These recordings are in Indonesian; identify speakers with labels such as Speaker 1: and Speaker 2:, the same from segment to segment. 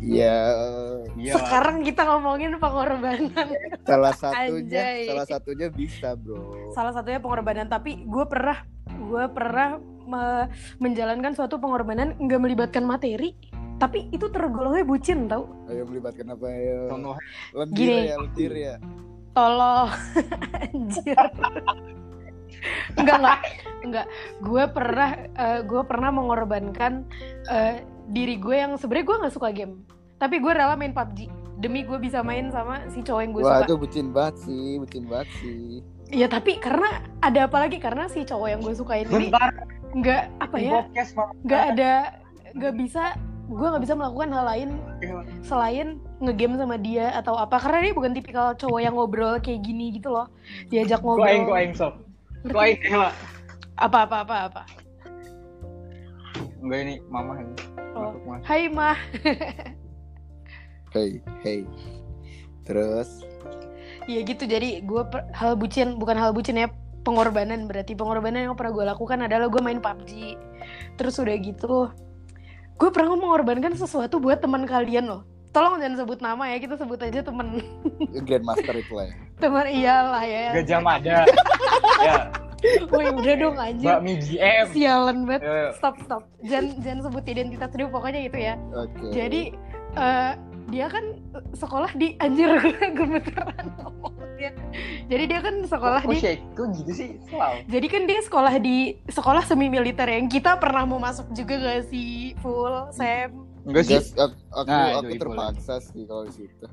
Speaker 1: ya
Speaker 2: Iya.
Speaker 3: Sekarang kita ngomongin pengorbanan.
Speaker 1: salah satunya
Speaker 3: Anjay.
Speaker 1: salah satunya bisa bro
Speaker 3: Salah satunya pengorbanan, tapi gue pernah gue pernah me- menjalankan suatu pengorbanan nggak melibatkan materi, tapi itu tergolongnya bucin tau.
Speaker 1: ayo melibatkan apa ya
Speaker 2: Contoh
Speaker 1: lendir
Speaker 3: Gini.
Speaker 1: ya lendir ya
Speaker 3: Tolong anjir. enggak enggak enggak gue pernah eh, gue pernah mengorbankan eh, diri gue yang sebenarnya gue nggak suka game tapi gue rela main PUBG demi gue bisa main sama si cowok yang gue
Speaker 1: wah
Speaker 3: suka
Speaker 1: itu bucin banget sih bucin banget sih
Speaker 3: Ya tapi karena ada apa lagi karena si cowok yang gue sukain ini
Speaker 2: bentar
Speaker 3: nggak apa
Speaker 2: di
Speaker 3: ya
Speaker 2: podcast Mama.
Speaker 3: nggak ada nggak bisa gue nggak bisa melakukan hal lain selain ngegame sama dia atau apa karena dia bukan tipikal cowok yang ngobrol kayak gini gitu loh diajak
Speaker 2: Gua aing gua
Speaker 3: ngobrol
Speaker 2: aing sob. eh, Gua aing Ella.
Speaker 3: apa apa apa apa
Speaker 2: Enggak ini mama ini.
Speaker 3: Oh.
Speaker 2: Masuk masuk.
Speaker 3: Hai mah
Speaker 1: hey hey terus
Speaker 3: ya gitu jadi gue per- hal bucin bukan hal bucin ya pengorbanan berarti pengorbanan yang pernah gue lakukan adalah gue main PUBG terus udah gitu gue pernah mengorbankan sesuatu buat teman kalian loh tolong jangan sebut nama ya kita sebut aja temen
Speaker 1: grandmaster itu lah ya
Speaker 3: teman iyalah ya
Speaker 2: Gajah Mada. ya,
Speaker 3: Woi udah dong anjir
Speaker 2: Mbak Ya. Miji M.
Speaker 3: sialan banget
Speaker 2: Yo,
Speaker 4: Iya.
Speaker 2: yo.
Speaker 3: stop stop jangan jangan sebut identitas dulu pokoknya gitu ya
Speaker 1: oke
Speaker 3: jadi eh, dia kan sekolah di anjir gue gemeteran ngomongnya. jadi dia kan sekolah
Speaker 2: Kok
Speaker 4: Oh,
Speaker 3: di
Speaker 2: shake? Kok gitu sih? Selalu.
Speaker 3: jadi kan dia sekolah di sekolah semi militer yang kita pernah mau masuk juga gak sih full Sam
Speaker 2: Enggak sih.
Speaker 1: Guys, aku, aku,
Speaker 2: Nah,
Speaker 1: aku
Speaker 2: itu ibu
Speaker 1: terpaksa sih kalau di situ.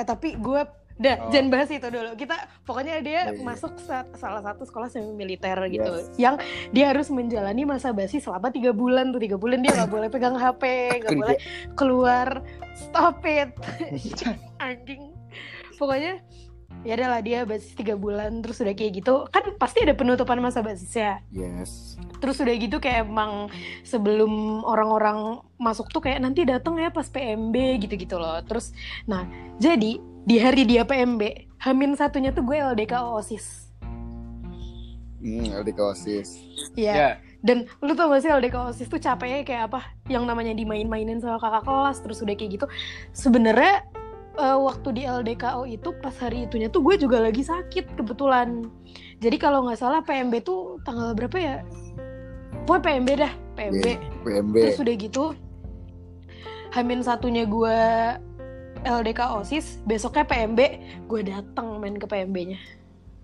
Speaker 3: eh tapi gue dah
Speaker 2: Oh.
Speaker 3: jangan bahas itu dulu kita pokoknya dia
Speaker 1: Iya, iya.
Speaker 3: masuk sa- salah satu sekolah semi militer gitu
Speaker 1: Yes.
Speaker 3: yang dia harus menjalani masa basi selama tiga bulan tuh tiga bulan dia nggak boleh pegang HP nggak boleh keluar stop it Gitu. anjing pokoknya ya adalah dia basis tiga bulan terus udah kayak gitu kan pasti ada penutupan masa basisnya
Speaker 1: Yes.
Speaker 3: terus udah gitu kayak emang sebelum orang-orang masuk tuh kayak nanti datang ya pas PMB gitu-gitu loh terus nah jadi di hari dia PMB hamin satunya tuh gue LDK OSIS
Speaker 1: Hmm, LDK OSIS.
Speaker 3: Iya.
Speaker 2: Ya.
Speaker 3: Dan lu tau gak sih LDK OSIS tuh capeknya kayak apa? Yang namanya dimain-mainin sama kakak kelas terus udah kayak gitu. Sebenarnya eh, waktu di LDKO itu pas hari itunya tuh gue juga lagi sakit kebetulan. Jadi kalau nggak salah PMB tuh tanggal berapa ya? Pokoknya PMB dah, PMB.
Speaker 1: Iya, PMB.
Speaker 3: Terus udah gitu Hamin satunya gue LDK OSIS, besoknya PMB, gue datang main ke PMB-nya.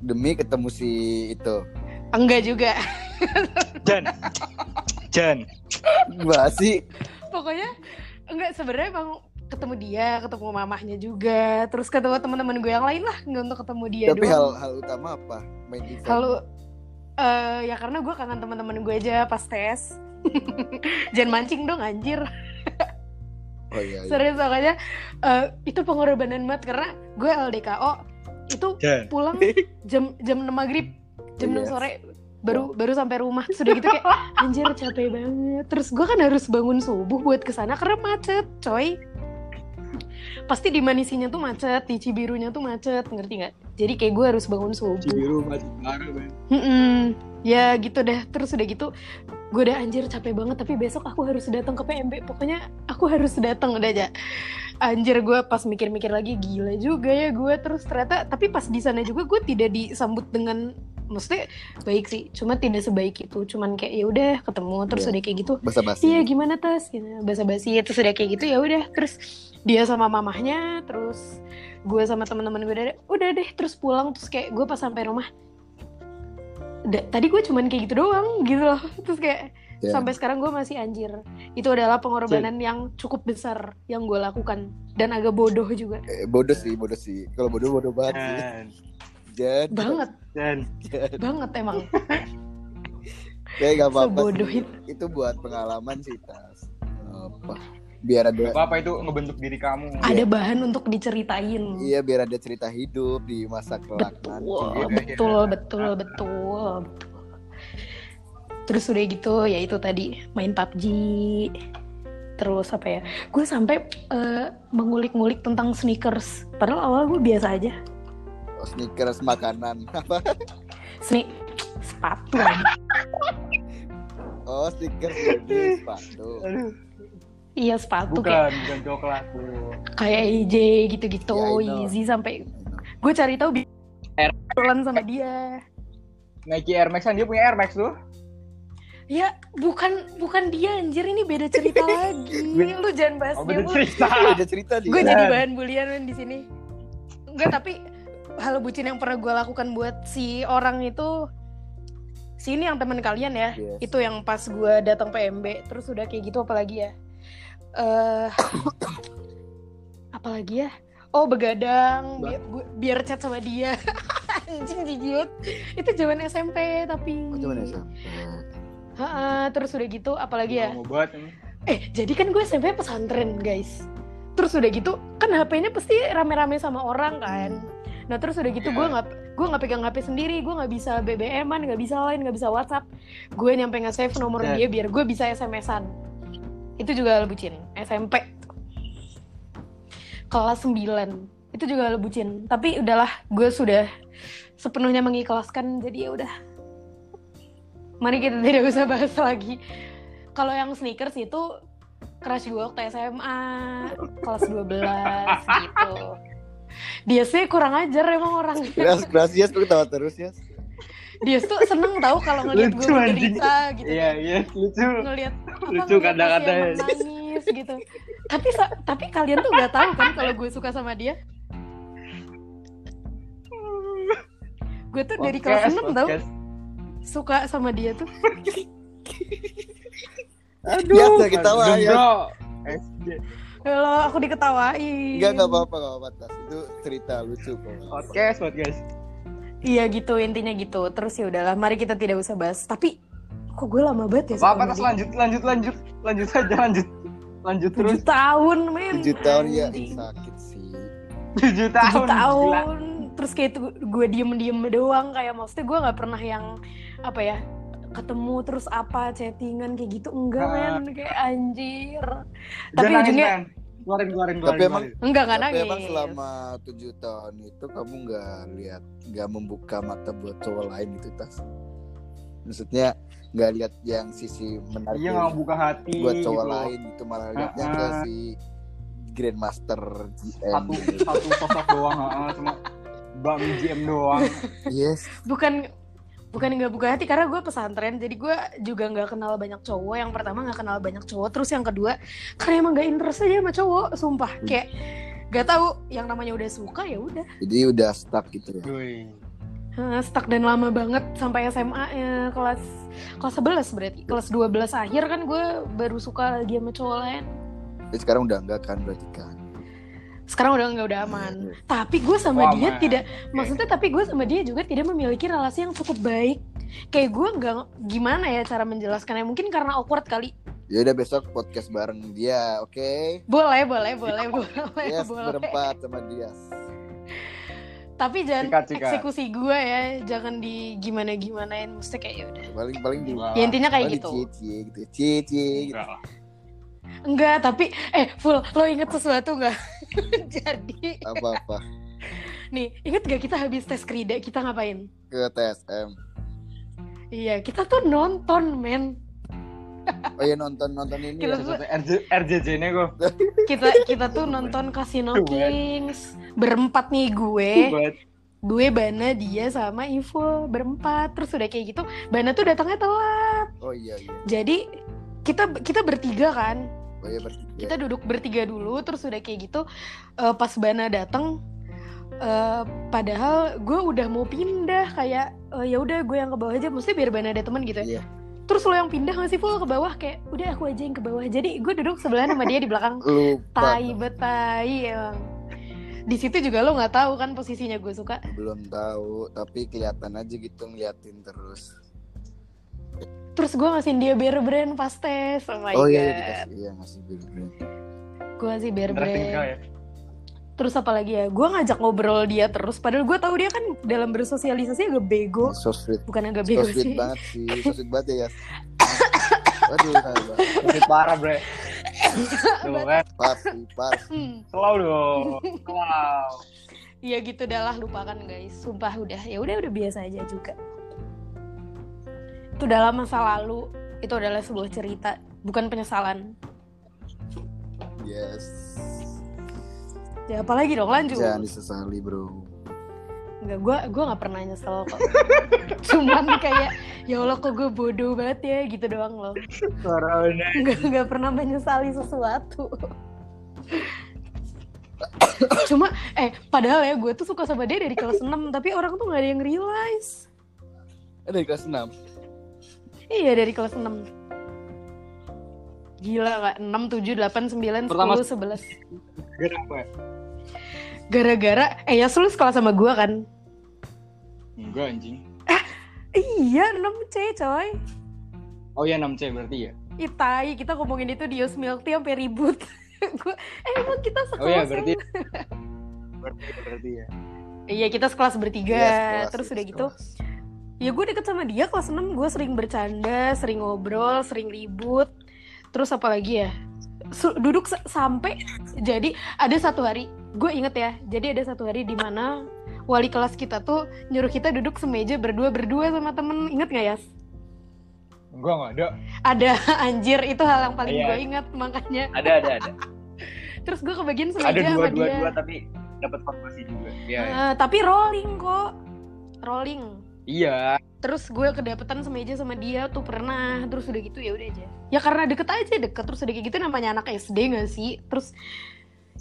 Speaker 1: Demi ketemu si itu.
Speaker 3: Enggak juga.
Speaker 2: Jan. Jan.
Speaker 1: Gua sih.
Speaker 3: pokoknya enggak sebenarnya bang ketemu dia ketemu mamahnya juga terus ketemu teman-teman gue yang lain lah nggak untuk ketemu dia
Speaker 1: Tapi
Speaker 3: doang
Speaker 1: hal hal utama apa? Main event.
Speaker 3: Iya Halo, eh, ya karena gue kangen teman-teman gue aja pas tes jangan mancing dong anjir
Speaker 1: Oh iya. iya.
Speaker 3: serius pokoknya eh, itu pengorbanan banget karena gue LDKO itu
Speaker 2: Jan.
Speaker 3: pulang jam jam 6 maghrib jam 6
Speaker 1: Yes.
Speaker 3: sore baru baru sampai rumah sudah gitu kayak anjir capek banget terus gue kan harus bangun subuh buat kesana karena macet coy pasti di manisinya tuh macet di cibirunya tuh macet ngerti nggak jadi kayak gue harus bangun subuh
Speaker 2: Biru masih parah, Bang.
Speaker 3: Mm-mm. ya gitu deh terus udah gitu gue udah anjir capek banget tapi besok aku harus datang ke PMB pokoknya aku harus datang udah aja anjir gue pas mikir-mikir lagi gila juga ya gue terus ternyata tapi pas di sana juga gue tidak disambut dengan maksudnya baik sih cuma tidak sebaik itu cuman kayak ya udah ketemu terus
Speaker 1: Iya.
Speaker 3: udah kayak gitu
Speaker 1: Bahasa basi.
Speaker 3: iya gimana tas gitu basa-basi terus udah kayak gitu ya udah terus dia sama mamahnya terus gue sama teman-teman gue udah udah deh terus pulang terus kayak gue pas sampai rumah "Da- tadi gue cuman kayak gitu doang gitu loh terus kayak
Speaker 1: Ya.
Speaker 3: sampai sekarang gue masih anjir itu adalah pengorbanan yang cukup besar yang gue lakukan dan agak bodoh juga
Speaker 1: Eh, bodoh sih, bodoh sih. Kalau bodoh bodoh banget sih.
Speaker 4: Nah.
Speaker 2: Jan.
Speaker 1: Jadi
Speaker 3: banget
Speaker 2: Jan.
Speaker 3: banget emang
Speaker 1: kayak gak apa-apa.
Speaker 3: Sebodoh
Speaker 1: sih.
Speaker 3: itu.
Speaker 1: Itu buat pengalaman sih tas. Apa? Biar ada
Speaker 2: Gak apa-apa itu ngebentuk diri kamu.
Speaker 3: ada bahan untuk diceritain
Speaker 1: Iya biar ada cerita hidup di masa kelak
Speaker 3: Betul,
Speaker 1: nanti.
Speaker 3: betul, betul, betul, betul. Terus udah gitu, ya itu tadi main PUBG. Terus apa ya? Gue sampai eh, mengulik-ngulik tentang sneakers. Padahal awal gue biasa aja.
Speaker 1: Oh, sneakers makanan. Apa?
Speaker 3: Sneak sepatu. anjing.
Speaker 1: Oh, sneakers ini sepatu.
Speaker 2: Aduh.
Speaker 3: Iya sepatu
Speaker 2: Bukan,
Speaker 3: kayak
Speaker 2: bukan coklat tuh.
Speaker 3: kayak AJ gitu-gitu,
Speaker 1: Ya, I know.
Speaker 3: Yeezy sampai gue cari tahu bi-
Speaker 2: Air-
Speaker 3: kebetulan sama dia.
Speaker 2: Nike Air Max kan dia punya Air Max tuh.
Speaker 3: Ya, bukan bukan dia anjir ini beda cerita lagi. Lu jangan bahas
Speaker 2: Oh, bener
Speaker 3: dia mulu.
Speaker 2: cerita.
Speaker 1: Ada kan cerita dia.
Speaker 3: Gue
Speaker 2: Iya.
Speaker 3: jadi bahan bulian men di sini. Enggak, tapi hal bucin yang pernah gue lakukan buat si orang itu si ini yang teman kalian ya.
Speaker 1: Yes.
Speaker 3: Itu yang pas gue datang PMB terus udah kayak gitu apalagi ya. Eh apalagi ya? Oh, begadang bi- gua- biar chat sama dia. Anjing jijiut. Itu zaman SMP tapi.
Speaker 1: Aku cuman SMP.
Speaker 3: Ha-ha, terus udah gitu apalagi ya?
Speaker 2: Mau buat ini.
Speaker 3: Eh, jadi kan gue SMP pesantren, guys. Terus udah gitu, kan HP-nya pasti rame-rame sama orang kan. Nah terus udah gitu
Speaker 2: Iya.
Speaker 3: gue nggak gue nggak pegang HP sendiri, gue nggak bisa BBM-an, nggak bisa lain, nggak bisa WhatsApp. Gue nyampe nggak save nomor
Speaker 2: Dan-
Speaker 3: dia biar gue bisa SMS-an. Itu juga hal bucin, SMP. Kelas 9 itu juga hal bucin. Tapi udahlah, gue sudah sepenuhnya mengikhlaskan, jadi ya udah. Mari kita tidak usah bahas lagi. Kalau yang sneakers itu crush gue waktu SMA kelas 12 gitu. Dia sih kurang ajar emang orang.
Speaker 1: Keras keras yes, lu ketawa terus yes.
Speaker 3: Dia tuh seneng tahu kalau ngeliat gue
Speaker 2: Lucu, anjing.
Speaker 3: menderita gitu.
Speaker 2: Iya, iya, lucu.
Speaker 3: Ngeliat apa
Speaker 2: Lucu
Speaker 3: ngeliat
Speaker 2: kadang-kadang.
Speaker 3: pasien nangis gitu. Tapi sa- tapi kalian tuh nggak tahu kan kalau gue suka sama dia. Gue tuh dari kelas 6 tau
Speaker 2: podcast.
Speaker 3: suka sama dia tuh.
Speaker 2: Aduh.
Speaker 1: Biasa ketawa,
Speaker 2: aduh,
Speaker 1: ya.
Speaker 2: bro. SD.
Speaker 3: Kalau aku diketawain.
Speaker 1: Enggak enggak apa-apa enggak apa-apa. Tas. Itu cerita lucu kok.
Speaker 2: Podcast, podcast.
Speaker 3: Iya gitu intinya gitu. Terus ya udahlah, mari kita tidak usah bahas. Tapi kok gue lama banget ya?
Speaker 2: Apa apa
Speaker 3: sama
Speaker 2: tas
Speaker 3: dia?
Speaker 2: lanjut, lanjut, lanjut, lanjut aja, lanjut, lanjut terus.
Speaker 3: Tujuh tahun men.
Speaker 1: 7 tahun ya ih,
Speaker 3: Anjing.
Speaker 1: sakit sih.
Speaker 2: Tujuh
Speaker 3: Tujuh
Speaker 2: tahun.
Speaker 3: tahun.
Speaker 2: gila.
Speaker 3: Terus kayak itu gue diem-diem doang kayak maksudnya gue nggak pernah yang apa ya ketemu terus apa chattingan kayak gitu enggak
Speaker 2: Ah.
Speaker 3: men kayak anjir
Speaker 2: Jangan
Speaker 3: tapi
Speaker 2: nangis,
Speaker 3: ujungnya
Speaker 2: Ren. Keluarin, keluarin, keluarin.
Speaker 1: Tapi emang
Speaker 2: keluarin.
Speaker 3: enggak enggak
Speaker 1: tapi
Speaker 3: nangis
Speaker 1: emang selama 7 tahun itu kamu nggak lihat nggak membuka mata buat cowok lain gitu tas. Maksudnya nggak lihat yang sisi menarik
Speaker 2: Iya,
Speaker 1: dari
Speaker 2: nggak buka hati.
Speaker 1: buat cowok
Speaker 2: gitu.
Speaker 1: lain gitu malah liatnya ke
Speaker 2: Ah.
Speaker 1: si Grandmaster gitu. GM
Speaker 2: Satu, satu sosok doang, heeh, cuma Bang GM doang.
Speaker 1: yes
Speaker 3: bukan bukan nggak buka hati karena gue pesantren jadi gue juga nggak kenal banyak cowok yang pertama nggak kenal banyak cowok terus yang kedua karena emang nggak interest aja sama cowok sumpah kayak nggak tahu yang namanya udah suka ya udah
Speaker 1: jadi udah stuck gitu ya
Speaker 2: Wih.
Speaker 3: Eh, stuck dan lama banget sampai SMA eh, kelas kelas 11 berarti kelas 12 akhir kan gue baru suka lagi sama cowok lain
Speaker 1: Tapi sekarang udah enggak kan berarti kan
Speaker 3: sekarang udah nggak udah aman tapi
Speaker 2: Oh,
Speaker 3: gue sama dia
Speaker 2: aman.
Speaker 3: tidak maksudnya tapi gue sama dia juga tidak memiliki relasi yang cukup baik kayak gue nggak gimana ya cara menjelaskannya mungkin karena awkward kali
Speaker 1: ya udah besok podcast bareng dia oke
Speaker 3: boleh boleh boleh boleh
Speaker 1: yes
Speaker 3: Eh, boleh
Speaker 1: berempat sama dia
Speaker 3: tapi jangan
Speaker 2: Sikat, sikat.
Speaker 3: eksekusi gue ya jangan di gimana gimanain mesti kayak ya udah
Speaker 1: paling paling di
Speaker 2: Wah.
Speaker 3: ya intinya kayak
Speaker 1: paling
Speaker 3: gitu
Speaker 1: di cie-cie gitu cie-cie gitu
Speaker 2: Enggak lah.
Speaker 3: enggak tapi eh full lo inget sesuatu nggak jadi
Speaker 1: apa apa
Speaker 3: nih inget gak kita habis tes krida kita ngapain
Speaker 1: ke TSM
Speaker 3: iya kita tuh nonton men
Speaker 1: oh ya nonton nonton ini
Speaker 3: Kita
Speaker 1: ya.
Speaker 3: tuh-
Speaker 2: RJJ-nya gue.
Speaker 3: kita kita tuh nonton Casino
Speaker 2: Cuman.
Speaker 3: Kings berempat nih gue
Speaker 1: Eh.
Speaker 2: Buat
Speaker 3: gue Bana dia sama Ivo berempat terus udah kayak gitu Bana tuh datangnya telat
Speaker 1: oh iya iya
Speaker 3: jadi kita kita bertiga kan
Speaker 1: oh iya bertiga
Speaker 3: kita duduk bertiga dulu terus udah kayak gitu eh, pas Bana datang eh, padahal gue udah mau pindah kayak eh, ya udah gue yang ke bawah aja mesti biar Bana ada teman gitu ya
Speaker 1: iya
Speaker 3: terus lo yang pindah nggak sih full ke bawah kayak udah aku aja yang ke bawah jadi gue duduk sebelah sama dia di belakang
Speaker 1: lupa
Speaker 3: tai betai emang di situ juga lo nggak tahu kan posisinya gue suka
Speaker 1: belum tahu tapi kelihatan aja gitu ngeliatin terus
Speaker 3: terus gue ngasih dia bear brand pas tes oh my
Speaker 1: oh
Speaker 3: god
Speaker 1: iya dikasih iya ngasih biru
Speaker 3: gue ngasih bear
Speaker 2: interesting
Speaker 1: Eh.
Speaker 3: brand
Speaker 2: kali ya.
Speaker 3: terus apa lagi ya gue ngajak ngobrol dia terus padahal gue tahu dia kan dalam bersosialisasi agak bego
Speaker 1: Oh, so sweet
Speaker 3: bukan agak
Speaker 1: so
Speaker 3: bego
Speaker 1: sweet
Speaker 3: sih
Speaker 1: banget sih so sweet banget ya Yas. aduh salah.
Speaker 2: Tapi parah, bre. Tuh kan,
Speaker 1: pasti pas
Speaker 3: Hmm,
Speaker 2: slow dong. Wow.
Speaker 3: iya gitu dah lah lupakan guys sumpah udah ya udah udah biasa aja juga itu dalam masa lalu itu adalah sebuah cerita bukan penyesalan
Speaker 1: yes
Speaker 3: ya apalagi dong lanjut
Speaker 1: jangan disesali bro
Speaker 3: Enggak, gue gua nggak pernah nyesel kok. Cuman kayak ya Allah kok gue bodoh banget ya gitu doang loh.
Speaker 2: Corona.
Speaker 3: Enggak nggak pernah menyesali sesuatu. Cuma eh padahal ya gue tuh suka sama dia dari kelas 6 tapi orang tuh nggak ada yang realize.
Speaker 1: Eh, dari kelas 6
Speaker 3: Iya dari kelas 6. Gila gak? 6, 7, 8, 9,
Speaker 2: Pertama-
Speaker 3: 10, 11
Speaker 2: Kenapa?
Speaker 3: Gara-gara Eh ya lu sekolah sama gue kan?
Speaker 2: Enggak anjing.
Speaker 3: Iya 6C coy
Speaker 2: Oh iya 6C berarti ya.
Speaker 3: Itai, kita ngomongin itu di Yosmilti sampai ribut. Gue, eh emang kita sekelas
Speaker 2: Oh iya
Speaker 3: ya?
Speaker 2: berarti. berarti berarti ya.
Speaker 3: Iya, kita sekelas bertiga.
Speaker 1: Iya, sekelas,
Speaker 3: Terus
Speaker 1: iya,
Speaker 3: udah gitu,
Speaker 1: sekelas.
Speaker 3: ya gue deket sama dia kelas 6, gue sering bercanda, sering ngobrol, sering ribut. Terus apa lagi ya? Su- duduk sa- sampai jadi ada satu hari, gue inget ya. Jadi ada satu hari di mana wali kelas kita tuh nyuruh kita duduk semeja berdua-berdua sama temen. Inget gak ya?
Speaker 2: Enggak enggak ada.
Speaker 3: Ada anjir, itu hal yang paling
Speaker 4: Iya.
Speaker 3: gue inget makanya.
Speaker 4: Ada ada ada.
Speaker 3: Terus gue kebagian semeja
Speaker 4: Ada dua
Speaker 3: sama
Speaker 4: dua
Speaker 3: dia.
Speaker 4: dua tapi dapat formasi juga. Iya. iya.
Speaker 3: Eh, tapi rolling kok rolling
Speaker 4: Iya.
Speaker 3: terus gue kedapetan semeja sama dia tuh pernah terus udah gitu ya udah aja ya karena deket aja deket terus udah kayak gitu namanya anak SD gak sih terus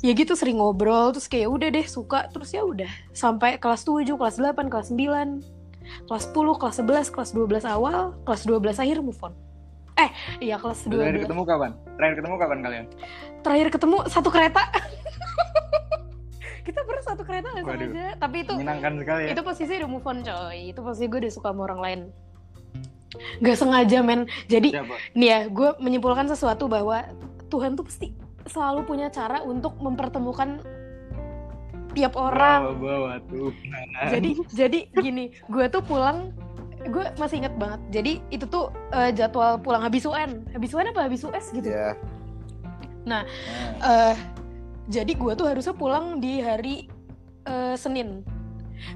Speaker 3: ya gitu sering ngobrol terus kayak udah deh suka terus ya udah sampai kelas 7, kelas 8, kelas 9 kelas 10, kelas 11, kelas 12 awal kelas 12 akhir move on eh iya kelas
Speaker 2: Terakhir
Speaker 3: 12
Speaker 2: ketemu kapan?
Speaker 4: Terakhir ketemu kapan kalian?
Speaker 3: terakhir ketemu satu kereta kita pernah satu kereta gak
Speaker 4: Waduh.
Speaker 3: sengaja tapi itu
Speaker 4: Menyenangkan sekali ya.
Speaker 3: itu posisi udah move on coy itu posisi gue udah suka sama orang lain Gak sengaja men jadi
Speaker 2: Siapa?
Speaker 3: nih ya gue menyimpulkan sesuatu bahwa Tuhan tuh pasti selalu punya cara untuk mempertemukan tiap orang
Speaker 2: Bawa bawa tuh.
Speaker 4: Oh, eh.
Speaker 3: jadi jadi gini gue tuh pulang gue masih inget banget jadi itu tuh eh, jadwal pulang habis UN habis UN apa habis US gitu
Speaker 1: ya
Speaker 3: eh jadi gue tuh harusnya pulang di hari eh, Senin.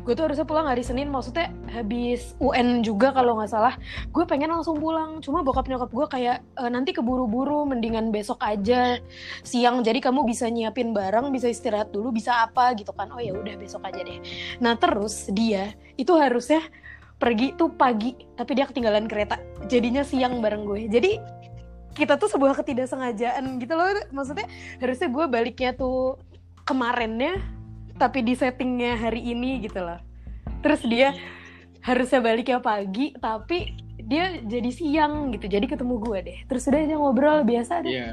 Speaker 3: Gue tuh harusnya pulang hari Senin, maksudnya habis UN juga kalau nggak salah. Gue pengen langsung pulang, cuma bokap nyokap gue kayak "Eh, nanti keburu-buru, mendingan besok aja siang. Jadi kamu bisa nyiapin barang, bisa istirahat dulu, bisa apa gitu kan? Oh ya udah besok aja deh. Nah terus dia itu harusnya pergi tuh pagi, tapi dia ketinggalan kereta. Jadinya siang bareng gue. Jadi kita tuh sebuah ketidaksengajaan gitu loh maksudnya harusnya gue baliknya tuh kemarinnya tapi di settingnya hari ini gitu loh terus dia harusnya baliknya pagi tapi dia jadi siang gitu jadi ketemu gue deh terus udah aja ngobrol biasa deh
Speaker 2: Iya.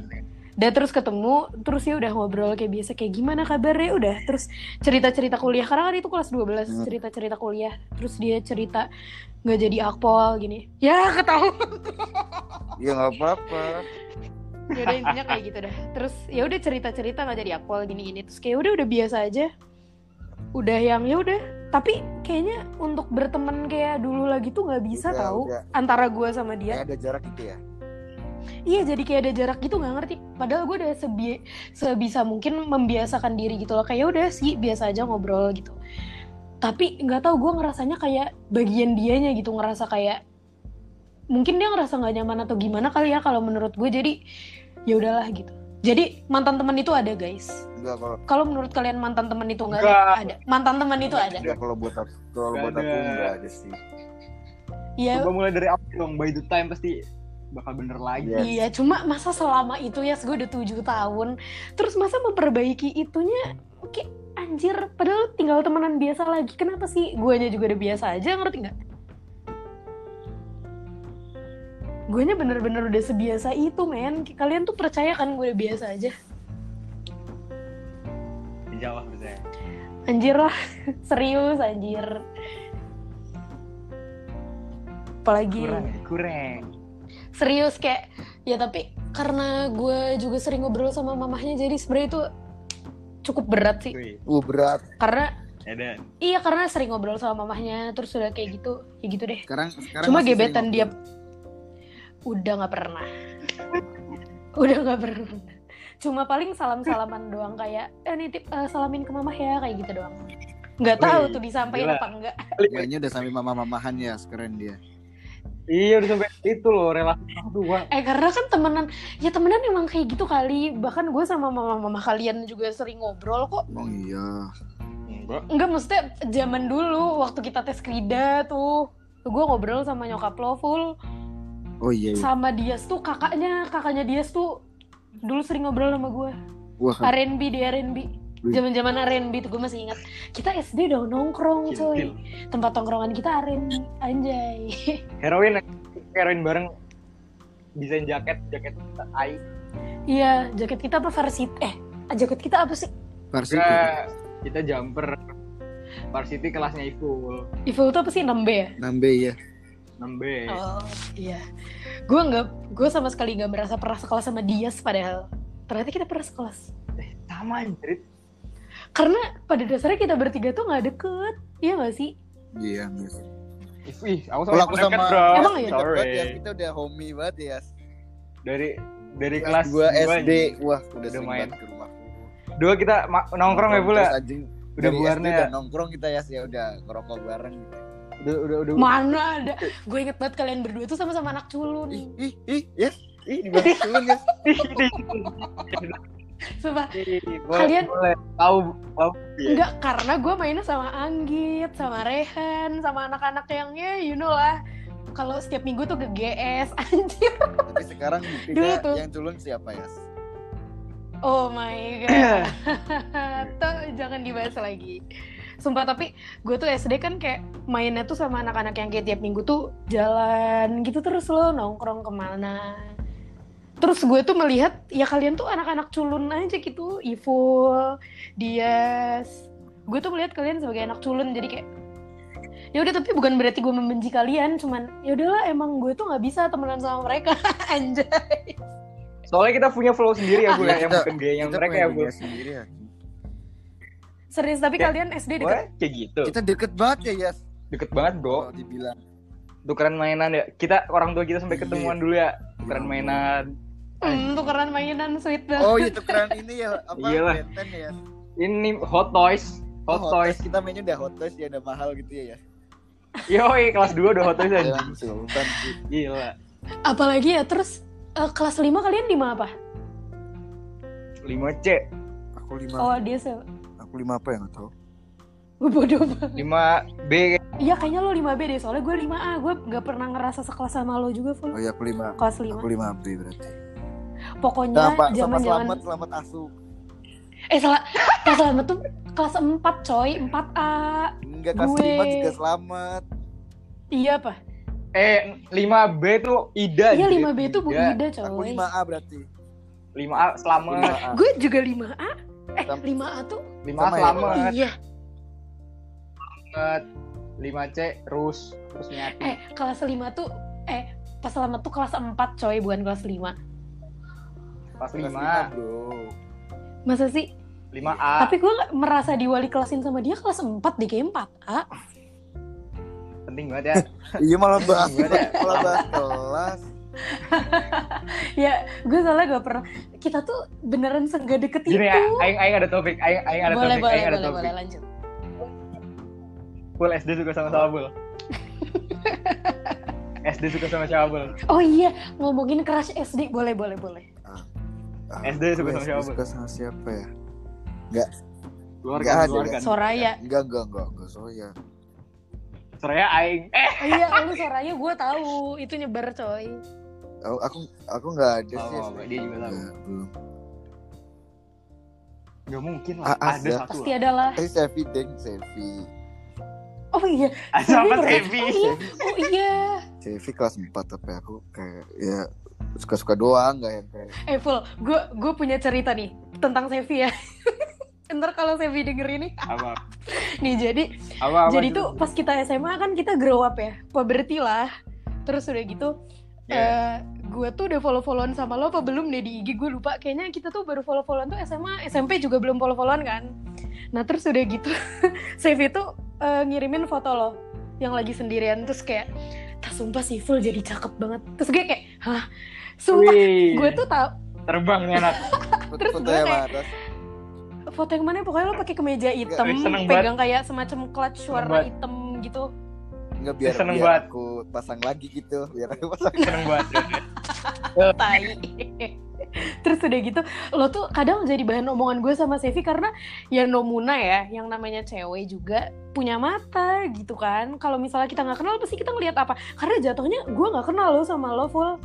Speaker 3: udah terus ketemu terus ya udah ngobrol kayak biasa kayak gimana kabarnya udah terus cerita cerita kuliah karena kan itu kelas 12
Speaker 1: Hmm.
Speaker 3: cerita cerita kuliah terus dia cerita nggak jadi akpol gini ya ketahuan
Speaker 1: ya nggak apa-apa
Speaker 3: ya udah intinya kayak gitu dah terus ya udah cerita cerita nggak jadi akpol gini gini terus kayak udah udah biasa aja udah yang ya udah tapi kayaknya untuk berteman kayak dulu lagi tuh nggak bisa
Speaker 1: Udah,
Speaker 3: tahu
Speaker 1: udah.
Speaker 3: antara gue sama
Speaker 1: ya
Speaker 3: dia
Speaker 1: ada jarak gitu ya
Speaker 3: iya jadi kayak ada jarak gitu nggak ngerti padahal gue udah sebi- sebisa mungkin membiasakan diri gitu loh kayak udah sih biasa aja ngobrol gitu tapi nggak tahu gue ngerasanya kayak bagian dianya gitu ngerasa kayak mungkin dia ngerasa nggak nyaman atau gimana kali ya kalau menurut gue jadi ya udahlah gitu jadi mantan teman itu ada guys
Speaker 1: enggak kalau
Speaker 3: kalau menurut kalian mantan teman itu nggak
Speaker 2: Nggak.
Speaker 3: ada, ada mantan teman itu ada
Speaker 1: enggak kalau buat aku kalau
Speaker 2: Nggak
Speaker 1: buat aku
Speaker 2: ada.
Speaker 1: enggak ada sih
Speaker 3: iya
Speaker 2: Coba mulai dari awal dong. By the time pasti bakal bener lagi.
Speaker 1: Iya.
Speaker 3: Iya, cuma masa selama itu ya, gue udah tujuh tahun, terus masa memperbaiki itunya, oke anjir, padahal tinggal temenan biasa lagi, kenapa sih? Guanya juga udah biasa aja, ngerti nggak? Guanya bener-bener udah sebiasa itu, men. Kalian tuh percaya kan gue udah biasa aja?
Speaker 4: Insya Allah bisa.
Speaker 3: Iya. Anjir lah, serius anjir. Apalagi
Speaker 4: Kurang, kurang.
Speaker 3: serius kayak ya tapi karena gue juga sering ngobrol sama mamahnya jadi sebenarnya itu cukup berat sih
Speaker 4: Wih,
Speaker 1: uh berat
Speaker 3: karena
Speaker 4: ada.
Speaker 3: iya karena sering ngobrol sama mamahnya terus udah kayak gitu ya gitu deh
Speaker 1: sekarang sekarang
Speaker 3: cuma
Speaker 1: masih sering
Speaker 3: gebetan dia
Speaker 1: ngobrol.
Speaker 3: udah nggak pernah udah nggak pernah cuma paling salam salaman doang kayak eh nitip eh, salamin ke mamah ya kayak gitu doang nggak tahu
Speaker 4: Wih,
Speaker 3: tuh disampaikan
Speaker 4: gila.
Speaker 3: apa enggak
Speaker 1: kayaknya udah sampai mama mamahan ya keren dia
Speaker 4: Iya udah sampai itu loh relasi orang tua.
Speaker 3: Eh karena kan temenan, ya temenan emang kayak gitu kali. Bahkan gue sama mama-mama kalian juga sering ngobrol kok.
Speaker 1: Oh iya.
Speaker 2: Enggak.
Speaker 3: Enggak maksudnya zaman dulu waktu kita tes krida tuh. Gue ngobrol sama nyokap lo full.
Speaker 1: Oh iya. iya.
Speaker 3: Sama Dias tuh kakaknya, kakaknya Dias tuh dulu sering ngobrol sama gue.
Speaker 1: Wah, kan,
Speaker 3: R&B di R&B. Zaman-zaman R&B tuh gue masih ingat. Kita SD udah nongkrong coy.
Speaker 4: Cintil.
Speaker 3: Tempat tongkrongan kita R&B anjay.
Speaker 4: Heroin heroin bareng desain jaket jaket ai
Speaker 3: Iya, jaket kita apa varsity? Eh, jaket kita apa sih?
Speaker 1: varsity.
Speaker 4: Enggak, kita jumper varsity kelasnya Iful
Speaker 3: Evil tuh apa sih 6B ya?
Speaker 1: Nambe ya.
Speaker 4: 6B
Speaker 3: Oh iya, gue nggak, gue sama sekali nggak merasa pernah sekolah sama Dias padahal ternyata kita pernah sekelas.
Speaker 4: sama anjrit
Speaker 3: Karena pada dasarnya kita bertiga tuh nggak deket, iya nggak sih?
Speaker 1: Iya.
Speaker 4: If- Ih, aku
Speaker 1: Kalau aku
Speaker 4: Mereka,
Speaker 1: sama-
Speaker 4: bro.
Speaker 3: Emang iya?
Speaker 1: Deket
Speaker 4: Sorry.
Speaker 1: banget ya, Kita udah homie banget ya.
Speaker 4: Dari dari
Speaker 1: Kelas
Speaker 4: kelas
Speaker 1: 2
Speaker 4: dua
Speaker 1: SD.
Speaker 4: nih.
Speaker 1: Wah, udah
Speaker 4: Udah
Speaker 1: sering
Speaker 4: main.
Speaker 1: banget ke rumahku.
Speaker 4: Dua kita ma- nongkrong ya pula.
Speaker 1: terus anjing.
Speaker 4: Udah
Speaker 1: Dari
Speaker 4: buarnya.
Speaker 1: SD udah nongkrong kita ya, ya udah ngerokok bareng.
Speaker 4: Udah udah udah.
Speaker 3: Mana ada? Gue inget banget kalian berdua tuh sama-sama
Speaker 1: Ih,
Speaker 3: anak culun.
Speaker 1: ih, ih, ya. Ih, dibantuin ya. kan?
Speaker 3: Sumpah,
Speaker 4: Boleh,
Speaker 3: Kalian-
Speaker 4: boleh. tahu tahu.
Speaker 3: nggak karena gue mainnya sama Anggit, sama Rehan, sama anak-anak yang ya you know lah. Kalau setiap minggu tuh ke GS, anjir.
Speaker 1: Tapi sekarang
Speaker 3: Dulu
Speaker 1: buktinya
Speaker 3: tuh.
Speaker 1: yang culun siapa ya?
Speaker 3: Oh my god. Tuh, jangan dibahas lagi. Sumpah tapi gue tuh SD kan kayak mainnya tuh sama anak-anak yang kayak tiap minggu tuh jalan gitu terus loh nongkrong kemana. Terus gue tuh melihat ya kalian tuh anak-anak culun aja gitu, Iful, Dias. Gue tuh melihat kalian sebagai anak culun jadi kayak ya udah tapi bukan berarti gue membenci kalian cuman ya udahlah emang gue tuh nggak bisa temenan sama mereka anjay
Speaker 4: Soalnya kita punya flow sendiri ya, Bu ya, yang
Speaker 1: Iya, Kita-
Speaker 4: bukan gayanya
Speaker 1: Kita
Speaker 4: mereka
Speaker 1: punya
Speaker 4: ya, Bu.
Speaker 1: dunia sendiri ya.
Speaker 3: serius tapi
Speaker 4: Ya,
Speaker 3: kalian SD deket
Speaker 4: Boleh kayak gitu.
Speaker 1: Kita deket banget ya, Yas.
Speaker 4: Deket banget, Bro.
Speaker 1: Kalau dibilang.
Speaker 4: Tukeran mainan ya. Kita orang tua kita
Speaker 1: Iya.
Speaker 4: sampai ketemuan dulu ya. Tukeran mainan.
Speaker 3: Hmm, tukeran mainan sweet banget.
Speaker 1: Oh, itu keren ini ya apa?
Speaker 4: Iyalah.
Speaker 1: Benten ya.
Speaker 4: Ini Hot Toys.
Speaker 1: Oh,
Speaker 4: Hot Toys. Iya,
Speaker 1: Kita mainnya udah hot toys ya udah mahal gitu ya. Iya, Yas.
Speaker 4: Yoi, kelas 2 udah Hot Toys aja.
Speaker 1: Jalan Sultan sih.
Speaker 4: Gila.
Speaker 3: Apalagi ya terus eh, kelas 5 kalian di mana apa?
Speaker 4: 5C.
Speaker 1: Aku lima.
Speaker 3: Oh, dia se
Speaker 1: Aku lima apa ya nggak tahu.
Speaker 3: Gue bodoh banget.
Speaker 4: 5B.
Speaker 3: Iya kayaknya lo 5B deh, soalnya gue 5A. Gue gak pernah ngerasa sekelas sama lo juga, Ful.
Speaker 1: Oh iya aku lima.
Speaker 3: Kelas
Speaker 1: Aku
Speaker 3: 5.
Speaker 1: lima April berarti.
Speaker 3: Pokoknya
Speaker 1: Sama, sama Nah, selamat
Speaker 3: Iya, zaman-zaman
Speaker 1: selamat asu.
Speaker 3: eh salah kelas selamat tuh kelas 4, coy. 4A.
Speaker 1: Enggak kelas
Speaker 3: Gue.
Speaker 1: lima juga selamat.
Speaker 3: Iya apa?
Speaker 4: Eh, 5B tuh Ida.
Speaker 3: Iya
Speaker 4: anjir.
Speaker 3: 5B tuh Bu Ida,
Speaker 1: Aku
Speaker 3: coy.
Speaker 1: lima A berarti.
Speaker 4: 5A
Speaker 1: Aku
Speaker 4: selamat.
Speaker 1: lima A.
Speaker 3: Gue juga 5A. Eh,
Speaker 1: Sama-
Speaker 3: 5A tuh
Speaker 4: 5A
Speaker 1: Sama ya?
Speaker 4: selamat.
Speaker 3: iya.
Speaker 4: 5C Rus. Terus Miati.
Speaker 3: Eh, kelas 5 tuh eh pas selamat tuh kelas 4, coy, bukan kelas 5.
Speaker 4: Pas
Speaker 1: Kelas
Speaker 4: 5.
Speaker 1: bro.
Speaker 3: Masa sih?
Speaker 4: 5A.
Speaker 1: Ah.
Speaker 3: Tapi gue nggak merasa diwali kelasin sama dia kelas 4 di Ah. G4 A.
Speaker 4: Penting banget ya.
Speaker 1: Iya malah bahas
Speaker 4: Gimana ya?
Speaker 1: malah bahas kelas.
Speaker 3: Ya gue salah gak pernah Kita tuh beneran seenggak deket itu
Speaker 4: Gini ya, aing aing ada topik, aing aing ada
Speaker 3: Gitu. Boleh
Speaker 4: topik,
Speaker 3: boleh
Speaker 4: aing ada
Speaker 3: boleh,
Speaker 4: topik.
Speaker 3: boleh lanjut
Speaker 4: Full SD suka sama Sabul. SD suka sama Sabul.
Speaker 3: Oh iya ngomongin crush SD Boleh boleh boleh
Speaker 1: Ah,
Speaker 4: SD
Speaker 1: aku
Speaker 4: suka sama
Speaker 1: SD
Speaker 4: siapa?
Speaker 1: Suka sama siapa ya?
Speaker 4: Keluarkan,
Speaker 1: Nggak ada,
Speaker 4: keluarkan.
Speaker 3: Soraya
Speaker 1: Enggak enggak enggak enggak ya. soalnya.
Speaker 4: Soraya aing. Eh,
Speaker 3: Oh iya lu Soraya gue tahu Itu nyebar coy
Speaker 1: Aku aku aku enggak ada sih.
Speaker 4: Tahu,
Speaker 1: SD.
Speaker 4: Oh, dia juga tahu.
Speaker 1: Nggak, belum.
Speaker 4: enggak mungkin lah.
Speaker 1: Ah, ah,
Speaker 4: ada
Speaker 1: ya.
Speaker 4: satu.
Speaker 3: Pasti
Speaker 4: lah.
Speaker 3: ada lah
Speaker 1: Eh Sevi deng Sevi.
Speaker 3: Oh iya
Speaker 4: Ada apa
Speaker 3: Soraya
Speaker 4: Sevi?
Speaker 3: Oh iya Oh iya
Speaker 1: Sevi kelas 4 tapi aku kayak ya suka-suka doang enggak yang kayak
Speaker 3: Eh Ful Gue gue punya cerita nih Tentang Sevi ya Ntar kalau Sevi denger ini
Speaker 4: Apa?
Speaker 3: Nih jadi
Speaker 4: Apa? apa
Speaker 3: Jadi tuh pas kita SMA kan kita grow up ya, puberty lah. Terus udah gitu,
Speaker 4: Iya.
Speaker 3: eh, gue tuh udah follow-followan sama lo apa belum deh di IG gue lupa. Kayaknya kita tuh baru follow-followan tuh SMA, SMP juga belum follow-followan kan. Nah terus udah gitu, Sevi tuh eh, ngirimin foto lo yang lagi sendirian terus kayak, tak sumpah sih full jadi cakep banget. Terus gue kayak, hah, sumpah.
Speaker 4: Wih,
Speaker 3: Gue tuh tau
Speaker 4: terbang nih anak.
Speaker 3: Terus
Speaker 1: foto
Speaker 3: gue
Speaker 1: yang
Speaker 3: kayak-
Speaker 1: atas.
Speaker 3: foto yang mana pokoknya lo pakai kemeja hitam,
Speaker 4: Seneng banget.
Speaker 3: pegang kayak semacam clutch warna
Speaker 4: banget.
Speaker 3: hitam gitu.
Speaker 1: Enggak biar,
Speaker 4: Seneng
Speaker 1: biar
Speaker 4: banget.
Speaker 1: aku pasang lagi gitu biar aku pasang
Speaker 4: seneng banget
Speaker 3: Tai. Terus udah gitu, lo tuh kadang jadi bahan omongan gue sama Sevi karena ya Nomuna ya, yang namanya cewek juga punya mata gitu kan. Kalau misalnya kita nggak kenal, pasti kita ngelihat apa? Karena jatuhnya gue nggak kenal lo sama lo full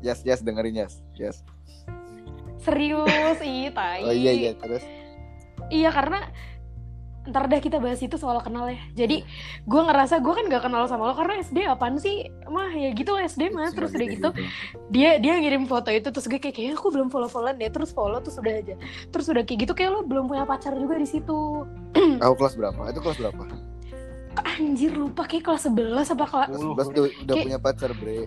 Speaker 1: Yes, yes, dengerin yes, yes.
Speaker 3: serius, ih tai.
Speaker 1: Oh iya iya terus.
Speaker 3: Iya karena ntar deh kita bahas itu soal kenal ya.
Speaker 1: Iya.
Speaker 3: Jadi gue ngerasa gue kan gak kenal sama lo karena SD apaan sih? Mah ya gitu SD mah terus udah gitu dia dia ngirim foto itu terus gue kayak kayaknya aku belum follow followan deh terus follow terus udah aja terus udah kayak gitu kayak lo belum punya pacar juga di situ
Speaker 1: gitu? Aku kelas berapa? Itu kelas berapa?
Speaker 3: anjir lupa kayak kelas 11 apa kelas
Speaker 1: Kelas
Speaker 2: Sepuluh.
Speaker 1: 11 tuh udah
Speaker 3: Kayak-
Speaker 1: punya pacar, Bre.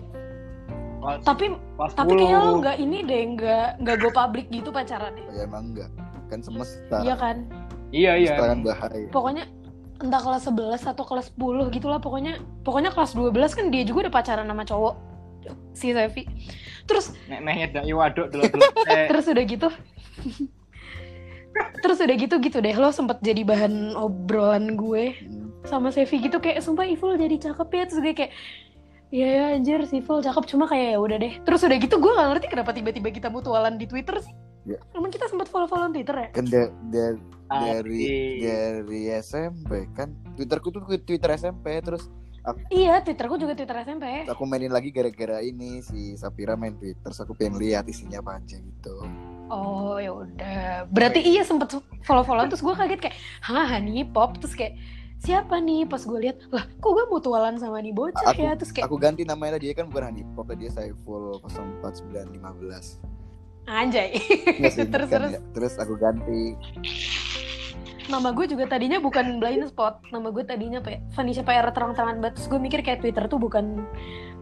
Speaker 3: tapi
Speaker 2: Pas
Speaker 3: tapi kayaknya lo
Speaker 2: 10.
Speaker 3: nggak ini deh nggak nggak go public gitu pacaran
Speaker 1: Oh, ya emang enggak. Kan semesta.
Speaker 3: iya kan
Speaker 4: iya iya
Speaker 1: Semesta kan bahaya.
Speaker 3: pokoknya entah kelas 11 atau kelas 10 gitu lah pokoknya pokoknya kelas 12 kan dia juga udah pacaran sama cowok si Sevi terus
Speaker 4: neneknya dak iwaduk dulu dulu eh
Speaker 3: terus udah gitu terus udah gitu gitu deh lo sempet jadi bahan obrolan gue
Speaker 1: Hmm.
Speaker 3: sama Sevi gitu kayak sumpah Iful jadi cakep ya terus gue kayak Iya ya anjir si Iful cakep cuma kayak ya udah deh terus udah gitu gue gak ngerti kenapa tiba-tiba kita mutualan di Twitter sih
Speaker 1: Ya.
Speaker 3: Emang kita sempat follow-followan Twitter ya?
Speaker 1: Kan da- da-
Speaker 4: ah,
Speaker 1: dari
Speaker 4: tapi-
Speaker 1: dari SMP kan Twitterku tuh Twitter SMP terus
Speaker 3: Iya, Twitterku juga Twitter SMP.
Speaker 1: aku mainin lagi gara-gara ini si Sapira main Twitter terus aku pengen lihat isinya apa aja gitu.
Speaker 3: Oh ya udah. Berarti iya sempet follow-followan terus gue kaget kayak, hah nih pop terus kayak siapa nih pas gue lihat lah kok gue mutualan sama nih bocah ya terus kayak
Speaker 1: Aku ganti namanya dia kan bukan Hanipop dia Saiful 04915.
Speaker 3: anjay
Speaker 1: Nggak sih,
Speaker 3: terus
Speaker 1: bukan
Speaker 3: terus
Speaker 1: ya. terus aku ganti
Speaker 3: nama gue juga tadinya bukan blind spot nama gue tadinya apa ya Vanisha PR terang-terangan banget terus gue mikir kayak Twitter tuh bukan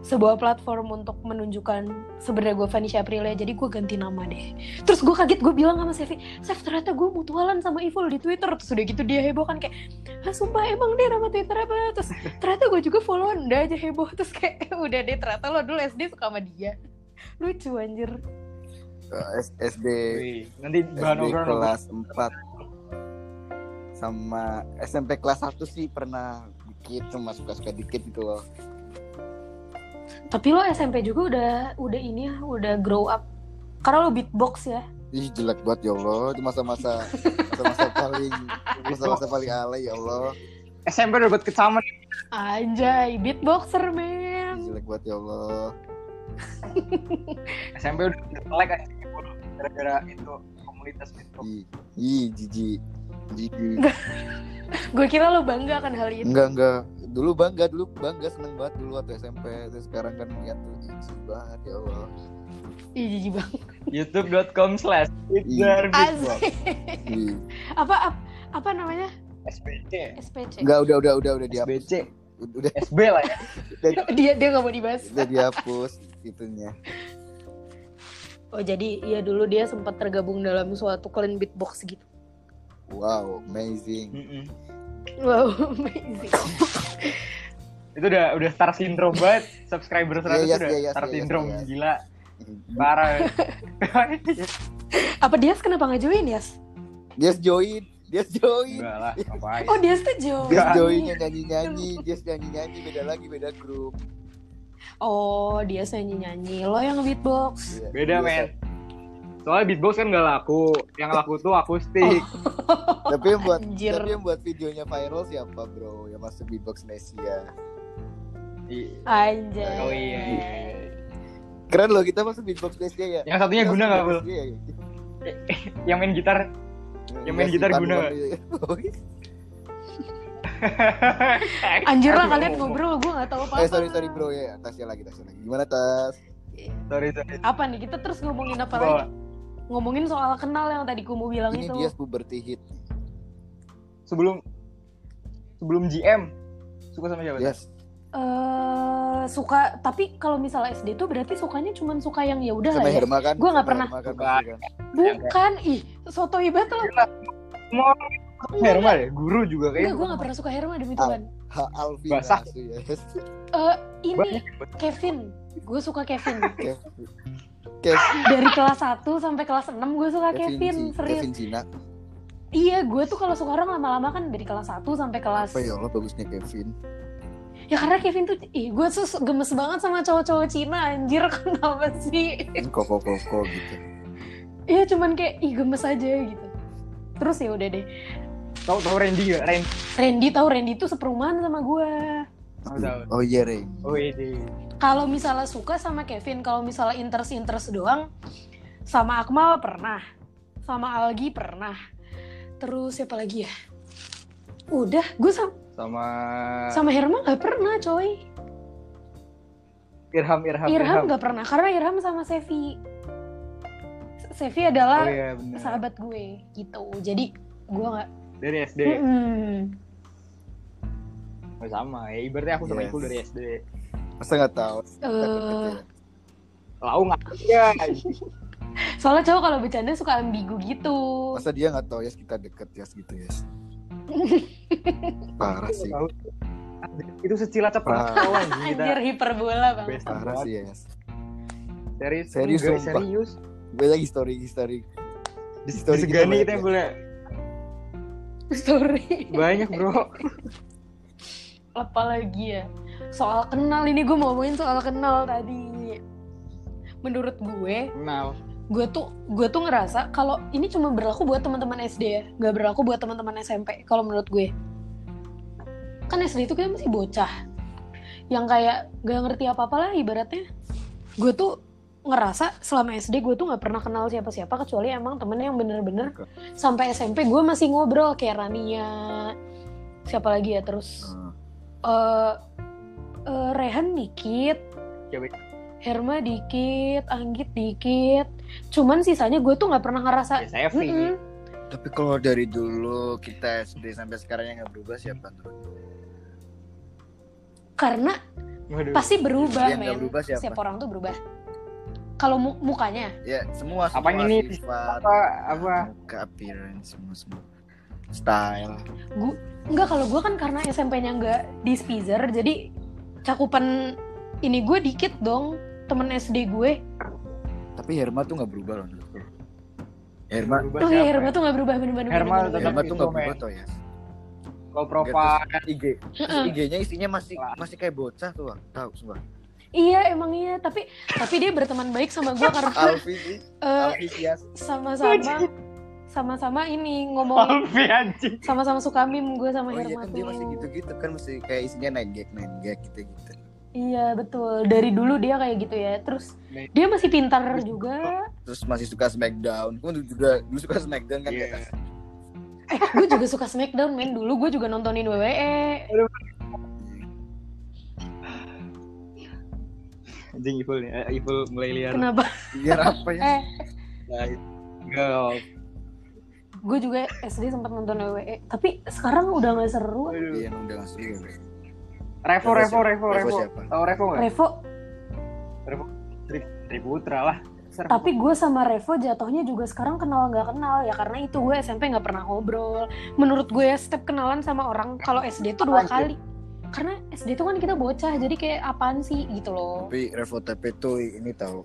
Speaker 3: sebuah platform untuk menunjukkan sebenarnya gue Vanisha Aprilia jadi gue ganti nama deh terus gue kaget gue bilang sama Sevi Sev ternyata gue mutualan sama Evil di Twitter terus udah gitu dia heboh kan kayak ah sumpah emang deh nama Twitter apa terus ternyata gue juga followan udah aja heboh terus kayak udah deh ternyata lo dulu SD suka sama dia lucu anjir
Speaker 1: Eh, S- SD
Speaker 4: Wih, nanti bahan
Speaker 1: SD
Speaker 4: obrolan lo.
Speaker 1: kelas 4 sama SMP kelas 1 sih pernah dikit cuma suka-suka dikit gitu loh
Speaker 3: tapi lo SMP juga udah udah ini ya udah grow up karena lo beatbox ya
Speaker 1: ih jelek banget ya Allah itu masa-masa masa-masa paling masa-masa paling alay ya Allah
Speaker 4: SMP udah buat kecaman
Speaker 3: Anjay,
Speaker 1: Ih,
Speaker 3: beatboxer men.
Speaker 1: jelek banget ya Allah
Speaker 4: SMP udah jelek aja gara-gara itu komunitas itu
Speaker 1: ih ih jijik jijik
Speaker 3: Gue kira lo bangga akan hal itu.
Speaker 1: enggak enggak dulu bangga dulu bangga seneng banget dulu waktu SMP terus sekarang kan lihat tuh jijik banget ya Allah
Speaker 3: Ih, jijik banget.
Speaker 4: youtube.com slash
Speaker 1: Iya.
Speaker 4: Twitter
Speaker 3: Asik.
Speaker 1: Ih.
Speaker 3: Apa, ap- apa namanya?
Speaker 4: SBC
Speaker 3: SPC.
Speaker 1: enggak udah udah udah udah dihapus
Speaker 4: SBC
Speaker 1: udah
Speaker 4: SB lah ya
Speaker 3: Dia dia nggak mau dibahas.
Speaker 1: udah dihapus itunya
Speaker 3: Oh, jadi ya dulu dia sempat tergabung dalam suatu clan beatbox gitu.
Speaker 1: wow amazing
Speaker 4: Mm-mm.
Speaker 3: Wow, amazing.
Speaker 4: itu udah udah star syndrome banget subscriber 100
Speaker 1: Iya, iya,
Speaker 4: udah
Speaker 1: iya, iya,
Speaker 4: star
Speaker 1: iya,
Speaker 4: syndrome
Speaker 1: iya.
Speaker 4: gila parah
Speaker 3: Apa dia kenapa nggak join ya?
Speaker 1: dia join dia join
Speaker 4: enggak lah ngapain
Speaker 3: Oh, dia tuh join.
Speaker 1: dia joinnya nyanyi nyanyi dia nyanyi nyanyi beda lagi beda grup
Speaker 3: Oh, dia nyanyi nyanyi. Lo yang beatbox.
Speaker 1: Iya,
Speaker 4: beda
Speaker 1: biasa.
Speaker 4: men soalnya beatbox kan nggak laku yang laku tuh
Speaker 1: Oh.
Speaker 4: akustik
Speaker 1: tapi yang buat
Speaker 3: Anjir.
Speaker 1: tapi yang buat videonya viral siapa bro yang masuk beatbox Nesia
Speaker 4: I-
Speaker 3: Anjay.
Speaker 4: oh iya iya.
Speaker 1: keren loh kita masuk beatbox Nesia ya
Speaker 4: yang satunya guna nggak bul
Speaker 1: Iya, iya.
Speaker 4: yang main gitar Yang main
Speaker 1: Iya, si
Speaker 4: gitar
Speaker 1: Panwan
Speaker 4: guna nggak?
Speaker 1: iya.
Speaker 3: Anjir lah
Speaker 4: Eh, Aduh,
Speaker 3: kalian
Speaker 4: ngomong.
Speaker 3: ngobrol, gue nggak tahu apa-apa.
Speaker 1: eh sorry sorry bro ya Tasya lagi Tasya lagi gimana Tas
Speaker 4: sorry sorry
Speaker 3: Apa nih kita terus ngomongin apa
Speaker 4: Bawa.
Speaker 3: lagi? Ngomongin soal kenal yang tadi gue mau bilang
Speaker 1: ini
Speaker 3: itu.
Speaker 1: dia puberty hit
Speaker 4: sebelum sebelum GM suka sama siapa
Speaker 1: yes
Speaker 3: eh suka tapi kalau misalnya SD tuh berarti sukanya cuman suka yang ya udah
Speaker 1: sama
Speaker 3: lah ya.
Speaker 1: Herma kan
Speaker 3: Gua nggak
Speaker 1: Sama
Speaker 3: pernah.
Speaker 1: Herma kan,
Speaker 4: Suka.
Speaker 1: pasti kan.
Speaker 3: bukan ih soto ibat lo
Speaker 4: semua orang suka Herma deh Eh, ya? guru juga
Speaker 3: enggak
Speaker 4: kayaknya
Speaker 3: gue nggak pernah suka Herma demi Tuhan
Speaker 1: Ha Alvin
Speaker 4: Basah.
Speaker 1: Nasu, yes.
Speaker 3: Eh ini
Speaker 4: Banyak.
Speaker 3: Kevin gue suka Kevin
Speaker 1: Kevin Kevin
Speaker 3: dari kelas 1 sampai kelas 6 gue suka Kevin,
Speaker 1: Ci-
Speaker 3: serius
Speaker 1: Kevin Cina ya?
Speaker 3: iya gue tuh kalau suka orang lama-lama kan dari kelas 1 sampai kelas
Speaker 1: apa ya Allah bagusnya Kevin
Speaker 3: ya karena Kevin tuh ih gue tuh gemes banget sama cowok-cowok Cina anjir kenapa sih
Speaker 1: koko koko gitu
Speaker 3: Iya cuman kayak ih gemes aja gitu. Terus ya udah deh.
Speaker 4: Tahu tahu Randy ya, Randy.
Speaker 3: Randy tahu Randy tuh seperumahan sama gua.
Speaker 4: Oh, tahu.
Speaker 1: oh iya Ray
Speaker 4: Oh, ini.
Speaker 3: Kalau misalnya suka sama Kevin, kalau misalnya interest interest doang, sama Akmal pernah, sama Algi pernah. Terus siapa lagi ya? Udah, gue sama,
Speaker 4: Sama
Speaker 3: sama Herma nggak pernah, coy.
Speaker 4: Irham Irham
Speaker 3: Irham nggak pernah, karena Irham sama Sevi. Sevi adalah
Speaker 4: Oh iya benar.
Speaker 3: sahabat gue gitu. Jadi gue nggak.
Speaker 4: Dari SD.
Speaker 3: Mm-mm.
Speaker 4: Oh, sama. Ya ibaratnya aku sama
Speaker 1: Yes.
Speaker 4: Ipul dari SD.
Speaker 1: masa nggak ya? tahu
Speaker 3: Eh,
Speaker 4: Lau nggak? Iya.
Speaker 3: Soalnya cowok kalau bercanda suka ambigu gitu.
Speaker 1: masa dia nggak tahu ya kita deket ya gitu ya parah sih
Speaker 4: Lau. Itu secilacap
Speaker 1: Parah.
Speaker 4: kawan kita.
Speaker 3: Anjir hiperbola bang.
Speaker 4: Best
Speaker 1: parah
Speaker 4: banget.
Speaker 1: sih yes
Speaker 4: Serius.
Speaker 1: Serius,
Speaker 4: Enggak,
Speaker 1: sumpah.
Speaker 4: serius.
Speaker 1: gue lagi story story Story kita banyak
Speaker 4: Disegani kita
Speaker 1: ya.
Speaker 4: boleh.
Speaker 3: Sorry.
Speaker 4: Banyak, Bro.
Speaker 3: Apalagi ya soal kenal ini gue mau ngomongin soal kenal tadi. Menurut gue,
Speaker 4: Kenal.
Speaker 3: gue tuh gue tuh ngerasa kalau ini cuma berlaku buat teman-teman SD ya, nggak berlaku buat teman-teman SMP. Kalau menurut gue, kan SD itu kita masih bocah, yang kayak nggak ngerti apa-apa lah ibaratnya. Gue tuh ngerasa selama SD gue tuh nggak pernah kenal siapa-siapa kecuali emang temennya yang bener-bener sampai SMP gue masih ngobrol kayak Rania siapa lagi ya terus
Speaker 1: Hmm.
Speaker 3: eh eh, Rehan dikit,
Speaker 1: Iya,
Speaker 4: Ya, baik.
Speaker 3: Herma dikit, Anggit dikit. Cuman sisanya gue tuh nggak pernah ngerasa.
Speaker 1: Iya,
Speaker 4: Ya, Sevi.
Speaker 3: Mm-mm.
Speaker 1: tapi kalau dari dulu kita SD sampai sekarang yang nggak berubah siapa tuh
Speaker 3: Karena
Speaker 4: Waduh.
Speaker 3: pasti berubah,
Speaker 1: Yang nggak
Speaker 3: men.
Speaker 1: berubah siapa?
Speaker 3: Setiap orang tuh berubah. Kalau mu- mukanya,
Speaker 1: ya semua semua
Speaker 4: Apanya nih?
Speaker 1: sifat
Speaker 4: Apa apa?
Speaker 1: muka appearance semua semua style
Speaker 3: gue nggak kalau gue kan karena SMP-nya nggak di Spizer, jadi cakupan ini gue dikit dong temen SD gue.
Speaker 1: tapi Herma tuh nggak berubah loh menurut gue. Herma
Speaker 3: Oh iya,
Speaker 4: ya?
Speaker 3: Herma tuh nggak berubah bener-bener.
Speaker 4: Herma
Speaker 3: bener-bener.
Speaker 4: tetap-
Speaker 1: Herma tuh nggak
Speaker 4: itu,
Speaker 1: berubah
Speaker 4: men.
Speaker 1: tuh ya
Speaker 4: Kalau profile
Speaker 1: IG
Speaker 3: Heeh.
Speaker 1: IG-nya isinya masih
Speaker 4: Nah, Wah.
Speaker 1: masih kayak bocah tuh Bang. tahu semua
Speaker 3: Iya emang iya, tapi tapi dia berteman baik sama gue karena
Speaker 1: Alfi sih
Speaker 3: eh,
Speaker 1: Alfi Sias
Speaker 3: sama-sama sama-sama ini ngomongin
Speaker 4: Alfi anjing.
Speaker 3: sama-sama suka meme gue sama
Speaker 1: oh iya
Speaker 3: Herma
Speaker 1: kan
Speaker 3: tuh.
Speaker 1: dia masih gitu-gitu kan masih kayak isinya nenggek nenggek gitu-gitu
Speaker 3: Iya betul dari dulu dia kayak gitu ya terus
Speaker 4: Nah,
Speaker 3: dia masih pintar juga
Speaker 1: terus masih suka Smackdown gue juga dulu suka Smackdown kan
Speaker 4: Iya.
Speaker 1: yeah.
Speaker 3: eh gue juga suka Smackdown men dulu gue juga nontonin E. WWE
Speaker 4: Anjing Ipul nih. Eh, Ipul mulai liar.
Speaker 3: kenapa
Speaker 1: biar apa ya
Speaker 3: eh
Speaker 4: Nah, itu. Girl.
Speaker 3: gue juga SD sempat nonton WWE tapi sekarang udah gak seru
Speaker 4: Aduh.
Speaker 1: iya emang udah nggak seru ya.
Speaker 4: Revo, Revo, Revo,
Speaker 1: Revo
Speaker 4: Revo.
Speaker 1: siapa?
Speaker 4: Tahu Revo nggak?
Speaker 3: Revo
Speaker 4: Tri- Triputra lah. Ser-
Speaker 3: tapi gue sama Revo jatuhnya juga sekarang kenal nggak kenal ya karena itu gue SMP nggak pernah ngobrol menurut gue ya setiap kenalan sama orang kalau SD tuh dua
Speaker 4: Apaan
Speaker 3: kali karena SD tuh kan kita bocah jadi kayak apaan sih gitu loh
Speaker 1: tapi Revo TP tuh ini tahu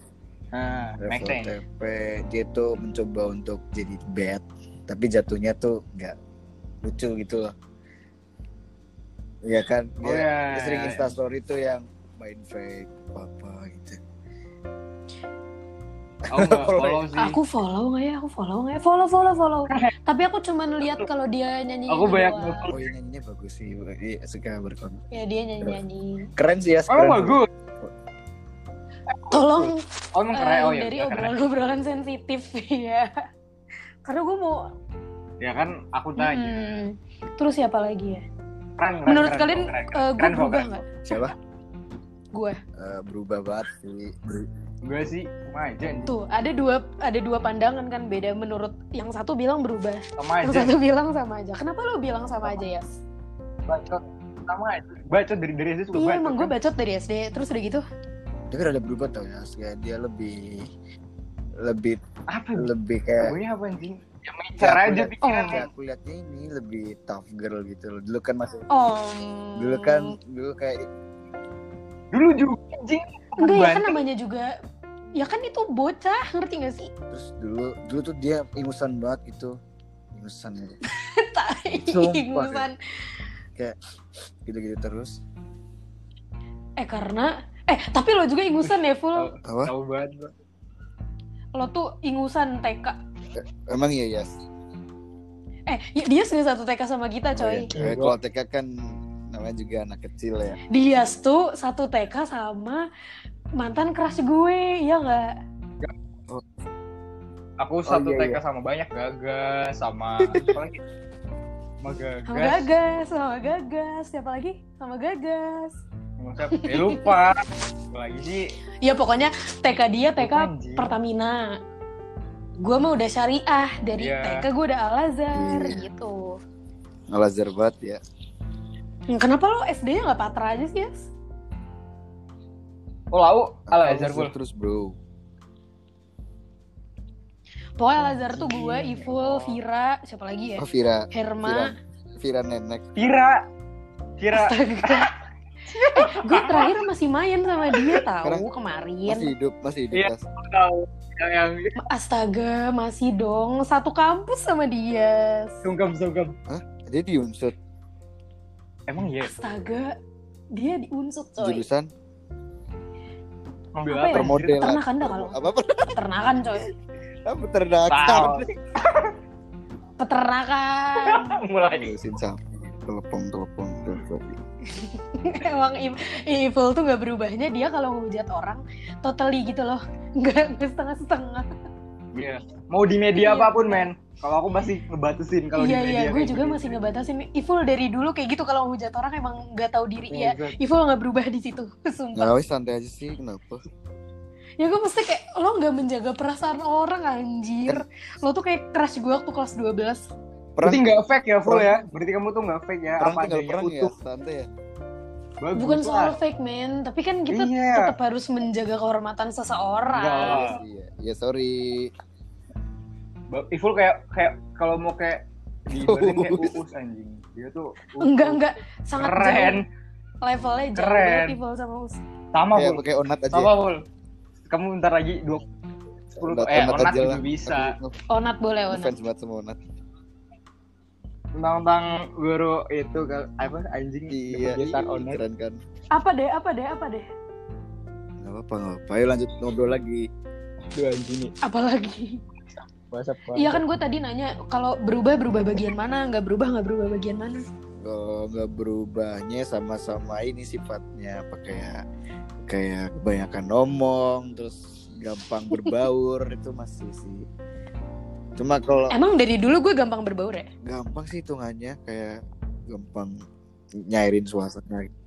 Speaker 4: Nah,
Speaker 1: Revo
Speaker 4: Mac Tank.
Speaker 1: TP dia tuh mencoba untuk jadi bad tapi jatuhnya tuh nggak lucu gitu loh Iya kan dia,
Speaker 4: Oh, iya.
Speaker 1: dia sering instastory tuh yang main fake apa gitu
Speaker 4: Aku nggak follow sih.
Speaker 3: aku follow nggak ya aku follow nggak ya follow follow follow tapi aku cuman lihat kalau dia nyanyi gitu
Speaker 4: Aku banyak
Speaker 3: doang.
Speaker 1: oh ini nyanyinya bagus sih Iya, suka berkonten
Speaker 3: ya dia nyanyi nyanyi
Speaker 1: keren sih ya
Speaker 4: Emang
Speaker 1: keren.
Speaker 4: Oh, bagus.
Speaker 3: tolong
Speaker 4: Oh, emang keren.
Speaker 3: eh,
Speaker 4: Oh, ya.
Speaker 3: dari
Speaker 4: ya, keren.
Speaker 3: obrolan obrolan sensitif ya karena gue mau
Speaker 4: Ya kan aku tanya.
Speaker 3: Hmm. terus siapa lagi ya
Speaker 4: Keren, keren,
Speaker 3: menurut
Speaker 4: keren,
Speaker 3: kalian
Speaker 4: keren, keren.
Speaker 3: eh, gue
Speaker 4: Keren kok,
Speaker 3: berubah
Speaker 4: keren.
Speaker 3: nggak
Speaker 1: siapa
Speaker 3: gue
Speaker 1: Eh, berubah banget sih Ber-
Speaker 4: Gue sih sama aja anjing.
Speaker 3: Tuh, ada dua ada dua pandangan kan beda menurut yang satu bilang berubah,
Speaker 4: Sama
Speaker 3: yang
Speaker 4: aja.
Speaker 3: satu bilang sama aja. Kenapa lo bilang sama aja, Yas?
Speaker 4: Bacot. Sama aja. Bacot dari dari SD suka
Speaker 3: Iya,
Speaker 4: bacot,
Speaker 3: emang gue
Speaker 4: kan?
Speaker 3: bacot dari SD, terus udah gitu.
Speaker 1: dia kan ada berubah tau ya kayak dia lebih lebih
Speaker 4: Apa?
Speaker 1: lebih kayak
Speaker 3: Hmm.
Speaker 4: Gue apa anjing? Ya
Speaker 1: Kayak aku
Speaker 4: mecer aja kan.
Speaker 1: liat-
Speaker 4: pikirannya.
Speaker 1: kayak aku liatnya ini lebih tough girl gitu loh. Dulu kan masih
Speaker 3: Oh.
Speaker 1: dulu kan dulu kayak
Speaker 4: Dulu juga anjing.
Speaker 3: enggak ya kan
Speaker 4: Banting.
Speaker 3: namanya juga ya kan itu bocah, ngerti gak sih?
Speaker 1: terus dulu dulu tuh dia ingusan banget gitu. Ingusan gitu.
Speaker 3: Tai,
Speaker 1: Sumpah.
Speaker 3: ingusan.
Speaker 1: Gitu-gitu terus.
Speaker 3: eh karena eh tapi lo juga ingusan ya full
Speaker 1: Apa?
Speaker 4: Tahu banget. Bro.
Speaker 3: lo tuh ingusan TK
Speaker 1: Emang iya, Yas?
Speaker 3: eh ya, Dias nggak satu TK sama kita coy
Speaker 1: Eh,
Speaker 4: Iya.
Speaker 1: Kalau TK kan namanya juga anak kecil ya.
Speaker 3: Dias tuh satu TK sama mantan crush gue ya nggak
Speaker 4: Aku satu
Speaker 1: iya,
Speaker 4: TK
Speaker 1: iya.
Speaker 4: sama banyak gagas sama apa lagi? Sama
Speaker 3: sama
Speaker 4: gagas.
Speaker 3: gagas sama gagas siapa lagi sama gagas
Speaker 4: Sama siapa? Eh lupa. Apa lagi sih?
Speaker 3: ya pokoknya TK dia TK
Speaker 4: Anjing.
Speaker 3: Pertamina gue mah udah syariah dari
Speaker 4: Iya.
Speaker 3: TK gue udah Al Azhar
Speaker 1: Iya.
Speaker 3: gitu Hmm,
Speaker 1: Ngelazar banget ya.
Speaker 3: kenapa lo SD-nya nggak patra aja sih Yas?
Speaker 4: Oh lau, ala Azhar
Speaker 1: Al-Azhar
Speaker 4: full.
Speaker 1: terus, bro.
Speaker 3: Pokoknya Al Azhar tuh gue,
Speaker 4: Anjing,
Speaker 3: Iful,
Speaker 4: emang.
Speaker 3: Vira, siapa lagi ya?
Speaker 1: Oh, Vira. Vira,
Speaker 3: Herma,
Speaker 1: Vira Nenek.
Speaker 4: Kira. Kira.
Speaker 3: astaga. eh, gue terakhir masih main sama dia tahu
Speaker 1: Sekarang
Speaker 3: kemarin.
Speaker 1: Masih hidup, masih hidup.
Speaker 4: Iya.
Speaker 1: Tas.
Speaker 4: Tahu. Yang yang
Speaker 3: Astaga, masih dong satu kampus sama dia.
Speaker 1: Iya.
Speaker 4: sungkem sungkem.
Speaker 1: Dia diunsur
Speaker 4: Emang iya.
Speaker 3: Astaga, dia diunsut coy.
Speaker 1: jurusan
Speaker 4: Ambil
Speaker 3: Apa ya?
Speaker 4: apa? anjir?
Speaker 1: permodelan.
Speaker 3: Peternakan dah kalau.
Speaker 1: Apa
Speaker 3: Peternakan coy.
Speaker 1: peternakan?
Speaker 4: Tahu.
Speaker 3: Peternakan.
Speaker 4: Mulai.
Speaker 1: Ngurusin sapi. Telepon, telepon, telepon.
Speaker 3: Emang I- Iful tuh nggak berubahnya dia kalau ngehujat orang totally gitu loh. Nggak nggak setengah-setengah.
Speaker 4: Iya. Mau di media apapun, men. Kalau aku masih ngebatasin kalau gitu
Speaker 3: Iya
Speaker 4: di
Speaker 3: iya,
Speaker 4: media.
Speaker 3: gue juga masih ngebatasin. Iful dari dulu kayak gitu kalau ngehujat orang emang nggak tahu diri ya.
Speaker 4: Iya.
Speaker 3: Iful nggak berubah di situ, sumpah.
Speaker 1: Nggak, wes, santai aja sih, kenapa?
Speaker 3: Ya gue mesti kayak lo nggak menjaga perasaan orang anjir.
Speaker 4: Kan
Speaker 3: Lo tuh kayak crush gue waktu kelas 12.
Speaker 4: Berarti
Speaker 1: Perang,
Speaker 4: nggak fake ya, full
Speaker 1: Perang.
Speaker 4: ya. Berarti kamu tuh nggak fake ya. Ah.
Speaker 1: perang
Speaker 4: Apa
Speaker 1: tinggal
Speaker 4: adanya
Speaker 1: perang ya,
Speaker 4: utuh.
Speaker 1: santai ya.
Speaker 4: Bagus
Speaker 3: Bukan
Speaker 4: lah.
Speaker 3: soal fake man, tapi kan kita
Speaker 4: Iya.
Speaker 3: tetap harus menjaga kehormatan
Speaker 4: Enggak.
Speaker 3: seseorang.
Speaker 1: Iya, sih, ya. Ya, sorry.
Speaker 4: Ba- Iful kayak kayak kalau mau kayak diibarin kayak uus anjing. Dia tuh uus.
Speaker 3: Enggak enggak, sangat
Speaker 4: keren.
Speaker 3: jauh levelnya jauh
Speaker 4: Keren.
Speaker 3: banget Iful sama Us.
Speaker 4: Sama
Speaker 1: Ya,
Speaker 4: full.
Speaker 1: pakai onat aja.
Speaker 4: Sama full. Kamu ntar lagi dua sepuluh
Speaker 1: Onat-
Speaker 4: eh onat
Speaker 1: aja
Speaker 4: juga
Speaker 1: lah.
Speaker 4: bisa.
Speaker 1: Aku
Speaker 3: Onat boleh Iya, onat.
Speaker 1: Fans banget sama onat. Iya,
Speaker 4: Tentang tentang guru itu kal- apa anjing
Speaker 1: Iya,
Speaker 4: kebiasaan
Speaker 1: iya,
Speaker 4: online.
Speaker 1: keren kan.
Speaker 3: Apa deh, apa deh, apa deh.
Speaker 1: Gak apa-apa, gak apa-apa. Ayo lanjut ngobrol lagi.
Speaker 4: Aduh anjing nih.
Speaker 3: Apalagi.
Speaker 4: Bahasa
Speaker 3: Iya kan gue tadi nanya kalau berubah berubah bagian mana, nggak berubah nggak berubah bagian mana.
Speaker 1: Kalau nggak berubahnya sama-sama ini sifatnya apa kayak kayak kebanyakan ngomong terus gampang berbaur itu masih sih. Cuma kalau
Speaker 3: Emang dari dulu gue gampang berbaur ya?
Speaker 1: gampang sih hitungannya kayak gampang nyairin suasana. gitu.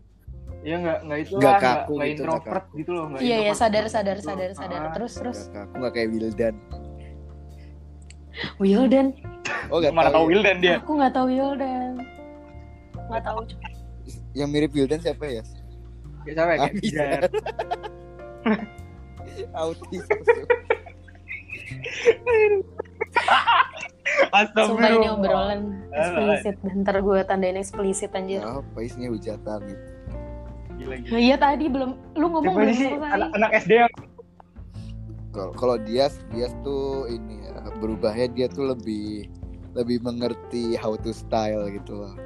Speaker 4: Iya nggak nggak itu
Speaker 1: Nggak
Speaker 4: lah nggak
Speaker 1: kaku
Speaker 4: nggak
Speaker 1: gitu, nggak
Speaker 4: introvert gitu loh nggak
Speaker 3: Iya ya
Speaker 4: introvert.
Speaker 3: sadar sadar sadar
Speaker 4: Ah.
Speaker 3: sadar terus terus.
Speaker 1: Nggak- Aku nggak kayak Wildan.
Speaker 4: Iya.
Speaker 3: Wildan,
Speaker 1: Oh nggak
Speaker 4: Mana
Speaker 1: tahu.
Speaker 4: tahu Wildan dia.
Speaker 3: aku nggak tahu Wildan. Nggak tahu. cuy.
Speaker 1: Yang mirip Wildan siapa ya?
Speaker 4: Kayak siapa ya? Kayak
Speaker 1: Abis.
Speaker 4: Bidan.
Speaker 1: Autis.
Speaker 3: Sumpah ini
Speaker 4: Astagfirullah.
Speaker 3: obrolan
Speaker 4: iya.
Speaker 3: eksplisit dan ntar gue tandain eksplisit anjir.
Speaker 1: Nah, apa isinya hujatan gitu.
Speaker 4: Gila, gila.
Speaker 3: Iya tadi belum, lu ngomong
Speaker 4: Siapa
Speaker 3: belum
Speaker 4: sih
Speaker 3: selesai.
Speaker 4: anak, anak SD yang
Speaker 1: Kalau kalau Dias, Dias tuh ini ya, berubahnya dia tuh lebih lebih mengerti how to style gitu loh.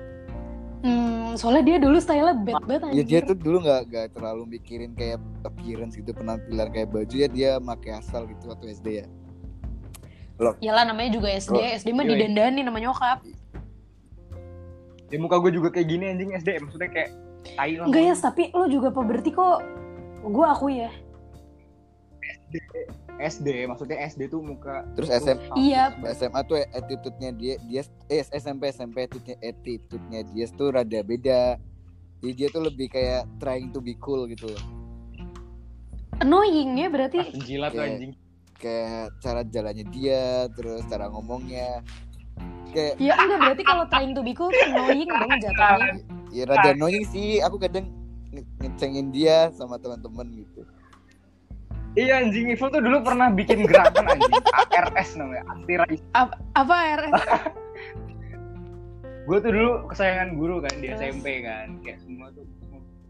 Speaker 3: Hmm, soalnya dia dulu style bad banget
Speaker 1: Ya
Speaker 3: anjir.
Speaker 1: dia tuh dulu nggak nggak terlalu mikirin kayak appearance gitu penampilan kayak baju ya dia make asal gitu waktu SD ya.
Speaker 3: Yalah namanya juga SD,
Speaker 1: Kalau-
Speaker 3: SD mah
Speaker 4: Yoi.
Speaker 3: didandani sama nyokap.
Speaker 4: ya muka gue juga kayak gini anjing SD maksudnya kayak tai lah.
Speaker 3: Enggak ya, tapi lu juga puberti kok. Gue akui ya.
Speaker 4: SD maksudnya SD tuh muka
Speaker 1: Terus SM,
Speaker 3: Iya.
Speaker 1: SMA tuh attitude-nya dia dia eh SMP SMP attitude-nya attitude-nya dia tuh rada beda. Jadi dia tuh lebih kayak trying to be cool gitu loh.
Speaker 3: Annoyingnya ya berarti
Speaker 4: Penjilat Ah, tuh
Speaker 1: Iya.
Speaker 4: anjing.
Speaker 1: Kayak cara jalannya dia, terus cara ngomongnya. Kayak
Speaker 3: ya enggak berarti kalau trying to be cool tuh annoying dong jatuhnya.
Speaker 1: ya
Speaker 4: Ah.
Speaker 1: rada annoying sih, aku kadang nge- ngecengin dia sama teman-teman gitu.
Speaker 4: Iya anjing Iful tuh dulu pernah bikin gerakan anjing ARS namanya anti rasis.
Speaker 3: Ap- apa RS?
Speaker 4: Gue tuh dulu kesayangan guru kan di
Speaker 3: Terus?
Speaker 4: SMP kan kayak semua tuh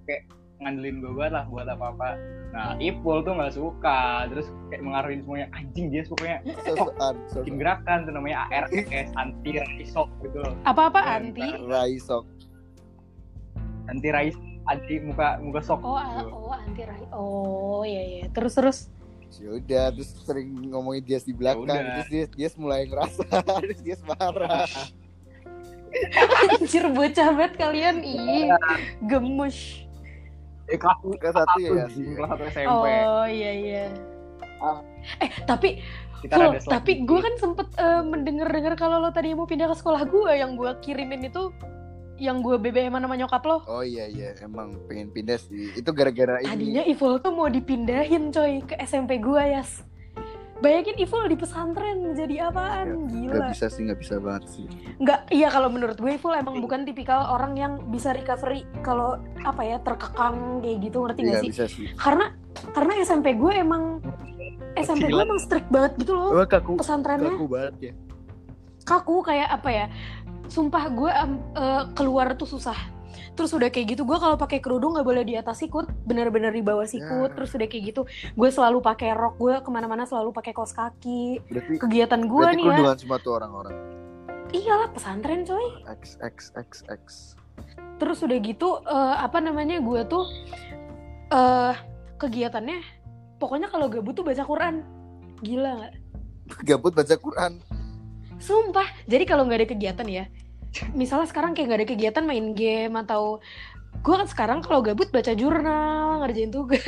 Speaker 4: kayak ngandelin gue banget lah buat apa apa. Nah Iful tuh nggak suka terus kayak mengaruhin semuanya anjing dia sukanya
Speaker 1: So-soan,
Speaker 4: bikin
Speaker 1: so-soan.
Speaker 4: gerakan tuh namanya ARS anti rasis gitu loh.
Speaker 3: Apa-apa
Speaker 4: Iya,
Speaker 3: anti?
Speaker 1: Raisok.
Speaker 4: anti rais anti muka muka sok
Speaker 3: Oh, ah,
Speaker 4: gitu.
Speaker 3: oh anti rahi. Oh, iya iya. Terus terus.
Speaker 1: Ya udah terus sering ngomongin dia di belakang
Speaker 4: Ya udah.
Speaker 1: terus dia dia mulai ngerasa terus dia marah
Speaker 3: Anjir bocah banget kalian. Ih, gemush.
Speaker 4: Eh, Iya. kelas
Speaker 1: Kelas satu ya,
Speaker 4: kelas
Speaker 1: sih.
Speaker 4: kelas satu SMP
Speaker 3: Oh, iya iya.
Speaker 4: Ah.
Speaker 3: Eh, tapi
Speaker 4: kita
Speaker 3: Ful,
Speaker 4: rada selek
Speaker 3: tapi
Speaker 4: dikit.
Speaker 3: gue kan sempet mendengar-dengar kalau lo tadi mau pindah ke sekolah gue yang gue kirimin itu yang gue BBM sama nyokap lo.
Speaker 1: oh iya iya emang pengen pindah sih itu gara-gara ini
Speaker 3: Tadinya Iful tuh mau dipindahin coy ke SMP gue, Yas. Bayangin Iful di pesantren jadi apaan?
Speaker 1: nggak
Speaker 3: Gila.
Speaker 1: bisa sih nggak bisa banget sih
Speaker 3: Nggak, iya kalau menurut gue Iful emang bukan tipikal orang yang bisa recovery kalau apa ya terkekang kayak gitu ngerti gak
Speaker 1: nggak
Speaker 3: sih?
Speaker 1: Iya, bisa sih
Speaker 3: Karena karena SMP gue emang SMP gue emang strict banget gitu loh
Speaker 1: Wah, kaku
Speaker 3: pesantrennya
Speaker 1: kaku banget ya
Speaker 3: kaku kayak apa ya sumpah gue em, eh, keluar tuh susah terus udah kayak gitu gue kalau pakai kerudung nggak boleh di atas sikut bener-bener di bawah
Speaker 1: Ya.
Speaker 3: sikut terus udah kayak gitu gue selalu pakai rok gue kemana-mana selalu pakai kaos kaki
Speaker 1: berarti
Speaker 3: kegiatan gue
Speaker 1: berarti
Speaker 3: nih ya
Speaker 1: kerudungan semua tuh orang-orang
Speaker 3: iyalah pesantren coy
Speaker 1: x x x x
Speaker 3: terus udah gitu eh, apa namanya gue tuh eh kegiatannya pokoknya kalau gabut tuh baca Quran gila nggak?
Speaker 1: gabut baca Quran
Speaker 3: Sumpah, jadi kalau nggak ada kegiatan ya, misalnya sekarang kayak nggak ada kegiatan main game atau gue kan sekarang kalau gabut baca jurnal, ngerjain tugas,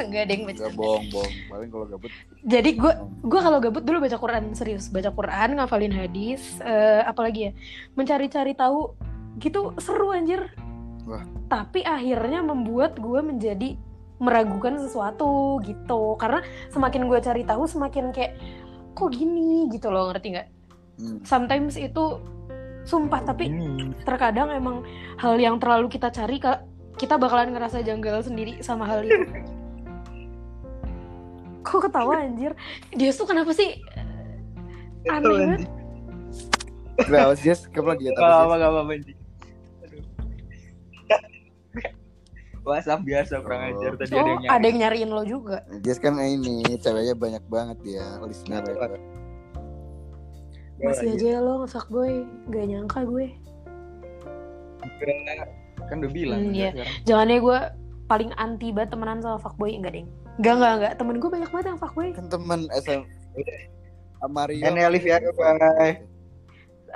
Speaker 3: enggak ada yang baca.
Speaker 1: nggak bohong bohong paling kalau gabut
Speaker 3: Jadi gue gue kalau gabut dulu baca Quran serius, baca Quran, ngafalin hadis, eh, apalagi ya, mencari-cari tahu gitu seru anjir.
Speaker 1: Wah.
Speaker 3: Tapi akhirnya membuat gue menjadi meragukan sesuatu gitu, karena semakin gue cari tahu semakin kayak kok gini gitu loh ngerti nggak?
Speaker 1: Hmm.
Speaker 3: sometimes itu sumpah tapi
Speaker 4: Ini.
Speaker 3: terkadang emang hal yang terlalu kita cari ka- kita bakalan ngerasa janggal sendiri sama hal itu kok ketawa anjir dia tuh kenapa sih aneh
Speaker 4: Betul,
Speaker 3: banget
Speaker 4: anjing.
Speaker 1: Kenapa sih Jess? Kamu lagi ya,
Speaker 4: Gak
Speaker 1: diet
Speaker 4: apa-apa,
Speaker 1: apa sih?
Speaker 4: gak apa-apa anjing. Aduh. WhatsApp biasa kurang
Speaker 1: Oh.
Speaker 4: ajar tadi ada
Speaker 3: oh
Speaker 4: yang nyari.
Speaker 3: ada yang nyariin lo juga
Speaker 1: Jess kan ini ceweknya banyak banget ya listener
Speaker 4: Iya,
Speaker 3: masih aja ya lo ngefak boy gak nyangka gue
Speaker 4: Kan udah bilang
Speaker 3: Hmm,
Speaker 4: udah
Speaker 3: iya.
Speaker 4: sekarang.
Speaker 3: jangan deh gue paling anti banget temenan sama fuckboy enggak deng enggak enggak enggak temen gue banyak banget yang fuckboy
Speaker 1: kan teman SM Amario
Speaker 4: Ini Alif ya, bye.
Speaker 3: Eh,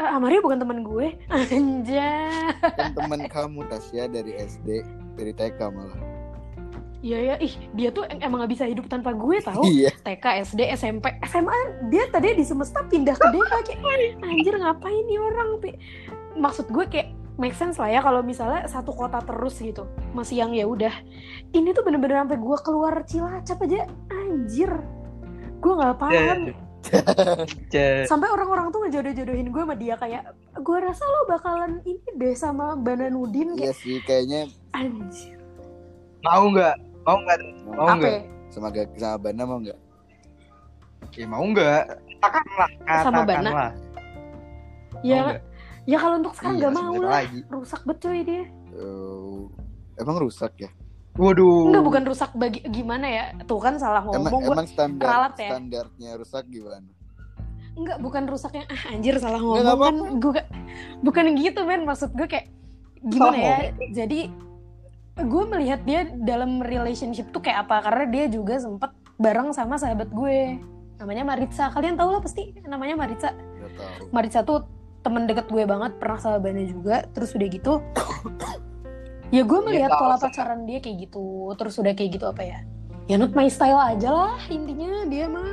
Speaker 3: Amario bukan temen gue anjay
Speaker 1: kan teman kamu Tasya dari SD dari TK malah
Speaker 3: iya ya ih dia tuh em- emang gak bisa hidup tanpa gue tau
Speaker 1: iya
Speaker 3: TK, SD, SMP, SMA dia tadi di semesta pindah ke DK kayak anjir ngapain nih orang Pi?" maksud gue kayak make sense lah ya kalau misalnya satu kota terus gitu masih yang ya udah ini tuh bener-bener sampai gue keluar cilacap aja anjir gue
Speaker 1: Iya,
Speaker 3: nggak
Speaker 4: Ya,
Speaker 3: paham
Speaker 4: ya. Cek.
Speaker 3: sampai orang-orang tuh ngejodoh-jodohin gue sama dia kayak gue rasa lo bakalan ini deh sama Bananudin
Speaker 1: iya
Speaker 3: kayak
Speaker 1: sih kayaknya
Speaker 3: anjir
Speaker 4: Mau nggak? Mau nggak?
Speaker 1: Oh,
Speaker 4: Mau
Speaker 3: apa
Speaker 4: nggak?
Speaker 3: ya?
Speaker 1: sama gak sama Bana mau nggak
Speaker 4: Ya mau nggak? Katakanlah,
Speaker 3: Sama Bana.
Speaker 4: katakanlah.
Speaker 3: ya
Speaker 4: Mau nggak?
Speaker 3: ya kalau untuk sekarang
Speaker 1: Oh, Iya,
Speaker 3: nggak
Speaker 4: Sebentar
Speaker 3: mau lah
Speaker 4: Lagi.
Speaker 3: rusak betul dia
Speaker 1: Eh, emang rusak ya
Speaker 4: Waduh.
Speaker 3: Enggak bukan rusak bagi gimana ya. Tuh kan salah ngomong.
Speaker 1: emang
Speaker 3: Gua,
Speaker 1: emang standar
Speaker 3: ralat ya.
Speaker 1: standarnya rusak gimana
Speaker 3: Enggak bukan rusak yang ah anjir salah ngomong
Speaker 1: Enggak, enggak
Speaker 3: kan gua ka- bukan gitu men maksud gue kayak gimana
Speaker 4: Salah
Speaker 3: ya. Jadi gue melihat dia dalam relationship tuh kayak apa karena dia juga sempet bareng sama sahabat gue namanya Maritza kalian tau lah pasti namanya Maritza
Speaker 1: nggak tahu
Speaker 3: Maritza tuh temen deket gue banget pernah sahabatnya juga terus udah gitu ya gue melihat
Speaker 4: tahu,
Speaker 3: pola
Speaker 4: Sa.
Speaker 3: pacaran dia kayak gitu terus udah kayak gitu apa ya ya not my style aja lah intinya dia mah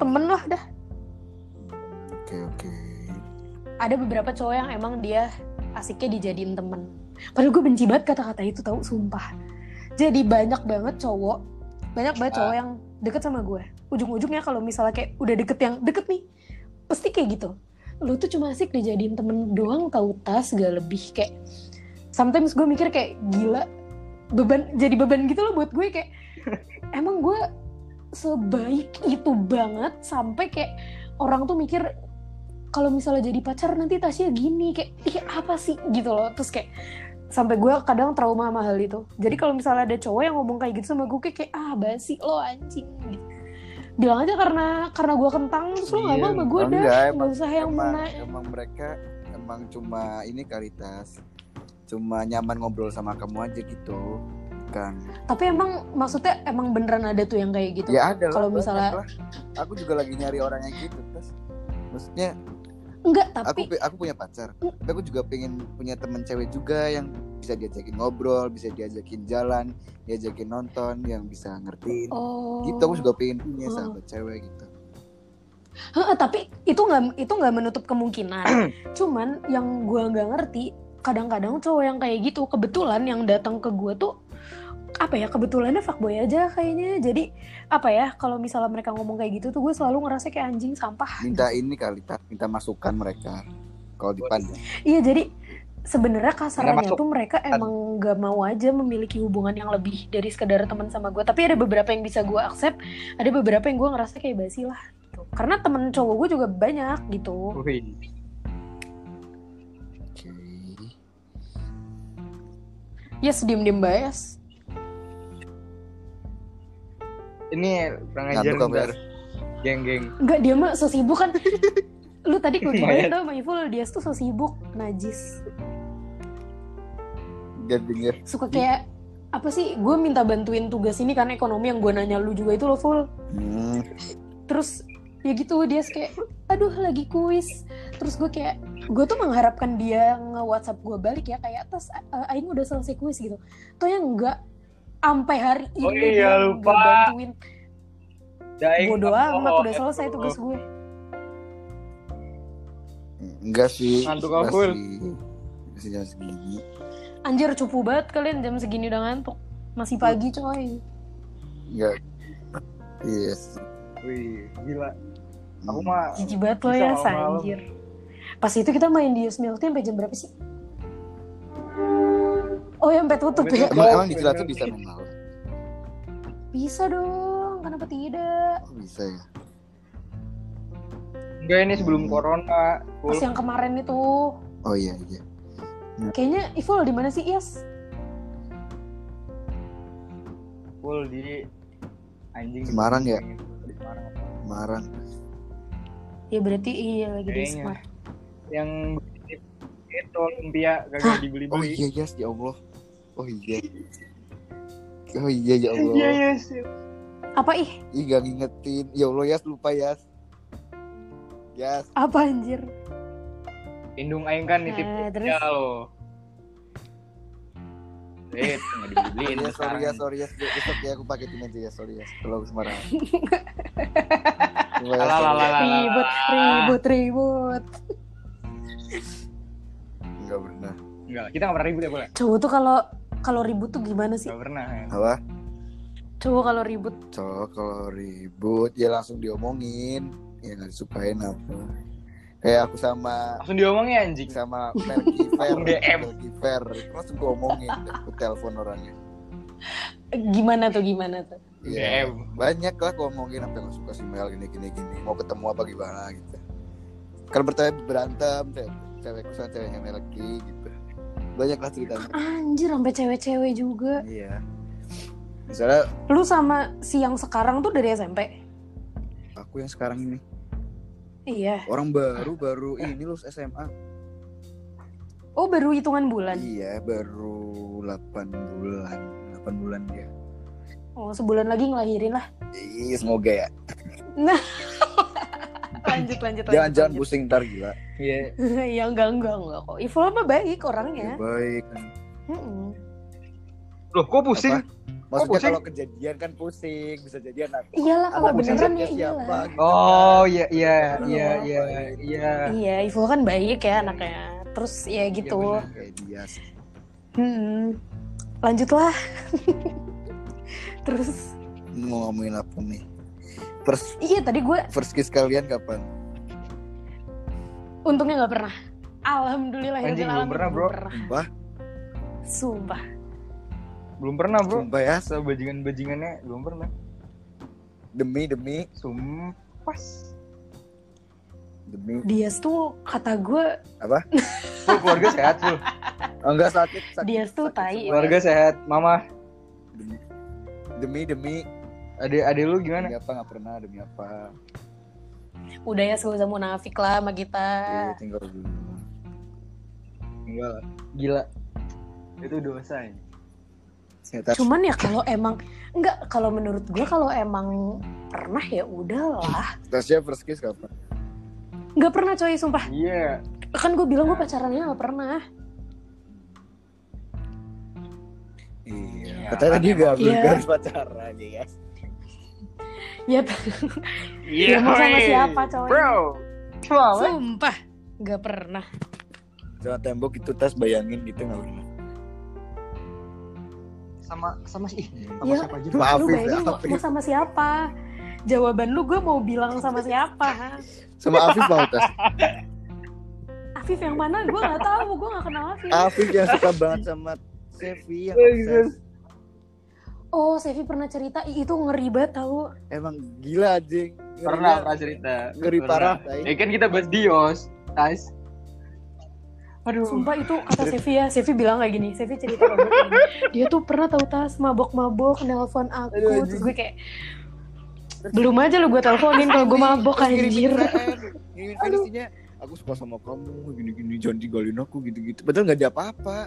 Speaker 3: temen lah dah
Speaker 1: oke oke
Speaker 3: ada beberapa cowok yang emang dia asiknya dijadiin temen padahal gue benci banget kata-kata itu tahu sumpah jadi banyak banget cowok banyak banget cowok yang deket sama gue ujung-ujungnya kalau misalnya kayak udah deket yang deket nih pasti kayak gitu lu tuh cuma asik dijadiin temen doang tahu tas gak lebih kayak sometimes gue mikir kayak gila beban jadi beban gitu loh buat gue kayak emang gue sebaik itu banget sampai kayak orang tuh mikir kalau misalnya jadi pacar nanti Tasya gini kayak ih apa sih gitu loh terus kayak sampai gue kadang trauma sama hal itu jadi kalau misalnya ada cowok yang ngomong kayak gitu sama gue kayak, kayak, ah basi lo anjing gitu bilang aja karena karena gue kentang terus lo gak mau sama gue
Speaker 1: Oh,
Speaker 3: dah
Speaker 1: enggak,
Speaker 3: gak usah yang
Speaker 1: emang,
Speaker 3: mana
Speaker 1: emang mereka emang cuma ini karitas cuma nyaman ngobrol sama kamu aja gitu kan
Speaker 3: Tapi emang maksudnya emang beneran ada tuh yang kayak gitu.
Speaker 1: ya ada lah,
Speaker 3: Kalau
Speaker 1: banyak
Speaker 3: misalnya-
Speaker 1: lah. aku juga lagi nyari orang yang gitu terus maksudnya
Speaker 3: Enggak,
Speaker 1: aku
Speaker 3: tapi Mm.
Speaker 1: pe- aku punya pacar tapi aku juga pengen punya temen cewek juga yang bisa diajakin ngobrol bisa diajakin jalan diajakin nonton yang bisa ngertiin
Speaker 3: oh.
Speaker 1: gitu aku juga pengen punya
Speaker 3: Oh.
Speaker 1: sahabat cewek gitu
Speaker 3: Heeh, tapi itu nggak itu nggak menutup kemungkinan. Cuman yang gua nggak ngerti, kadang-kadang cowok yang kayak gitu kebetulan yang datang ke gua tuh apa ya kebetulannya fuckboy aja kayaknya. Jadi apa ya kalau misalnya mereka ngomong kayak gitu tuh gue selalu ngerasa kayak anjing sampah.
Speaker 1: minta ini kali Ta. minta masukan mereka kalau di pan ya.
Speaker 3: Iya jadi sebenarnya kasarnya
Speaker 4: Nggak masuk.
Speaker 3: tuh mereka emang nggak mau aja memiliki hubungan yang lebih dari sekedar teman sama gue. Tapi ada beberapa yang bisa gua accept, ada beberapa yang gua ngerasa kayak basi lah. gitu. Karena temen cowok gue juga banyak gitu.
Speaker 4: Wih.
Speaker 1: Oke.
Speaker 3: Yes, diem-diem bias.
Speaker 4: Ini kurang
Speaker 1: Ngantuk
Speaker 4: ajar
Speaker 1: apa ya?
Speaker 4: ntar. Geng-geng.
Speaker 3: Enggak, dia mah so sibuk kan. Lu tadi gue gimana
Speaker 4: Lumayan.
Speaker 3: tau sama Iful, dia tuh so sibuk, najis.
Speaker 1: Dia denger
Speaker 3: Suka kayak, apa sih, gue minta bantuin tugas ini karena ekonomi yang gue nanya lu juga itu lo Ful.
Speaker 1: hmm,
Speaker 3: Terus, ya gitu, dia kayak, aduh lagi kuis. Terus gue kayak, gue tuh mengharapkan dia nge-whatsapp gue balik ya, kayak, tas eh, Aing udah selesai kuis gitu. Tuh yang enggak, sampai hari ini
Speaker 4: Oh
Speaker 3: dia
Speaker 4: iya,
Speaker 3: nggak
Speaker 4: lupa.
Speaker 3: bantuin.
Speaker 4: Daeng.
Speaker 3: Bodoh amat,
Speaker 4: Oh,
Speaker 3: udah selesai
Speaker 4: aduh.
Speaker 3: tugas gue.
Speaker 1: enggak sih
Speaker 4: Ngantuk
Speaker 1: enggak
Speaker 4: aku.
Speaker 1: sih. masih jam segini
Speaker 3: Anjir, cupu banget kalian jam segini udah ngantuk. Masih pagi coy.
Speaker 1: enggak yes
Speaker 4: oh. Wih, gila. Aku
Speaker 1: Hmm.
Speaker 4: mah
Speaker 3: Jijik banget lo
Speaker 4: Bisa
Speaker 3: ya,
Speaker 4: malam-malam.
Speaker 3: sanjir. Pas itu kita main di Yusmilty sampai jam berapa sih? Oh ya, sampai tutup ya?
Speaker 4: Sampai tutup.
Speaker 1: emang emang di Cilacap bisa main malam
Speaker 3: Bisa dong, kenapa tidak?
Speaker 1: Oh, bisa ya
Speaker 4: enggak ini sebelum corona.
Speaker 3: Pas
Speaker 4: Full.
Speaker 3: yang kemarin itu,
Speaker 1: oh iya iya
Speaker 3: kayaknya Iful di mana sih, Yes?
Speaker 4: full di anjing
Speaker 1: Semarang ya?
Speaker 4: Di Semarang apa?
Speaker 1: Marang
Speaker 3: Ya berarti iya lagi di
Speaker 4: Kayaknya.
Speaker 3: Ismar.
Speaker 4: yang itu lumpia
Speaker 3: Hah?
Speaker 4: kagak dibeli
Speaker 1: oh
Speaker 4: beli
Speaker 1: iya yes ya Allah oh iya oh iya ya Allah
Speaker 4: yes
Speaker 3: Apa ih?
Speaker 1: Ih gak ngingetin Ya Allah Yas lupa Yas Yas
Speaker 3: Apa anjir?
Speaker 4: indung aing kan nitip
Speaker 3: Nah, terus?
Speaker 4: ya lo eh nggak dibeliin
Speaker 1: Ya sorry
Speaker 4: sekarang.
Speaker 1: ya sorry ya besok ya aku paketin aja ya sorry ya kalau aku Semarang. Cuma ya,
Speaker 4: Alah,
Speaker 1: sorry,
Speaker 4: alah,
Speaker 1: ya.
Speaker 4: alah.
Speaker 3: Ribut, ribut, ribut.
Speaker 1: Enggak pernah.
Speaker 4: Nggak, kita nggak pernah ribut ya boleh
Speaker 3: Cowok tuh kalau kalau ribut tuh gimana sih?
Speaker 4: nggak pernah ya.
Speaker 1: Apa?
Speaker 3: Cowok kalau ribut
Speaker 1: Cok kalau ribut ya langsung diomongin ya nggak disukain apa. Kayak aku sama
Speaker 4: langsung diomongin anjing
Speaker 1: sama Melki Fair,
Speaker 4: Langsung DM.
Speaker 1: Melki Fair, langsung gue omongin, aku telepon orangnya.
Speaker 3: eh, gimana tuh gimana tuh?
Speaker 1: Iya.
Speaker 4: DM
Speaker 1: banyak lah aku ngomongin apa yang aku suka si Mel gini gini gini mau ketemu apa gimana gitu kalau bertanya berantem cewek cewekku sama ceweknya Mel lagi gitu banyak lah ceritanya
Speaker 3: Anjir, sampai cewek-cewek juga.
Speaker 1: iya misalnya
Speaker 3: Lu sama si yang sekarang tuh dari SMP?
Speaker 1: aku yang sekarang ini
Speaker 3: Iya.
Speaker 1: orang baru baru ini lulus SMA
Speaker 3: Oh, baru hitungan bulan.
Speaker 1: iya baru 8 bulan 8 bulan dia
Speaker 3: Oh, sebulan lagi ngelahirin lah.
Speaker 1: Ih, semoga ya
Speaker 3: Lanjut, lanjut, lanjut.
Speaker 1: jangan-jangan
Speaker 3: lanjut.
Speaker 1: pusing ntar gila
Speaker 4: iya
Speaker 3: ya enggak, enggak, enggak kok. Iful mah baik
Speaker 1: ya,
Speaker 3: orangnya.
Speaker 1: baik
Speaker 3: Mm-mm.
Speaker 4: loh kok pusing Oh,
Speaker 1: Apa? maksudnya
Speaker 4: pusing?
Speaker 1: kalau kejadian kan pusing bisa jadian aku
Speaker 3: Iyalah kalau
Speaker 1: Anak
Speaker 3: beneran
Speaker 1: pusingnya
Speaker 3: ya iyalah.
Speaker 1: gitu
Speaker 4: oh
Speaker 1: kan.
Speaker 4: iya iya
Speaker 1: Aduh,
Speaker 4: iya
Speaker 1: apa
Speaker 4: iya
Speaker 1: ini?
Speaker 4: iya
Speaker 3: Iya, Iful kan baik ya anaknya. Terus ya gitu.
Speaker 4: bener.
Speaker 1: Kayak dia sih.
Speaker 3: Mm-mm. Lanjutlah. Terus
Speaker 1: mau ngomongin apa nih first
Speaker 3: iya tadi gue
Speaker 1: first kiss kalian kapan
Speaker 3: untungnya nggak pernah. Alhamdulillah
Speaker 4: Anjing,
Speaker 3: Alhamdulillah,
Speaker 4: belum pernah,
Speaker 3: belum
Speaker 4: bro.
Speaker 3: pernah.
Speaker 1: sumpah
Speaker 3: Sumpah.
Speaker 4: belum pernah bro
Speaker 1: sumpah ya
Speaker 4: sebajingan bajingannya belum pernah
Speaker 1: demi demi
Speaker 4: sumpah
Speaker 1: demi
Speaker 3: Dia tuh kata gue
Speaker 4: full keluarga sehat full
Speaker 1: oh, enggak sakit, sakit
Speaker 3: Dia tuh
Speaker 1: sakit
Speaker 3: tai. ya.
Speaker 1: semua.
Speaker 4: keluarga sehat mama
Speaker 1: demi demi demi
Speaker 4: adik adik lu gimana
Speaker 1: demi apa nggak pernah demi
Speaker 3: Ah.
Speaker 1: apa
Speaker 3: udah ya seuza munafik lah sama kita.
Speaker 1: Iya, tinggal dulu
Speaker 4: Enggak lah. Gila. itu dosa ya
Speaker 1: Ternyata-
Speaker 3: Cuman ya kalau emang enggak kalau menurut gue kalau emang pernah ya udahlah.
Speaker 1: Tasya first kiss kapan?
Speaker 3: Enggak pernah coy sumpah.
Speaker 4: iya
Speaker 3: Kan gue bilang gue pacarannya enggak pernah.
Speaker 1: Iya.
Speaker 4: Ya,
Speaker 1: Katanya tadi
Speaker 4: kan
Speaker 1: gak
Speaker 3: Iya.
Speaker 1: harus pacaran ya guys.
Speaker 3: Ya
Speaker 4: iya
Speaker 3: mau sama
Speaker 4: weh.
Speaker 3: siapa, coy?
Speaker 4: bro cuma apa
Speaker 3: sumpah enggak pernah.
Speaker 1: Sama tembok itu tas bayangin gitu gak pernah.
Speaker 4: sama sama sih
Speaker 1: Iya.
Speaker 4: sama
Speaker 3: Ya,
Speaker 4: siapa aja
Speaker 3: lu,
Speaker 1: Maaf,
Speaker 3: lu
Speaker 1: Fif,
Speaker 3: bayangin mau,
Speaker 1: maaf, Fif.
Speaker 3: mau sama siapa? Jawaban lu gue mau bilang sama siapa?
Speaker 1: Sama Afif mau tas.
Speaker 3: Afif Ah, yang mana? Gue nggak tahu, gue nggak kenal Afif.
Speaker 1: Afif yang suka banget sama Sevi yang
Speaker 3: Iya,
Speaker 4: Bagus.
Speaker 1: obses.
Speaker 3: Oh, Sevi pernah cerita "Ih, itu ngeri banget tahu.
Speaker 1: Emang gila anjing. Ngerinya
Speaker 4: pernah pernah cerita
Speaker 1: Ngeri
Speaker 4: Pernah.
Speaker 1: parah. tai.
Speaker 4: ya kan kita bahas dios guys aduh
Speaker 3: Sumpah itu kata Sevi ya, Sevi bilang kayak gini, Sevi cerita kayak gini. Dia tuh pernah tahu tas mabok-mabok nelpon
Speaker 1: Aduh,
Speaker 3: aku, terus gue kayak belum aja lu gue teleponin kalau gue mabok
Speaker 1: Terus ngirimin
Speaker 3: anjir.
Speaker 1: IPN, Ngirimin versinya. Aku suka sama kamu, gini-gini jangan tinggalin aku gitu-gitu. Padahal gak ada apa-apa.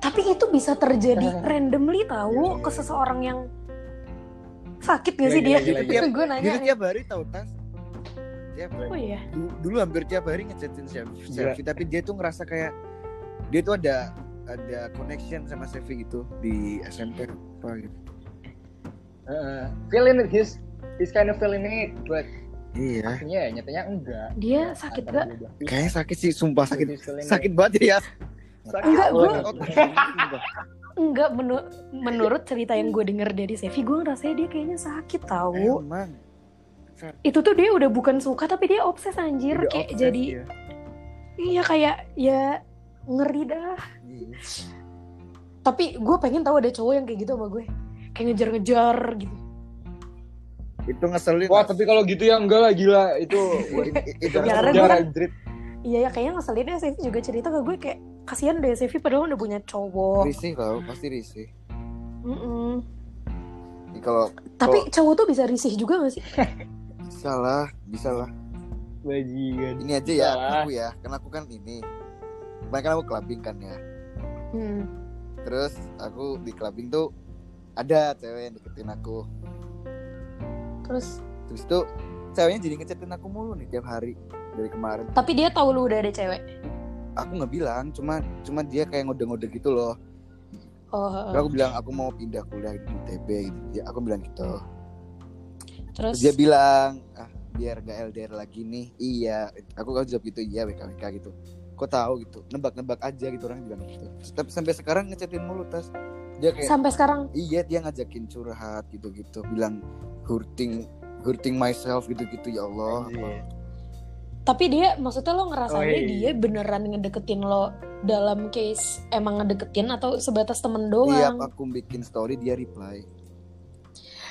Speaker 3: Tapi itu bisa terjadi randomly tahu ke seseorang yang sakit gak sih
Speaker 1: Gila,
Speaker 3: dia?
Speaker 1: gila, gila.
Speaker 3: Terus gue nanya,
Speaker 1: Dia Gitu tiap hari tahu tas. Tiap hari.
Speaker 3: oh iya,
Speaker 1: Du- dulu hampir tiap hari ngechatin selfie, selfie tapi dia tuh ngerasa kayak dia tuh ada ada connection sama selfie gitu di SMP apa gitu.
Speaker 4: Uh, feeling it, he's he's kind of feeling it but
Speaker 1: Iya,
Speaker 4: akhirnya nyatanya enggak
Speaker 3: dia Iya, sakit gak?
Speaker 1: kayaknya sakit sih, sumpah sakit.
Speaker 4: sakit
Speaker 1: Sakit banget ya.
Speaker 3: Enggak, gua-
Speaker 1: Otak sumpah.
Speaker 3: Enggak, menu- menurut cerita yang gue denger dari Sevi, gue ngerasanya dia kayaknya sakit tahu.
Speaker 1: Emang.
Speaker 3: Itu tuh dia udah bukan suka tapi dia obses anjir,
Speaker 1: Udah
Speaker 3: kayak
Speaker 1: obses
Speaker 3: jadi
Speaker 1: dia.
Speaker 3: Iya kayak ya ngeri dah.
Speaker 1: Iya.
Speaker 3: Tapi gue pengen tahu ada cowok yang kayak gitu sama gue. Kayak ngejar-ngejar gitu.
Speaker 1: Itu ngeselin.
Speaker 4: Wah,
Speaker 1: Nas.
Speaker 4: tapi kalau gitu ya enggak lah gila itu.
Speaker 1: I- i- itu ngeselin.
Speaker 3: Jarang gua
Speaker 4: Jarang,
Speaker 3: kan-
Speaker 4: Drit.
Speaker 3: Iya ya kayaknya ngeselin ya Sevi juga cerita ke gue kayak kasihan deh Sevi padahal udah punya cowok.
Speaker 1: risih tau, pasti risih.
Speaker 3: Mm-mm.
Speaker 1: Ini Kalau
Speaker 3: Tapi cowok tuh bisa risih juga gak sih?
Speaker 1: salah, bisa lah.
Speaker 4: Bajingan.
Speaker 1: Ini aja ya,
Speaker 4: Salah.
Speaker 1: aku ya. Karena aku kan ini. Kemarin kan aku kelabing kan ya.
Speaker 3: Hmm.
Speaker 1: Terus aku di clubbing tuh ada cewek yang deketin aku.
Speaker 3: Terus
Speaker 1: Terus itu ceweknya jadi ngechatin aku mulu nih tiap hari dari kemarin.
Speaker 3: tapi dia tahu lu udah ada cewek.
Speaker 1: Aku nggak bilang, cuma cuma dia kayak ngode-ngode gitu loh.
Speaker 3: Oh,
Speaker 1: Terus aku bilang aku mau pindah kuliah di UTB gitu. Dia, aku bilang gitu.
Speaker 3: terus
Speaker 1: Terus dia bilang, "Ah, biar gak LDR lagi nih." Iya, aku kan jawab gitu, "Iya, WK WK gitu." Kok tahu gitu? Nebak-nebak aja gitu orang bilang gitu. Tapi sampai sekarang ngechatin mulu tas. Dia kayak
Speaker 3: sampai sekarang
Speaker 1: iya dia ngajakin curhat gitu-gitu bilang hurting hurting myself gitu-gitu ya Allah
Speaker 4: Anjir.
Speaker 3: tapi dia maksudnya
Speaker 1: Oh,
Speaker 3: lo
Speaker 1: iya,
Speaker 3: ngerasanya
Speaker 4: Oi.
Speaker 3: dia beneran ngedeketin lo dalam case emang ngedeketin atau sebatas temen
Speaker 1: tiap
Speaker 3: doang.
Speaker 1: aku bikin story dia reply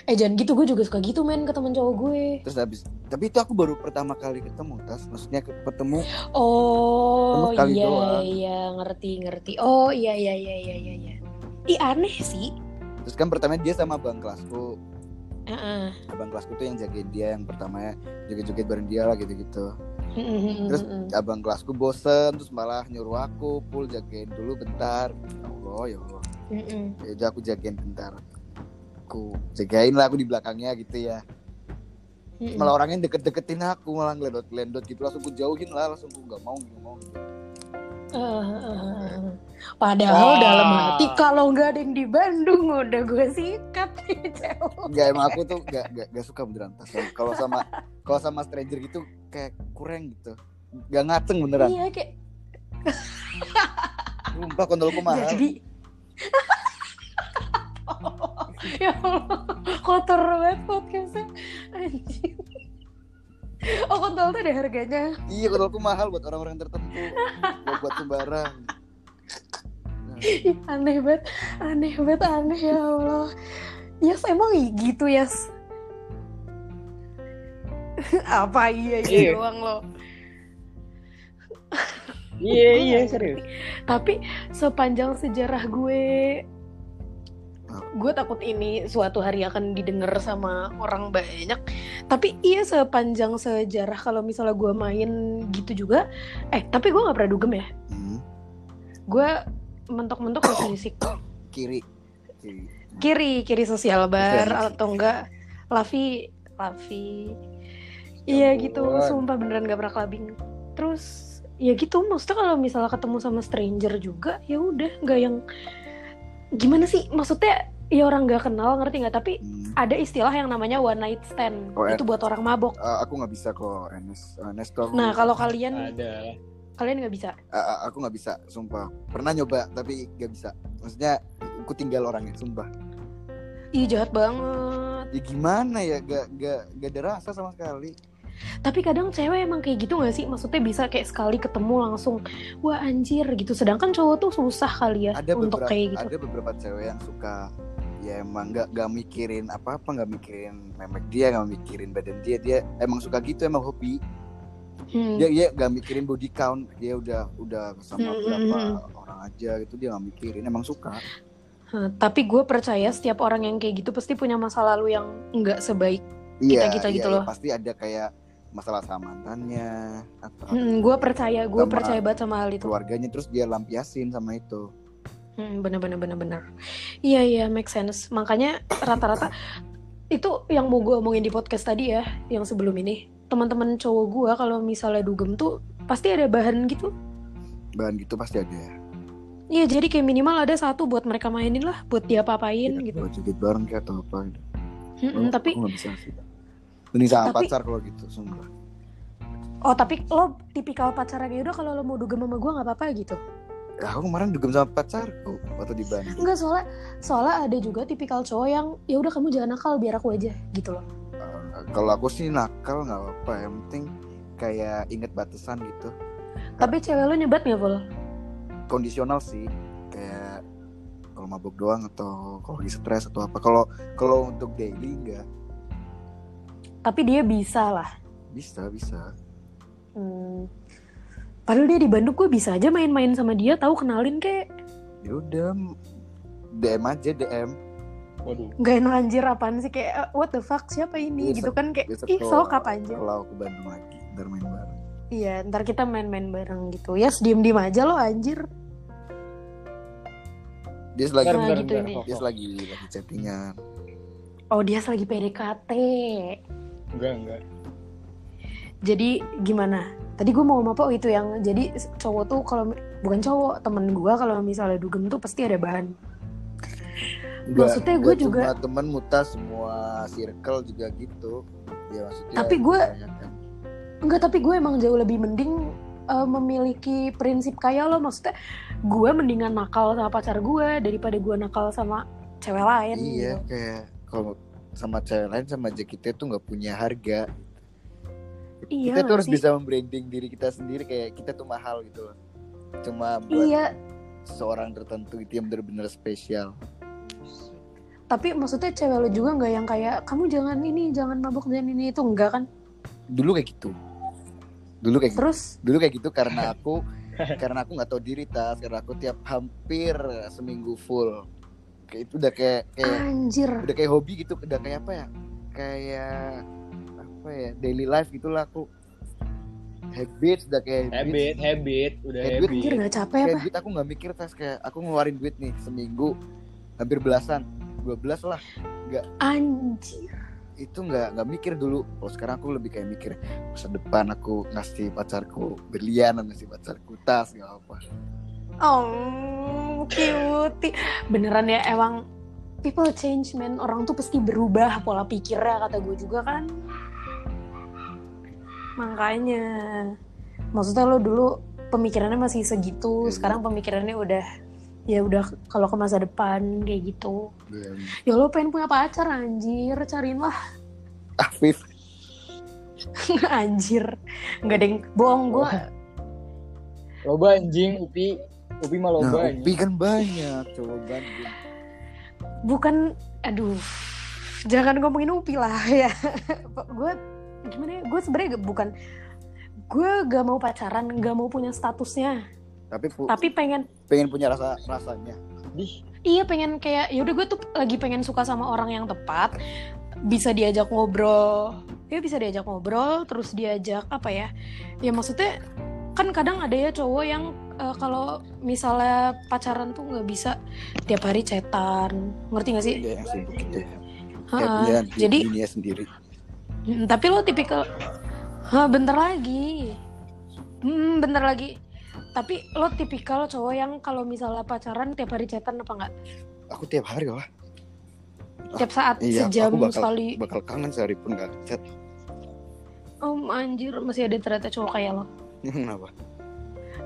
Speaker 1: Iya.
Speaker 3: Eh jangan gitu gue juga suka gitu men ke temen cowok gue.
Speaker 1: terus habis tapi itu aku baru pertama kali ketemu tas maksudnya ke- ketemu
Speaker 3: Oh
Speaker 1: Cuma sekali
Speaker 3: iya
Speaker 1: doang.
Speaker 3: iya ngerti ngerti. Oh iya iya iya iya iya. iya. Ih aneh sih.
Speaker 1: terus kan pertama dia sama bang kelasku
Speaker 3: Heeh.
Speaker 1: abang kelasku tuh yang jagain dia yang pertamanya joget-joget bareng dia lah gitu-gitu Terus- abang kelasku bosen terus malah nyuruh aku pul jagain dulu bentar ya Allah ya Allah ya udah aku jagain bentar aku jagain lah aku di belakangnya gitu ya Terus malah orangnya deket-deketin aku malah ngelendot-ngelendot gitu langsung gue jauhin lah langsung gue nggak mau gitu, nggak mau
Speaker 3: Eh, Padahal
Speaker 1: Ah.
Speaker 4: Wah.
Speaker 3: dalam hati kalau nggak ada yang di Bandung udah gue sikat nih cewek.
Speaker 1: nggak emang aku tuh nggak nggak nggak suka beneran tas kalau sama kalau sama stranger gitu kayak kurang gitu nggak ngaceng beneran
Speaker 3: Iya kayak
Speaker 1: sumpah kontolku
Speaker 3: ya,
Speaker 1: mahal
Speaker 3: jadi. ya Allah kotor banget podcastnya anjing. Oh kontol tuh ada harganya.
Speaker 1: iya kontolku mahal buat orang-orang tertentu buat buat sembarang
Speaker 3: Ih, aneh banget, aneh banget, aneh ya Allah. Yas emang i- gitu Yas. Apa iya
Speaker 4: Iya.
Speaker 3: iya doang lo.
Speaker 4: Iya, iya, serius.
Speaker 3: Tapi sepanjang sejarah gue gue takut ini suatu hari akan didengar sama orang banyak tapi iya sepanjang sejarah kalau misalnya gue main gitu juga eh tapi gue nggak pernah dugem ya
Speaker 1: hmm.
Speaker 3: gue mentok-mentok harus di psiko.
Speaker 1: kiri kiri
Speaker 3: kiri kiri sosial bar
Speaker 1: Oke.
Speaker 3: atau enggak Lavi Lavi
Speaker 1: Ya
Speaker 3: iya
Speaker 1: ampun.
Speaker 3: gitu sumpah beneran gak pernah clubbing terus ya gitu maksudnya kalau misalnya ketemu sama stranger juga ya udah nggak yang gimana sih maksudnya ya orang nggak kenal ngerti nggak tapi
Speaker 1: Hmm.
Speaker 3: ada istilah yang namanya one night stand
Speaker 1: Oh, eh.
Speaker 3: itu buat orang mabok
Speaker 1: Eh, aku nggak bisa kok Enes Eh, Enes tuh aku,
Speaker 3: nah kalau kalian
Speaker 4: ada
Speaker 3: kalian nggak bisa
Speaker 1: eh, eh, aku nggak bisa sumpah pernah nyoba tapi nggak bisa maksudnya aku tinggal orangnya sumpah
Speaker 3: ih jahat banget
Speaker 1: ya gimana ya gak gak gak ada rasa sama sekali
Speaker 3: tapi kadang cewek emang kayak gitu nggak sih maksudnya bisa kayak sekali ketemu langsung wah anjir gitu sedangkan cowok tuh susah kali ya
Speaker 1: ada
Speaker 3: untuk
Speaker 1: beberapa
Speaker 3: kayak gitu
Speaker 1: ada beberapa cewek yang suka ya emang nggak nggak mikirin apa apa nggak mikirin memek dia nggak mikirin badan dia dia emang suka gitu emang hobi
Speaker 3: Hmm.
Speaker 1: dia dia nggak mikirin body count dia udah udah sama
Speaker 3: Hmm,
Speaker 1: berapa
Speaker 3: hmm,
Speaker 1: orang aja gitu dia nggak mikirin emang suka
Speaker 3: Hah, Nah, tapi gue percaya setiap orang yang kayak gitu pasti punya masa lalu yang nggak sebaik.
Speaker 1: iya
Speaker 3: Kita-kita
Speaker 1: iya,
Speaker 3: gitu
Speaker 1: iya,
Speaker 3: loh.
Speaker 1: pasti ada kayak masalah sama mantannya atau
Speaker 3: gue Hmm, percaya, gue
Speaker 1: Sama-
Speaker 3: percaya banget sama hal itu.
Speaker 1: keluarganya terus dia lampiasin sama itu
Speaker 3: Hmm, bener bener bener bener. Iya iya make sense. Makanya rata-rata itu yang mau gue omongin di podcast tadi ya, yang sebelum ini. Teman-teman cowok gue kalau misalnya dugem tuh pasti ada bahan gitu.
Speaker 1: bahan gitu pasti ada
Speaker 3: Iya jadi kayak minimal ada satu buat mereka mainin lah, buat dia apa-apain gitu.
Speaker 1: Iya, buat joget bareng kayak atau apa gitu.
Speaker 3: Mm-mm,
Speaker 1: Aku-
Speaker 3: Mm, tapi
Speaker 1: aku nggak bisa sih mending sama
Speaker 3: Tapi- Mm.
Speaker 1: pacar kalau gitu sumpah
Speaker 3: oh tapi lo tipikal pacaran ya udah kalau lo mau dugem sama gue nggak apa-apa gitu.
Speaker 1: Ya, aku kemarin dugem sama pacarku waktu di Bandung
Speaker 3: Enggak soalnya soalnya ada juga tipikal cowok yang ya udah kamu jangan nakal biar aku aja gitu loh.
Speaker 1: Eh, kalau aku sih nakal nggak apa-apa yang penting kayak inget batasan gitu
Speaker 3: Tapi cewek lo nyebat nggak Vol?
Speaker 1: kondisional sih kayak kalau mabuk doang atau kalau lagi stres atau apa kalau kalau untuk daily nggak
Speaker 3: Tapi dia bisa lah.
Speaker 1: bisa bisa
Speaker 3: Hmm. Padahal dia di Bandung gue bisa aja main-main sama dia, tahu kenalin kayak
Speaker 1: ya udah m- DM aja DM
Speaker 4: waduh
Speaker 3: nggak enak anjir apaan sih kayak "Eh, what the fuck siapa ini
Speaker 1: Iya,
Speaker 3: gitu kan kayak
Speaker 1: besok
Speaker 3: ih
Speaker 1: kalau-
Speaker 3: sok apa aja.
Speaker 1: kalau aku Bandung lagi ntar main bareng
Speaker 3: Iya ntar kita main-main bareng gitu ya diem diem aja lo anjir.
Speaker 1: dia lagi
Speaker 3: Nah,
Speaker 4: Bentar, bentar,
Speaker 3: gitu
Speaker 4: bentar,
Speaker 3: nih.
Speaker 4: Fok,
Speaker 1: dia
Speaker 4: Fok.
Speaker 1: lagi lagi chattingan
Speaker 3: Oh dia lagi PDKT.
Speaker 4: enggak enggak
Speaker 3: Jadi gimana? Tadi gue mau ngomong apa? Oh itu yang jadi cowok tuh kalau bukan cowok temen gue kalau misalnya dugem tuh pasti ada bahan.
Speaker 1: Nggak-
Speaker 3: Maksudnya gue
Speaker 1: nggak
Speaker 3: juga-
Speaker 1: cuma temen muta semua circle juga gitu ya maksudnya kan.
Speaker 3: Tapi gue-
Speaker 1: kebanyakan.
Speaker 3: Enggak tapi gue emang jauh lebih mending eh, memiliki prinsip kayak lo maksudnya gue mendingan nakal sama pacar gue daripada gue nakal sama cewek lain.
Speaker 1: iya
Speaker 3: gitu.
Speaker 1: kayak kalau sama cewek lain sama aja kita tuh nggak punya harga kita
Speaker 3: Iya nggak
Speaker 1: tuh harus
Speaker 3: sih?
Speaker 1: bisa membranding diri kita sendiri kayak kita tuh mahal gitu loh cuma buat
Speaker 3: Iya
Speaker 1: seorang tertentu itu yang benar-benar spesial
Speaker 3: tapi maksudnya cewek lo juga nggak yang kayak kamu jangan ini jangan mabuk jangan ini itu enggak kan?
Speaker 1: dulu kayak gitu dulu kayak gitu.
Speaker 3: Terus
Speaker 1: dulu kayak gitu karena aku karena aku nggak tahu diri tas karena aku tiap hampir seminggu full kayak itu udah kayak kayak
Speaker 3: anjir
Speaker 1: udah kayak hobi gitu udah kayak apa ya kayak apa ya daily life gitulah aku habit udah kayak
Speaker 4: habit habit udah
Speaker 1: Habit.
Speaker 4: habit,
Speaker 3: anjir nggak capek
Speaker 1: kayak
Speaker 3: apa?
Speaker 1: duit aku nggak mikir tas kayak aku ngeluarin duit nih seminggu hampir belasan 12 lah
Speaker 3: Anjir
Speaker 1: itu nggak nggak mikir dulu kalau sekarang aku lebih kayak mikir masa depan aku ngasih pacarku berlian ngasih pacarku tas nggak apa
Speaker 3: Oh, cutie. Beneran ya, emang people change, man. Orang tuh pasti berubah pola pikirnya, kata gue juga kan. Makanya. Maksudnya lo dulu pemikirannya masih segitu,
Speaker 1: Iya.
Speaker 3: sekarang pemikirannya udah ya udah kalau ke masa depan kayak gitu.
Speaker 1: belum
Speaker 3: Ya lo pengen punya pacar anjir, cariin lah
Speaker 1: Afif
Speaker 3: anjir. Enggak deng, bohong gue.
Speaker 4: loba anjing upi upi mah loba
Speaker 1: nah
Speaker 4: anjing.
Speaker 1: Upi kan banyak coba Bandung
Speaker 3: bukan aduh jangan ngomongin upi lah ya gue gimana ya gue sebenarnya gak- bukan gue gak mau pacaran gak mau punya statusnya
Speaker 1: tapi, pu-
Speaker 3: tapi pengen
Speaker 1: pengen punya rasa rasanya
Speaker 4: Dih,
Speaker 3: iya pengen kayak yaudah gue tuh lagi pengen suka sama orang yang tepat bisa diajak ngobrol ya bisa diajak ngobrol terus diajak apa ya ya maksudnya kan kadang ada ya cowok yang eh, kalau misalnya pacaran tuh nggak bisa tiap hari cetan ngerti nggak sih
Speaker 1: Iya yang sibuk gitu ya. Kayak dia
Speaker 3: Ha-ha.
Speaker 1: di
Speaker 3: Ah, jadi
Speaker 1: dunia sendiri.
Speaker 3: Mm, tapi lo tipikal Hah, bentar lagi hmm, bentar lagi tapi lo tipikal cowok yang kalau misalnya pacaran tiap hari chatan apa enggak
Speaker 1: Aku tiap hari lah.
Speaker 3: tiap saat
Speaker 1: Iya,
Speaker 3: sejam
Speaker 1: aku bakal
Speaker 3: sekali
Speaker 1: bakal kangen sehari pun gak chat.
Speaker 3: om Um, anjir masih ada ternyata cowok kayak lo
Speaker 1: Kenapa?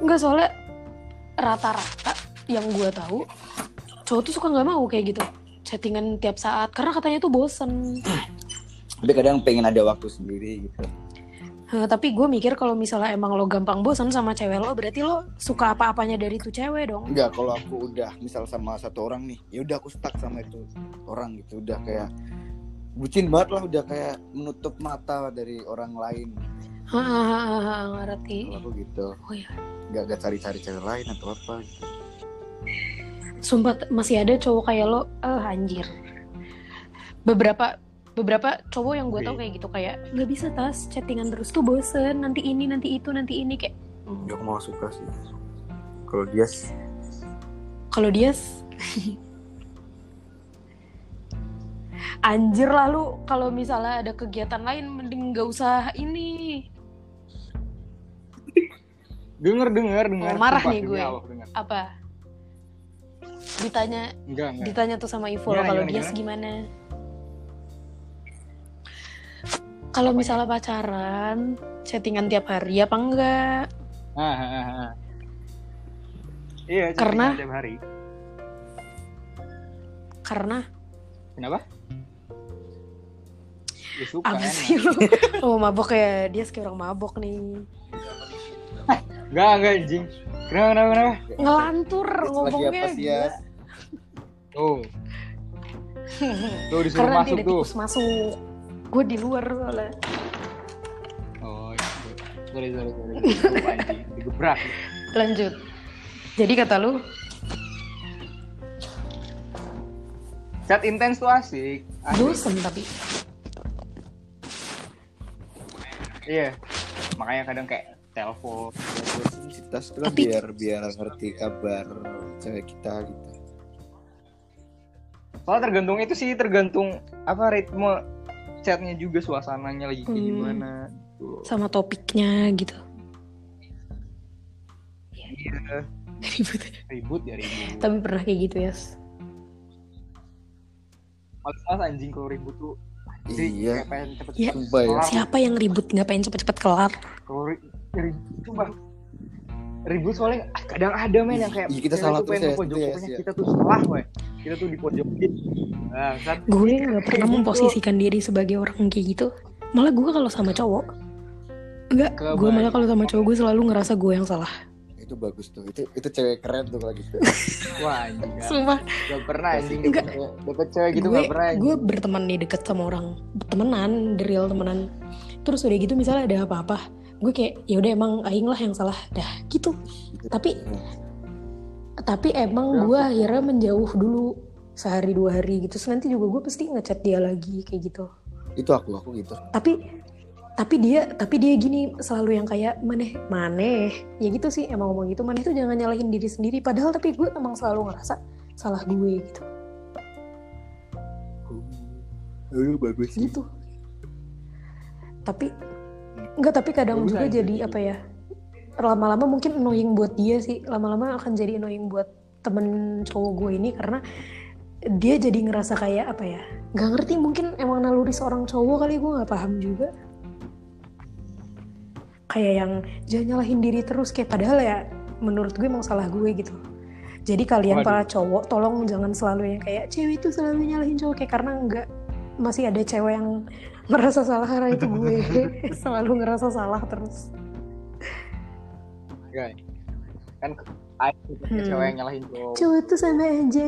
Speaker 3: enggak soalnya rata-rata yang gua tahu cowok tuh suka nggak mau kayak gitu chattingan tiap saat karena katanya tuh bosen
Speaker 1: Tapi kadang pengen ada waktu sendiri gitu.
Speaker 3: Hah, tapi gue mikir kalau misalnya emang lo gampang bosen sama cewek lo berarti lo suka apa-apanya dari tuh cewek dong
Speaker 1: Enggak, kalau aku udah misal sama satu orang nih, ya udah aku stuck sama itu orang gitu, udah kayak bucin banget lah, udah kayak menutup mata dari orang lain.
Speaker 3: Hahaha, ngerti
Speaker 1: Kalau aku gitu,
Speaker 3: Oh iya.
Speaker 1: nggak nggak cari-cari cewek lain atau apa. Gitu.
Speaker 3: Sumpah t- masih ada cowok kayak lo eh, anjir. Beberapa beberapa cowok yang gue tau
Speaker 1: Wih.
Speaker 3: kayak gitu kayak nggak bisa tas chattingan terus tuh bosen nanti ini nanti itu nanti ini kayak
Speaker 1: Ya, aku mau suka sih. Kalau dia s-
Speaker 3: kalau dia s- anjir lah lu kalau misalnya ada kegiatan lain mending nggak usah ini
Speaker 4: Denger denger denger.
Speaker 3: Oh, marah
Speaker 4: Sumpah,
Speaker 3: nih
Speaker 4: demi
Speaker 3: gue.
Speaker 4: Allah, denger.
Speaker 3: apa ditanya
Speaker 4: Enggak enggak.
Speaker 3: ditanya tuh sama Ivo
Speaker 4: Gimana,
Speaker 3: kalau
Speaker 4: Iya. gimana,
Speaker 3: dia gimana kalau misalnya pacaran chattingan tiap hari apa enggak
Speaker 4: Ah, ah, ah, ah. Iya. chattingan
Speaker 3: Karena-
Speaker 4: tiap hari.
Speaker 3: karena
Speaker 4: Kenapa? Ya, suka,
Speaker 3: apa
Speaker 4: enak.
Speaker 3: sih lu mau mabok ya dia kayak orang mabok nih
Speaker 4: Enggak enggak anjing. Kenapa kenapa kenapa?
Speaker 3: ngelantur
Speaker 1: Lagi
Speaker 3: ngomongnya
Speaker 1: apa sih, ya?
Speaker 3: gila.
Speaker 4: Tuh. Tuh disuruh
Speaker 3: karena dia ada
Speaker 4: masuk tuh.
Speaker 3: tikus masuk gue di luar soalnya
Speaker 4: Oh, iya. sorry sorry sorry. Lupa, anjing. Digebrak.
Speaker 3: lanjut jadi kata lu
Speaker 4: Chat intens tuh asik. asik.
Speaker 3: bosen tapi
Speaker 4: Iya. Makanya kadang kayak telepon.
Speaker 1: bosen sih tas itu kan
Speaker 3: Tapi-
Speaker 1: biar biar ngerti kabar cewek kita gitu.
Speaker 4: Soalnya tergantung itu sih tergantung apa ritme chatnya juga suasananya lagi kayak
Speaker 3: Hmm.
Speaker 4: gimana. Tuh.
Speaker 3: sama topiknya gitu
Speaker 4: Iya,
Speaker 3: ribut
Speaker 4: ribut ya ribut.
Speaker 3: tapi pernah kayak gitu ya
Speaker 4: Males-males anjing kalau ribut tuh. Jadi
Speaker 1: Iya.
Speaker 4: kayak pengen cepet
Speaker 3: Iya.
Speaker 1: Sumpah ya.
Speaker 3: siapa yang ribut nggak pengen cepet-cepet kelar
Speaker 4: Kalau ri- ribut tuh bah. Ribut soalnya ah, kadang ada men yang kayak
Speaker 1: Iya, kita
Speaker 4: cewek
Speaker 1: salah
Speaker 4: tuh
Speaker 1: terus
Speaker 4: pengen
Speaker 1: ya,
Speaker 4: ke
Speaker 1: itu
Speaker 4: pojok,
Speaker 1: ya,
Speaker 4: pokoknya
Speaker 1: Sia.
Speaker 4: kita tuh salah weh. Kita tuh di pojokin. Nah, kan
Speaker 3: gue nggak pernah
Speaker 4: Kayak gitu.
Speaker 3: memposisikan diri sebagai orang kayak gitu malah gue kalau sama cowok enggak gue
Speaker 4: Kebayang.
Speaker 3: malah kalau sama cowok gue selalu ngerasa gue yang salah
Speaker 1: Itu bagus tuh. Itu itu cewek keren tuh kalau gitu.
Speaker 4: wah anjing. Gak,
Speaker 3: sumpah
Speaker 4: gak pernah anjing
Speaker 3: Iya Enggak.
Speaker 4: dapet cewek- dapet cewek Iya. gitu
Speaker 3: gue
Speaker 4: gak pernah. anjing.
Speaker 3: gue berteman nih deket sama orang temenan the real temenan terus udah gitu misalnya ada apa-apa gue kayak ya udah emang aing lah yang salah dah gitu
Speaker 1: Itu-
Speaker 3: Tapi-
Speaker 1: Hmm.
Speaker 3: tapi emang gue akhirnya menjauh dulu sehari dua hari gitu terus nanti juga gue pasti ngechat dia lagi kayak gitu
Speaker 1: itu aku aku gitu.
Speaker 3: tapi tapi dia tapi dia gini selalu yang kayak maneh maneh ya gitu sih emang ngomong gitu maneh tuh jangan nyalahin diri sendiri padahal tapi gue emang selalu ngerasa salah gue gitu
Speaker 1: Aduh bagus sih.
Speaker 3: gitu tapi enggak tapi kadang
Speaker 4: Bagus
Speaker 3: juga
Speaker 4: aja.
Speaker 3: jadi apa ya lama-lama mungkin annoying buat dia sih lama-lama akan jadi annoying buat temen cowok gue ini karena dia jadi ngerasa kayak apa ya nggak ngerti mungkin emang naluri seorang cowok kali gue nggak paham juga kayak yang jangan nyalahin diri terus kayak padahal ya menurut gue emang salah gue gitu jadi kalian
Speaker 4: Waduh.
Speaker 3: para cowok tolong jangan selalu yang kayak cewek itu selalu nyalahin cowok kayak karena enggak masih ada cewek yang merasa salah karena itu gue selalu ngerasa salah terus
Speaker 4: Enggak. Kan ada
Speaker 3: Hmm.
Speaker 4: cewek yang nyalahin cowok.
Speaker 3: cowok itu sama aja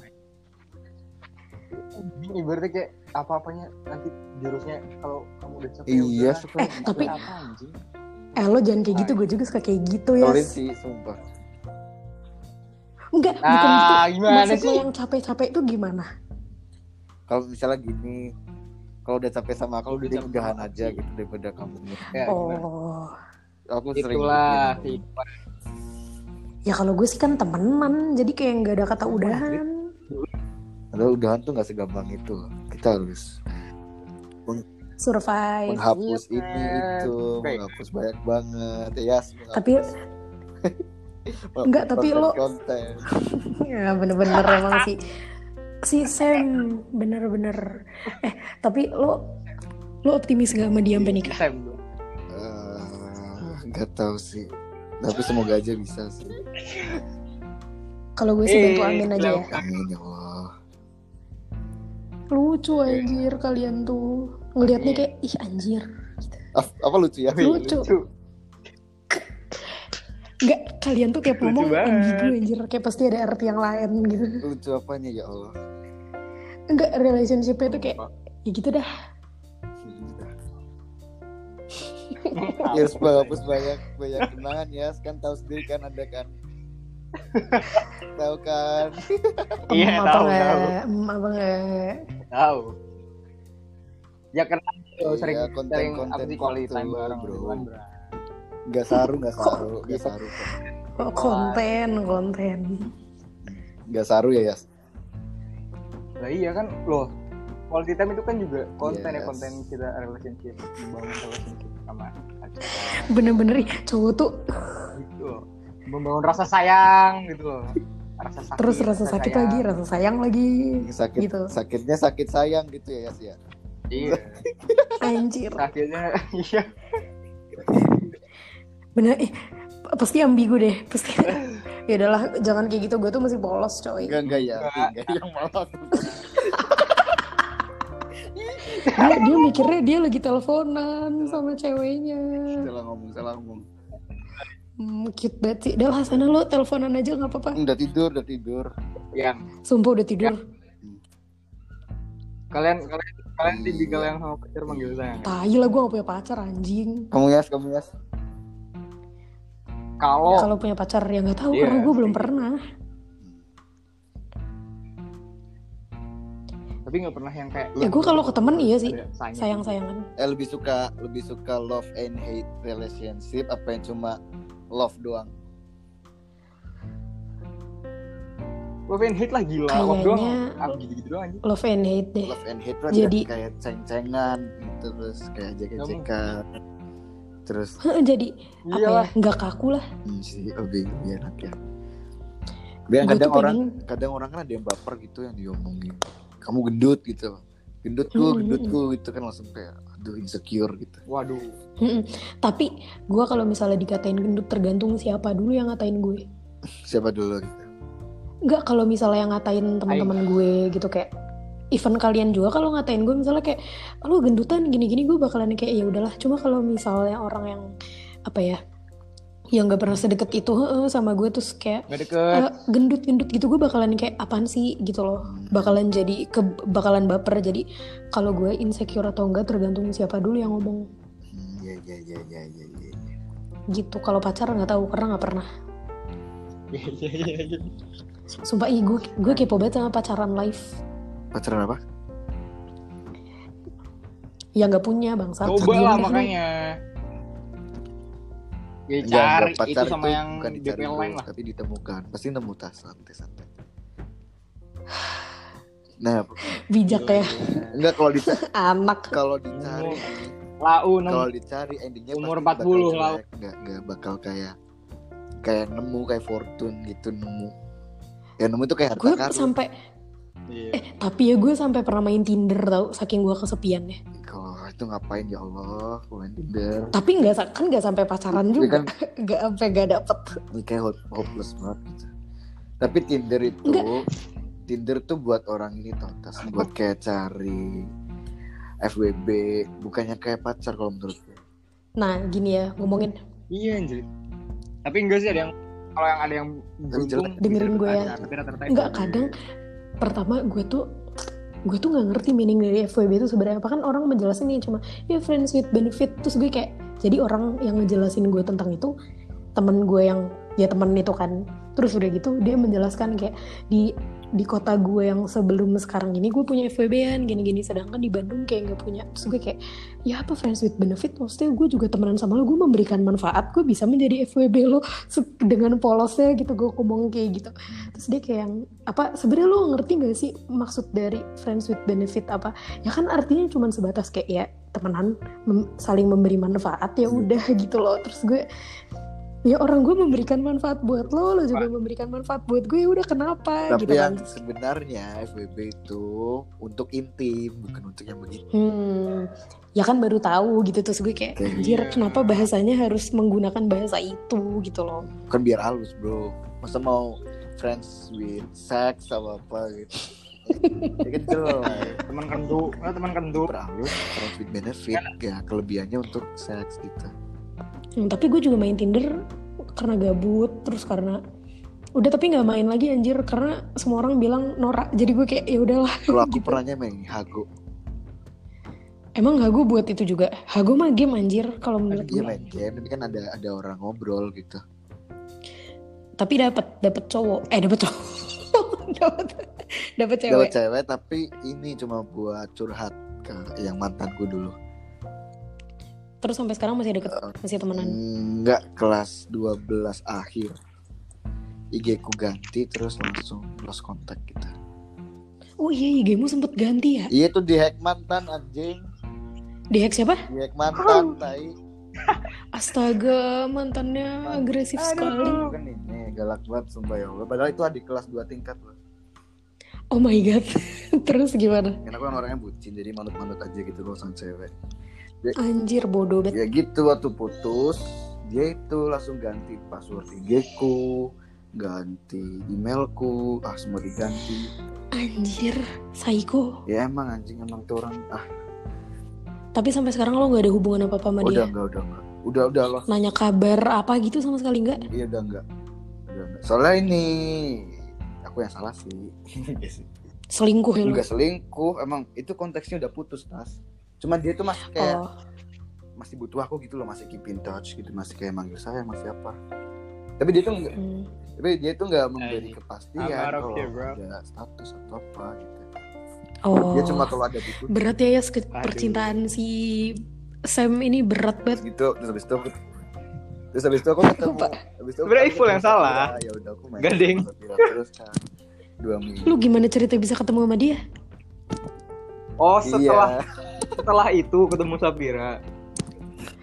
Speaker 4: Ini ibaratnya kayak apa-apanya nanti jurusnya kalau kamu udah capek ya
Speaker 1: Iya,
Speaker 4: udah.
Speaker 1: suka.
Speaker 3: Eh, tapi-
Speaker 4: apa anjing?
Speaker 3: eh lo jangan kayak gitu gue juga suka kayak gitu ya
Speaker 1: Solid sih, sumpah.
Speaker 3: enggak bukan gitu
Speaker 4: Ah, gimana
Speaker 3: maksud lo
Speaker 4: sih?
Speaker 3: yang capek-capek itu gimana
Speaker 1: Kalau misalnya gini, kalau udah capek sama aku,
Speaker 4: Kalau udah
Speaker 1: udah
Speaker 4: capek
Speaker 1: udahan
Speaker 4: sama
Speaker 1: aja
Speaker 4: aku.
Speaker 1: gitu daripada kamu.
Speaker 4: Ya, gimana?
Speaker 3: oh
Speaker 1: aku sering
Speaker 4: itulah
Speaker 1: gitu.
Speaker 4: kehidupan
Speaker 3: Ya kalau gue sih kan temenan, jadi kayak nggak ada kata
Speaker 4: Oh,
Speaker 3: udahan.
Speaker 1: Padahal udahan tuh nggak segampang itu kita harus
Speaker 3: Survive.
Speaker 1: menghapus
Speaker 4: iya,
Speaker 1: ini
Speaker 4: Fer.
Speaker 1: itu
Speaker 4: Oke.
Speaker 1: menghapus banyak banget ya
Speaker 3: Tapi Enggak, tapi lo-
Speaker 1: konten
Speaker 3: ya bener-bener emang sih. Si Sam bener-bener. Eh tapi lo lo optimis gak sama dia sampai nikah?
Speaker 4: Sam dong.
Speaker 1: Eh, nggak tahu sih tapi semoga aja bisa sih
Speaker 3: Kalau gue sih bantu
Speaker 4: Eh,
Speaker 3: amin aja ya.
Speaker 4: kenapa?
Speaker 1: amin ya Allah
Speaker 3: Lucu anjir kalian tuh. Ngelihatnya
Speaker 4: Iya.
Speaker 3: kayak ih anjir.
Speaker 1: Af- apa lucu ya
Speaker 3: Lucu. Enggak, kalian tuh kayak
Speaker 4: Lucu
Speaker 3: ngomong
Speaker 4: banget.
Speaker 3: ambigu anjir, kayak pasti ada arti yang lain gitu.
Speaker 1: lucu apanya ya Allah
Speaker 3: Enggak, relationship-nya tuh kayak ya gitu dah.
Speaker 1: ya harus menghapus banyak banyak kenangan ya kan tahu sendiri kan ada kan tahu kan
Speaker 4: Iya,
Speaker 3: Em,
Speaker 4: tahu,
Speaker 3: nggak?
Speaker 4: tahu.
Speaker 3: Em, apa nggak?
Speaker 4: tahu ya karena lo
Speaker 1: Iya,
Speaker 4: sering sering
Speaker 1: konten-konten
Speaker 4: apa sih quality
Speaker 1: gitu,
Speaker 4: time bareng
Speaker 1: bro.
Speaker 4: gitu kan, bro.
Speaker 1: nggak saru nggak saru nggak
Speaker 4: Bisa.
Speaker 1: saru
Speaker 3: Oh, konten, konten.
Speaker 1: nggak saru ya ya
Speaker 4: Lah iya kan loh. Quality time itu kan juga konten ya
Speaker 1: Yes.
Speaker 4: konten kita relationship, membangun relationship sama pacar
Speaker 3: Bener-bener ih, cowok tuh
Speaker 4: gitu loh. Membangun rasa sayang gitu loh. Rasa sakit.
Speaker 3: terus rasa sakit
Speaker 4: sayang.
Speaker 3: lagi, rasa sayang lagi.
Speaker 1: sakit
Speaker 3: Gitu.
Speaker 1: sakitnya sakit sayang gitu ya Yas ya
Speaker 4: Iya.
Speaker 3: Anjir.
Speaker 4: Sakitnya iya.
Speaker 3: Bener, eh, p- pasti ambigu deh, pasti. ya udahlah, jangan kayak gitu. Gue tuh masih polos, coy.
Speaker 1: enggak enggak ya
Speaker 4: Nggak.
Speaker 1: enggak yang malah aku
Speaker 3: Dia, dia mikirnya dia lagi teleponan sama ceweknya.
Speaker 1: salah ngomong salah ngomong
Speaker 3: Hmm, cute banget sih. Udah lah, sana lo teleponan aja nggak apa-apa.
Speaker 4: Hmm.
Speaker 1: udah tidur udah tidur
Speaker 4: Yang
Speaker 3: Sumpah udah
Speaker 4: Ya.
Speaker 3: tidur.
Speaker 4: kalian kalian kalian
Speaker 1: Iya.
Speaker 4: tinggi kalian sama pacar manggil sayang.
Speaker 3: Tai lah gue gak punya pacar anjing.
Speaker 1: kamu Yas kamu Yas
Speaker 4: Kalau
Speaker 3: Kalau punya pacar ya nggak tahu
Speaker 4: Oh. Iya.
Speaker 3: karena gue belum pernah.
Speaker 4: tapi nggak pernah yang kayak
Speaker 3: Ya gue kalau ke temen iya sih.
Speaker 4: Ada
Speaker 3: Sayang sayangan.
Speaker 1: eh lebih suka lebih suka love and hate relationship apa yang cuma love doang
Speaker 4: Love and hate lah gila. Love
Speaker 3: Kayaknya-
Speaker 4: doang. Ah, gitu-gitu doang aja.
Speaker 3: Love and hate deh.
Speaker 1: love and hate berarti
Speaker 3: Jadi-
Speaker 1: kayak ceng-cengan terus kayak jaga-jaga terus
Speaker 3: Heeh, Jadi apa ya?
Speaker 4: Iyalah.
Speaker 3: Nggak kaku lah.
Speaker 1: hmm, sih lebih lebih enak ya Biar
Speaker 3: Gua
Speaker 1: kadang
Speaker 3: tuh
Speaker 1: orang
Speaker 3: pengen-
Speaker 1: kadang orang kan ada yang baper gitu yang diomongin kamu gendut gitu gendutku
Speaker 3: Hmm, hmm,
Speaker 1: gendutku gitu kan langsung kayak aduh insecure gitu
Speaker 4: Waduh.
Speaker 3: Mm-mm. Tapi gue kalau misalnya dikatain gendut tergantung siapa dulu yang ngatain gue.
Speaker 1: siapa dulu gitu
Speaker 3: Nggak kalau misalnya yang ngatain teman-teman gue gitu kayak event kalian juga kalau ngatain gue misalnya kayak lu gendutan gini-gini gue bakalan kayak ya udahlah cuma kalau misalnya orang yang apa ya yang nggak pernah sedekat itu heeh, sama gue terus kayak
Speaker 4: Gak deket.
Speaker 3: Eh, gendut-gendut gitu gue bakalan kayak apaan sih gitu loh
Speaker 1: Hmm,
Speaker 3: bakalan jadi ke bakalan baper jadi kalau gue insecure atau enggak tergantung siapa dulu yang ngomong
Speaker 1: Hmm, iya iya iya iya iya iya
Speaker 3: gitu kalau pacar nggak tahu karena nggak pernah
Speaker 4: Iya, iya, iya, iya.
Speaker 3: sumpah ih gue gue kepo banget sama pacaran live
Speaker 1: pacaran apa
Speaker 3: yang Ya nggak punya bangsa
Speaker 4: Coba lah makanya. Ya
Speaker 1: Enggak, enggak,
Speaker 4: cari
Speaker 1: Iya, pacar
Speaker 4: itu sama yang
Speaker 1: bukan
Speaker 4: DP
Speaker 1: dicari
Speaker 4: lain
Speaker 1: terus,
Speaker 4: lah.
Speaker 1: tapi ditemukan pasti nemu tas santai santai nah
Speaker 3: bijak ya
Speaker 1: enggak kalau dicari
Speaker 3: anak
Speaker 1: kalau dicari
Speaker 4: Lau
Speaker 1: kalau
Speaker 4: enam.
Speaker 1: dicari endingnya
Speaker 4: Umur
Speaker 1: pasti bakal
Speaker 4: 40
Speaker 1: jelek.
Speaker 4: lah.
Speaker 1: nggak nggak bakal kayak kayak nemu kayak fortune gitu nemu ya nemu itu kayak harta
Speaker 3: gue
Speaker 1: karun
Speaker 3: sampai
Speaker 4: Iya.
Speaker 3: tapi ya gue sampai pernah main tinder tau saking gue kesepiannya
Speaker 1: kalau itu ngapain ya Allah kalau main tinder
Speaker 3: tapi nggak sa- kan nggak sampai pacaran
Speaker 1: Ini
Speaker 3: juga
Speaker 1: kan
Speaker 3: nggak sampai nggak dapet
Speaker 1: ini kayak hop- hopeless banget gitu tapi tinder itu tinder tuh buat orang ini tau Tas. buat kayak cari FWB bukannya kayak pacar kalau menurut gue
Speaker 3: nah gini ya ngomongin
Speaker 4: Iya anjir. Tapi enggak sih ada yang kalau yang ada yang beruntung
Speaker 1: jelek.
Speaker 3: Dengerin gue ya.
Speaker 4: Tapi rata-rata
Speaker 3: Enggak
Speaker 4: itu.
Speaker 3: kadang pertama gue tuh gue tuh nggak ngerti meaning dari FWB itu sebenarnya apa kan orang menjelasin nih cuma ya friends with benefit terus gue kayak jadi orang yang ngejelasin gue tentang itu temen gue yang ya temen itu kan terus udah gitu dia menjelaskan kayak di di kota gue yang sebelum sekarang ini gue punya FWB-an gini-gini sedangkan di Bandung kayak nggak punya terus gue kayak ya apa friends with benefit maksudnya gue juga temenan sama lo gue memberikan manfaat gue bisa menjadi FWB lo se- dengan polosnya gitu gue ngomong kayak gitu terus dia kayak yang apa sebenarnya lo ngerti gak sih maksud dari friends with benefit apa ya kan artinya cuma sebatas kayak ya temenan mem- saling memberi manfaat ya udah gitu loh terus gue ya orang gue memberikan manfaat buat lo lo juga memberikan manfaat buat gue ya udah kenapa
Speaker 1: Tapi
Speaker 3: gitu kan.
Speaker 1: yang sebenarnya FWB itu untuk intim, bukan untuk yang begitu.
Speaker 3: Hmm, ya kan baru tahu gitu terus gue kayak
Speaker 1: Kayak
Speaker 3: anjir
Speaker 4: iya.
Speaker 3: kenapa bahasanya harus menggunakan bahasa itu gitu loh.
Speaker 1: Kan biar halus, Bro. Masa mau friends with sex atau apa gitu. ya kan jelek.
Speaker 4: teman kendu eh, teman kendu
Speaker 1: Berhalus, friends with
Speaker 3: Iya.
Speaker 1: benefit. Ya, kelebihannya untuk seks gitu.
Speaker 3: Hmm, tapi gue juga main Tinder karena gabut terus karena udah tapi nggak main lagi anjir karena semua orang bilang norak jadi gue kayak ya udahlah
Speaker 1: Kalau aku
Speaker 3: Gitu.
Speaker 1: pernahnya main Hago.
Speaker 3: emang Hago buat itu juga Hago mah game anjir kalau menurut
Speaker 1: Dia
Speaker 3: gue
Speaker 1: main game, tapi kan ada ada orang ngobrol gitu.
Speaker 3: tapi dapat dapat cowok eh dapat cowok dapat dapat
Speaker 1: Cewek.
Speaker 3: cewek
Speaker 1: cewek tapi ini cuma buat curhat ke yang mantanku dulu.
Speaker 3: terus sampai sekarang masih deket masih temenan
Speaker 1: Hmm. Enggak kelas 12 akhir. IG ku ganti terus langsung lost kontak kita.
Speaker 3: oh iya IG mu sempet ganti ya
Speaker 1: Iya itu dihack mantan anjing,
Speaker 3: dihack siapa
Speaker 1: dihack Iya, mantan tai.
Speaker 3: Astaga, mantannya agresif sekali.
Speaker 1: Kan ini galak banget sumpah ya Allah. Padahal itu adik kelas 2 tingkat loh.
Speaker 3: Oh my god. Terus gimana?
Speaker 1: Karena aku kan orangnya bucin jadi manut-manut aja gitu loh sama cewek.
Speaker 3: Anjir bodoh banget.
Speaker 1: Ya gitu waktu putus dia itu langsung ganti password IG ku, ganti emailku, ah semua diganti.
Speaker 3: Anjir, psycho.
Speaker 1: Ya emang anjing emang tuh orang ah
Speaker 3: Tapi sampai sekarang lo nggak ada hubungan apa-apa sama
Speaker 1: udah
Speaker 3: dia.
Speaker 1: enggak udah enggak. Udah udah lost
Speaker 3: Nanya kabar apa gitu sama sekali nggak?
Speaker 1: Iya udah enggak. Udah enggak. Soalnya ini aku yang salah sih.
Speaker 3: Selingkuh ya lo.
Speaker 1: Enggak selingkuh, emang itu konteksnya udah putus, Nas. Cuman dia tuh masih kayak
Speaker 3: Oh,
Speaker 1: masih butuh aku gitu loh, masih keep in touch gitu, masih kayak manggil saya, masih apa. Tapi dia tuh enggak,
Speaker 3: hmm.
Speaker 1: tapi dia tuh
Speaker 4: Iya,
Speaker 1: enggak memberi kepastian
Speaker 4: I'm out of
Speaker 1: kalau
Speaker 4: here, ya, bro.
Speaker 1: ada status atau apa gitu.
Speaker 3: oh.
Speaker 1: Dia cuma kalau ada butuh
Speaker 3: berat ya ya seke-
Speaker 4: Aduh.
Speaker 3: percintaan si Sam ini berat
Speaker 1: terus
Speaker 3: banget.
Speaker 1: gitu, terus habis itu aku Terus habis itu aku ketemu,
Speaker 3: Pak.
Speaker 1: habis itu aku
Speaker 4: Sebenarnya
Speaker 1: ketemu
Speaker 4: Iful yang
Speaker 1: sama Safira.
Speaker 4: salah.
Speaker 1: Ya udah aku main
Speaker 4: Gading.
Speaker 1: sama Safira terus kan dua minggu.
Speaker 3: Lu gimana cerita bisa ketemu sama dia?
Speaker 4: oh setelah
Speaker 1: Iya.
Speaker 4: setelah itu ketemu Safira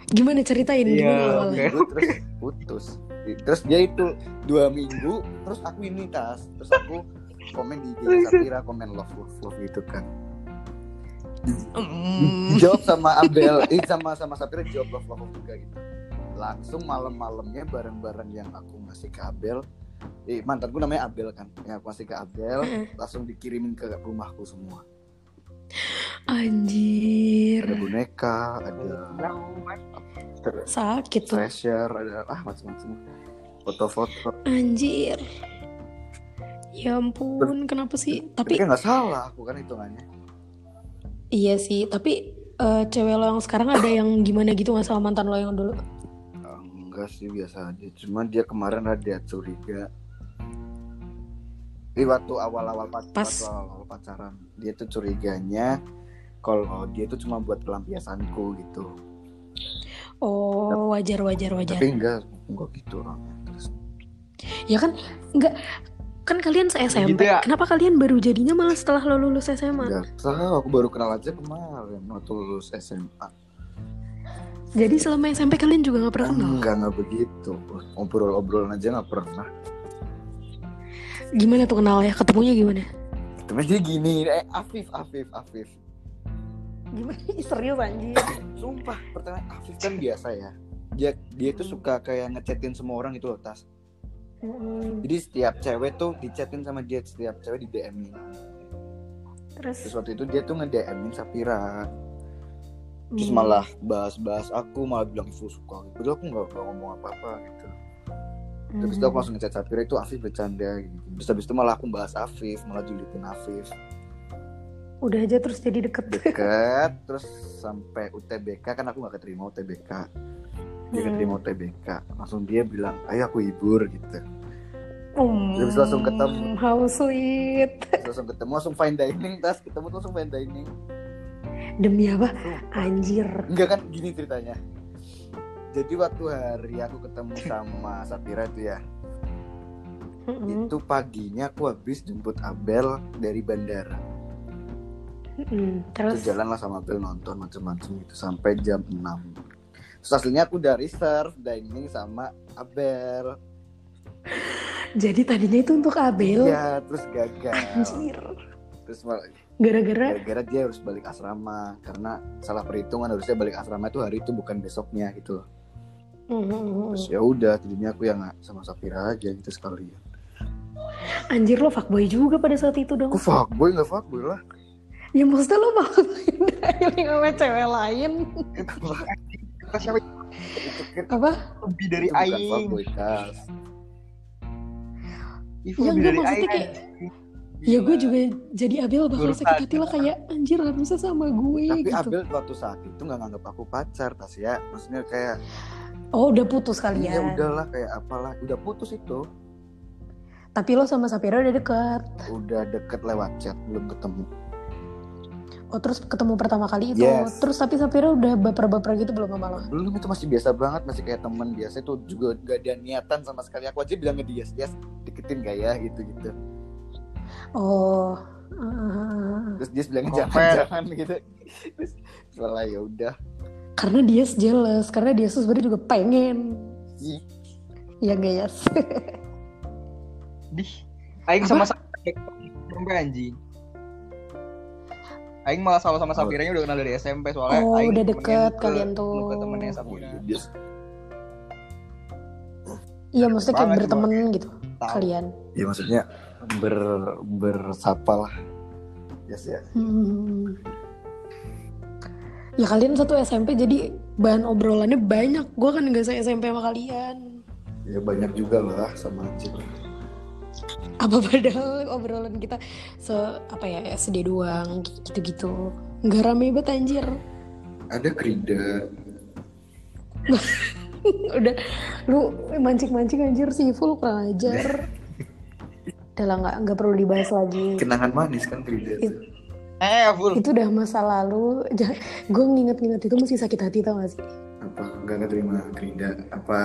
Speaker 3: Gimana ceritain?
Speaker 4: Iya,
Speaker 3: Gimana awalnya?
Speaker 4: oke.
Speaker 1: minggu terus putus terus dia itu dua minggu terus aku ini tas terus aku komen di IG Sapira komen love love love gitu kan
Speaker 3: Hmm.
Speaker 1: jawab sama Abel eh sama sama Sapira jawab love love love juga gitu langsung malam-malamnya bareng-bareng yang aku ngasih ke Abel eh mantanku namanya Abel kan yang aku ngasih ke Abel langsung dikirimin ke rumahku semua ada
Speaker 3: Anjir.
Speaker 1: boneka ada
Speaker 3: Sakit tuh.
Speaker 1: treasure ada ah macam-macam foto-foto
Speaker 3: Anjir. Ya ampun, kenapa sih?
Speaker 1: tapi kan
Speaker 3: Tapi
Speaker 1: nggak salah aku kan hitungannya
Speaker 3: iya sih, tapi eh, cewek lo yang sekarang ada yang gimana gitu nggak sama mantan lo yang dulu?
Speaker 1: Ah, Enggak sih biasa aja. Cuman dia kemarin ada curiga. Di waktu awal-awal pac-
Speaker 3: Pas.
Speaker 1: waktu awal-awal pacaran, dia tuh curiganya kalau dia tuh cuma buat pelampiasanku gitu.
Speaker 3: Oh, wajar wajar wajar.
Speaker 1: Tapi enggak, enggak gitu orangnya. Terus
Speaker 3: Ya kan nggak kan kalian se SMP.
Speaker 4: Gitu ya.
Speaker 3: Kenapa kalian baru jadinya malah setelah lo lulus SMA?
Speaker 1: enggak tahu, aku baru kenal aja kemarin waktu lulus SMA.
Speaker 3: Jadi selama SMP kalian juga nggak pernah kenal.
Speaker 1: Enggak, enggak begitu. Obrol-obrolan aja nggak pernah.
Speaker 3: Gimana tuh kenal ya? Ketemunya gimana?
Speaker 1: Tapi dia gini, eh Afif, Afif, Afif.
Speaker 3: Gimana? Serius anjir.
Speaker 1: Sumpah, pertama Afif kan biasa ya. Dia dia tuh suka kayak ngechatin semua orang gitu loh, Tas.
Speaker 3: Mm-mm.
Speaker 1: Jadi setiap cewek tuh dichatin sama dia, setiap cewek di DM-in. Terus
Speaker 3: Terus
Speaker 1: waktu itu dia tuh nge-DM-in Sapira. Terus
Speaker 3: Hmm.
Speaker 1: malah bahas-bahas aku, malah bilang Iful suka gitu. Padahal aku nggak nggak ngomong apa-apa gitu. Terus habis itu
Speaker 3: Hmm.
Speaker 1: aku langsung ngechat Sapira itu Afif bercanda gitu. Terus habis itu malah aku bahas Afif, malah julitin Afif.
Speaker 3: udah aja terus jadi deket.
Speaker 1: Deket, terus sampai UTBK kan aku nggak keterima UTBK. Dia
Speaker 3: Hmm.
Speaker 1: keterima UTBK, langsung dia bilang, ayo aku hibur gitu.
Speaker 3: Hmm,
Speaker 1: Terus langsung ketemu.
Speaker 3: How sweet.
Speaker 1: Terus langsung ketemu langsung fine dining tas ketemu tuh langsung fine dining
Speaker 3: Demi apa?
Speaker 1: Sumpah.
Speaker 3: Anjir.
Speaker 1: Enggak kan gini ceritanya. Jadi waktu hari aku ketemu sama Sapira itu ya.
Speaker 3: Mm-mm,
Speaker 1: Itu paginya aku habis jemput Abel dari bandara.
Speaker 3: mm-mm.
Speaker 1: Terus
Speaker 3: Terus
Speaker 1: jalan lah sama Abel nonton macam-macam gitu sampai jam 6. Terus aslinya aku udah reserve dining sama Abel.
Speaker 3: jadi tadinya itu untuk Abel.
Speaker 1: Iya, terus gagal.
Speaker 3: Anjir.
Speaker 1: Terus mal-
Speaker 3: Gara-gara
Speaker 1: gara-gara dia harus balik asrama karena salah perhitungan harusnya balik asrama itu hari itu bukan besoknya gitu loh.
Speaker 3: Mm-mm.
Speaker 1: Terus ya udah tadinya aku yang sama Sapira aja gitu sekalian.
Speaker 3: anjir lo fuckboy juga pada saat itu dong.
Speaker 1: Aku fuckboy nggak fuckboy lah.
Speaker 3: Ya maksudnya lo mau dialing sama cewek lain.
Speaker 4: Kita siapa
Speaker 1: Itu kan-
Speaker 3: Apa?
Speaker 4: lebih dari
Speaker 1: itu bukan
Speaker 4: aing.
Speaker 1: fuckboy, Tas.
Speaker 4: Ivo
Speaker 3: Ya
Speaker 4: lebih
Speaker 3: enggak
Speaker 4: dari
Speaker 3: maksudnya
Speaker 4: aing.
Speaker 3: kayak Ya gue juga jadi Abel bakal
Speaker 4: Urusan.
Speaker 3: sakit hati lah kayak anjir harusnya sama gue
Speaker 1: Tapi
Speaker 3: gitu.
Speaker 1: Abel waktu saat itu nggak nganggap aku pacar, tas ya. Maksudnya kayak
Speaker 3: Oh udah putus
Speaker 1: ya
Speaker 3: kalian.
Speaker 1: udahlah kayak apalah, udah putus itu,
Speaker 3: Tapi lo sama Sapira udah deket.
Speaker 1: udah deket lewat chat belum ketemu.
Speaker 3: Oh terus ketemu pertama kali itu.
Speaker 1: Yes.
Speaker 3: Terus tapi Sapira udah baper-baper gitu belum sama lo.
Speaker 1: Belum itu masih biasa banget, masih kayak temen biasa itu juga gak ada niatan sama sekali. Aku aja bilang ke dia, yes, deketin gak ya gitu-gitu.
Speaker 3: Oh. ah.
Speaker 1: Terus dia bilang
Speaker 4: Over.
Speaker 1: jangan-jangan gitu. Terus malah ya udah.
Speaker 3: Karena dia jealous, karena dia tuh sebenarnya juga pengen.
Speaker 1: Ih,
Speaker 3: Ya gak Yas?
Speaker 4: Dih. Aing
Speaker 3: Apa?
Speaker 4: sama Sapira SMP anjing. Aing malah sama sama
Speaker 1: Oh.
Speaker 4: Sapiranya udah kenal dari SMP soalnya
Speaker 3: Oh,
Speaker 4: Aing
Speaker 3: udah
Speaker 4: temennya
Speaker 3: deket
Speaker 4: nuke-
Speaker 3: kalian tuh.
Speaker 4: nuke temennya Sapira.
Speaker 1: dia
Speaker 3: Iya maksudnya kayak
Speaker 4: Banget,
Speaker 3: berteman gitu
Speaker 4: Tahu.
Speaker 3: kalian.
Speaker 1: ya maksudnya ber bersapa lah yes ya
Speaker 3: Hmm. Ya kalian satu SMP jadi bahan obrolannya banyak. Gue kan nggak se SMP sama kalian.
Speaker 1: ya banyak juga lah sama anjir
Speaker 3: Apa padahal obrolan kita se apa ya SD doang gitu-gitu. Nggak rame banget anjir.
Speaker 1: ada Krida
Speaker 3: Udah lu mancing-mancing anjir sih full kurang ajar. Udah lah nggak nggak perlu dibahas lagi.
Speaker 1: kenangan manis kan Krida
Speaker 3: Itu-
Speaker 4: Eh, full.
Speaker 3: Itu udah masa lalu. Gue nginget-nginget itu masih sakit hati tau gak sih?
Speaker 1: apa nggak keterima Krida apa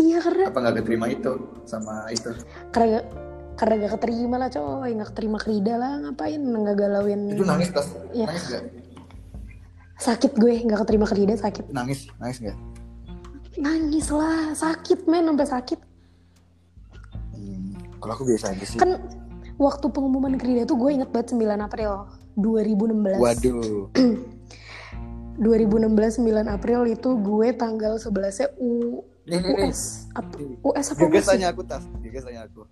Speaker 3: Iya karena
Speaker 1: apa nggak keterima itu sama itu
Speaker 3: karena gak, karena gak keterima lah coy nggak keterima kerida lah ngapain nggak galauin
Speaker 1: itu nangis tas
Speaker 3: Iya.
Speaker 1: nangis nggak
Speaker 3: sakit gue nggak keterima kerida sakit
Speaker 1: nangis nangis nggak
Speaker 3: nangis lah sakit men sampai sakit
Speaker 1: hmm. kalau aku biasa aja sih
Speaker 3: kan waktu pengumuman kerida tuh gue inget banget 9 April 2016
Speaker 1: waduh
Speaker 3: 2016 9 April itu gue tanggal 11 nya U
Speaker 1: nih nih nih
Speaker 3: US apa US apa
Speaker 1: Gegas
Speaker 3: US ya?
Speaker 1: tanya aku tas Gegas tanya aku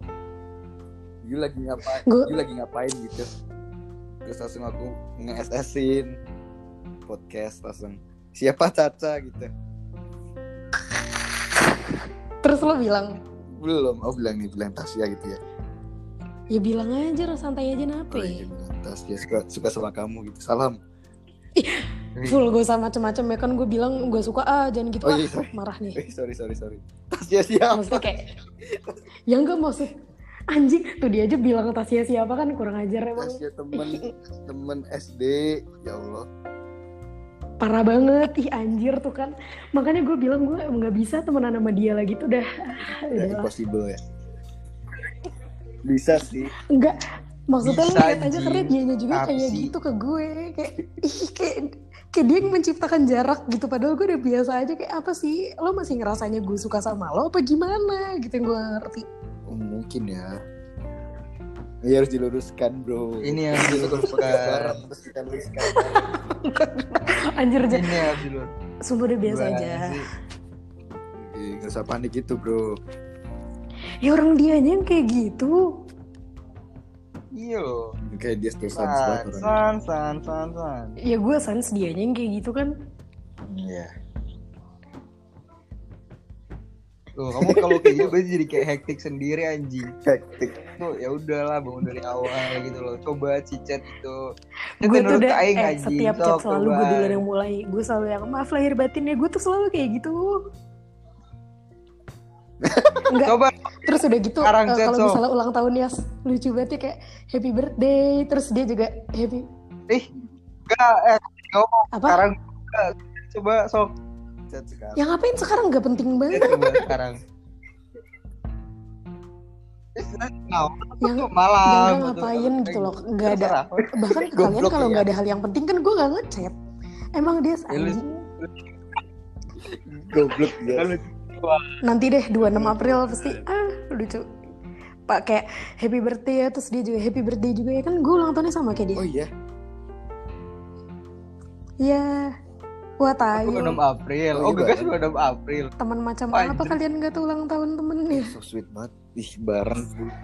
Speaker 1: You lagi ngapain
Speaker 3: Gua-
Speaker 1: You lagi ngapain gitu Terus langsung aku nge-SS-in Podcast langsung Siapa Caca gitu
Speaker 3: terus lo bilang
Speaker 1: Belum Oh bilang nih Bilang Tasya gitu ya
Speaker 3: ya bilang aja lo santai aja ya?" nape
Speaker 1: Oh iya bilang Tasya suka, suka sama kamu gitu Salam
Speaker 3: full gue sama macem-macem ya kan gue bilang gue suka ah jangan gitu
Speaker 1: Oh
Speaker 3: ah
Speaker 1: iya sorry
Speaker 3: marah nih
Speaker 1: Eh, Sorry sorry sorry Tasya siapa
Speaker 3: maksudnya kayak ya enggak maksud anjing tuh dia aja bilang Tasya siapa kan kurang ajar emang
Speaker 1: Tasya temen Temen SD Ya Allah
Speaker 3: parah banget ih anjir tuh kan makanya gue bilang gue emang nggak bisa temenan sama dia lagi tuh dah Ah,
Speaker 1: Ya,
Speaker 3: udahlah.
Speaker 1: Impossible ya Bisa sih
Speaker 3: enggak maksudnya lu
Speaker 4: Bisa,
Speaker 3: lihat aja karena
Speaker 4: anjing.
Speaker 3: dianya juga
Speaker 4: Apa
Speaker 3: kayak
Speaker 4: sih?
Speaker 3: gitu ke gue kayak ih kayak kayak dia yang menciptakan jarak gitu padahal gue udah biasa aja kayak apa sih lo masih ngerasanya gue suka sama lo apa gimana gitu yang gue nggak ngerti
Speaker 1: Oh, mungkin ya. Ini harus diluruskan, bro.
Speaker 4: Ini yang diluruskan.
Speaker 1: Bareng, terus kita luruskan.
Speaker 3: anjir
Speaker 1: Iya,
Speaker 3: aja
Speaker 4: Ini harus dulu.
Speaker 3: sumpah udah biasa
Speaker 4: Gimana
Speaker 3: aja
Speaker 4: sih?
Speaker 1: Oke, Gak usah panik gitu, bro.
Speaker 3: ya orang dianya yang kayak gitu
Speaker 4: Iya loh.
Speaker 1: Kayak dia stresan
Speaker 4: San,
Speaker 1: banget orangnya.
Speaker 4: san, san, san, san.
Speaker 3: ya gue sense dianya yang kayak gitu kan
Speaker 1: Iya.
Speaker 4: Tuh, kamu kalau kayak gitu berarti jadi kayak hektik sendiri anjing.
Speaker 1: Hektik.
Speaker 4: Tuh, ya udahlah bangun dari awal gitu loh. Coba cicet gitu. Itu
Speaker 3: gue tuh
Speaker 4: menurut
Speaker 3: udah
Speaker 4: aing
Speaker 3: eh,
Speaker 4: anjing.
Speaker 3: setiap chat
Speaker 4: Sok,
Speaker 3: selalu gue
Speaker 4: coba.
Speaker 3: duluan yang mulai gue selalu yang maaf lahir batin ya gue tuh selalu kayak gitu Enggak.
Speaker 4: Coba
Speaker 3: Terus udah gitu
Speaker 4: Sekarang,
Speaker 3: eh, kalau
Speaker 4: Zetso.
Speaker 3: misalnya ulang tahunnya lucu banget ya kayak happy birthday terus dia juga happy
Speaker 4: ih enggak eh ngomong
Speaker 3: apa?
Speaker 4: sekarang enggak. coba sok
Speaker 1: Chat sekarang.
Speaker 3: Ya ngapain sekarang nggak penting
Speaker 4: Chat
Speaker 3: banget.
Speaker 4: coba sekarang. Terus, nah,
Speaker 3: Yang
Speaker 4: malam
Speaker 3: yang ngapain gitu loh. Nggak ada
Speaker 4: Terserah.
Speaker 3: bahkan
Speaker 1: Goblok
Speaker 3: kalian kalau
Speaker 1: ya.
Speaker 3: nggak ada hal yang penting kan gue nggak ngechat. Emang dia
Speaker 4: Ya, lu-
Speaker 3: anjing.
Speaker 1: Goblok dia.
Speaker 4: Kan lu-
Speaker 3: Nanti deh 26 April pasti ah lucu. Pak kayak happy birthday ya terus dia juga happy birthday juga ya kan gue ulang tahunnya sama kayak dia.
Speaker 1: Oh iya.
Speaker 3: Iya. Wah
Speaker 4: Aku
Speaker 3: tayo.
Speaker 4: 26 April.
Speaker 1: Oh,
Speaker 4: Oh,
Speaker 1: iya,
Speaker 4: Gegas
Speaker 1: Bang.
Speaker 4: 26 April.
Speaker 3: Teman macam
Speaker 4: Anjing.
Speaker 3: apa kalian nggak tuh ulang tahun temennya?
Speaker 1: So sweet banget. Ih, bareng.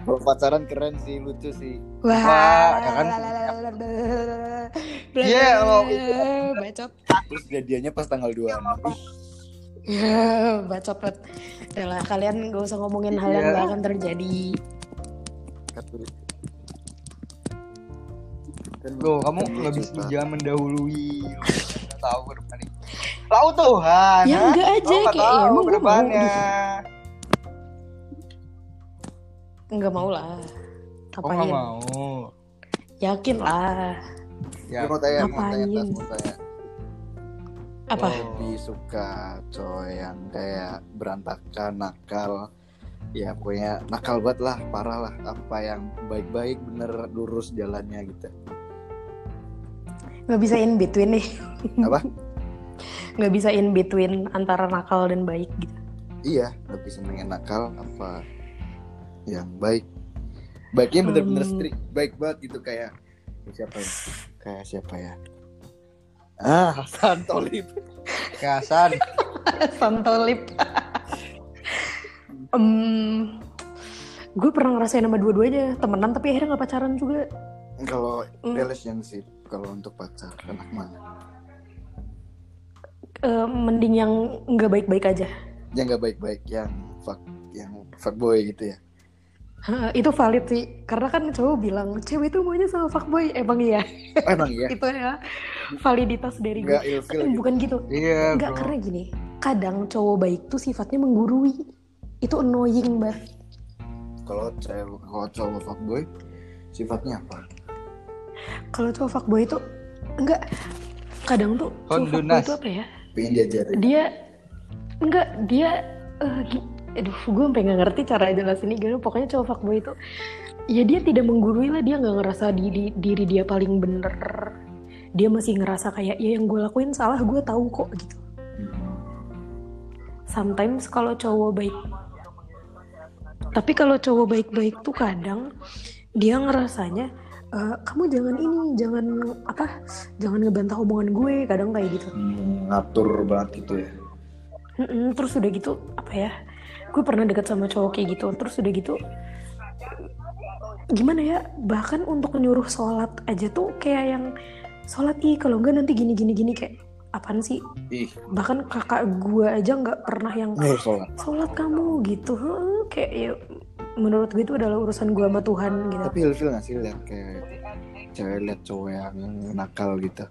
Speaker 1: Kalau pacaran keren sih, lucu sih.
Speaker 3: Wah,
Speaker 4: Wah, ya kan? Iya, lo-
Speaker 3: bacot.
Speaker 1: Terus jadiannya pas tanggal 2.
Speaker 4: Iya,
Speaker 1: Ih,
Speaker 3: Ya, bacot banget. Udah lah, kalian gak usah ngomongin hal yang
Speaker 4: Iya.
Speaker 3: gak akan terjadi.
Speaker 1: kata- Kan
Speaker 4: Loh, kamu
Speaker 1: kan
Speaker 4: nggak
Speaker 1: lucu,
Speaker 4: bisa
Speaker 1: Pak.
Speaker 4: jangan mendahului. Nggak tahu ke depan ini. Tahu Tuhan.
Speaker 3: Ya
Speaker 4: ha?
Speaker 3: enggak aja,
Speaker 4: Kamu
Speaker 3: kayak
Speaker 4: nggak
Speaker 3: ya,
Speaker 4: tahu
Speaker 3: emang
Speaker 4: ke
Speaker 3: gue mau.
Speaker 4: depannya.
Speaker 3: Enggak mau lah.
Speaker 4: Oh, nggak
Speaker 3: Ngapain?
Speaker 4: mau.
Speaker 3: Yakin lah.
Speaker 4: Ya.
Speaker 1: Gue mau tanya, mau
Speaker 3: Ngapain?
Speaker 1: tanya, Tas, mau tanya.
Speaker 3: Apa?
Speaker 4: Oh.
Speaker 1: Lebih suka cowok yang kayak berantakan, nakal. Ya pokoknya nakal banget lah, parah lah. Apa yang baik-baik bener lurus jalannya gitu.
Speaker 3: Nggak bisa in between nih.
Speaker 1: Apa?
Speaker 3: Nggak bisa in between antara nakal dan baik gitu.
Speaker 1: Iya, lebih seneng yang nakal apa yang baik. Baiknya bener-bener
Speaker 3: Hmm.
Speaker 1: strict, baik banget gitu kayak siapa ya? Kayak siapa ya? Ah, Hasan Tolib.
Speaker 4: Kasan.
Speaker 3: Santolip. Em, gue pernah ngerasain sama dua-duanya temenan tapi akhirnya nggak pacaran juga
Speaker 1: Kalau
Speaker 3: Hmm.
Speaker 1: relationship, kalau untuk pacar enak mana?
Speaker 3: Eh, mending yang nggak baik-baik aja
Speaker 1: Yang nggak baik-baik, yang fuck, yang fuckboy gitu ya.
Speaker 3: Hah, itu valid sih karena kan cowok bilang cewek itu maunya sama fuckboy emang iya
Speaker 1: Oh, Emang iya,
Speaker 3: itu ya validitas dari gue
Speaker 1: nggak ilfil
Speaker 3: Eh,
Speaker 1: gitu.
Speaker 3: bukan gitu
Speaker 4: Iya,
Speaker 3: nggak
Speaker 4: bro.
Speaker 3: karena gini kadang cowok baik tuh sifatnya menggurui itu annoying banget
Speaker 1: Kalau cewek, kalau cowok fuckboy sifatnya apa?
Speaker 3: kalau cowok fuckboy itu enggak kadang tuh cowok fuckboy
Speaker 4: Kondunas.
Speaker 3: itu apa ya
Speaker 1: Pengen diajarin.
Speaker 3: dia enggak dia eh, gi- aduh gue sampai nggak ngerti cara jelasinnya gimana pokoknya cowok fuckboy itu ya dia tidak menggurui lah dia nggak ngerasa di, di- diri dia paling bener dia masih ngerasa kayak ya yang gue lakuin salah gue tahu kok gitu sometimes kalau cowok baik tapi kalau cowok baik-baik tuh kadang dia ngerasanya eh, kamu jangan ini jangan apa jangan ngebantah omongan gue kadang kayak gitu
Speaker 1: Hmm, Ngatur banget gitu ya.
Speaker 3: Mm-mm, terus udah gitu apa ya? Gue pernah deket sama cowok kayak gitu. Terus udah gitu gimana ya? Bahkan untuk nyuruh sholat aja tuh kayak yang sholat ih kalau enggak nanti gini gini gini kayak apaan sih?
Speaker 1: Ih,
Speaker 3: Bahkan kakak gue aja nggak pernah yang
Speaker 1: nyuruh sholat.
Speaker 3: sholat kamu gitu. Heeh, Kayak ya, menurut gue itu adalah urusan gue sama Tuhan gitu.
Speaker 1: Tapi ilfil gak sih lihat kayak cewek lihat cowok yang nakal gitu?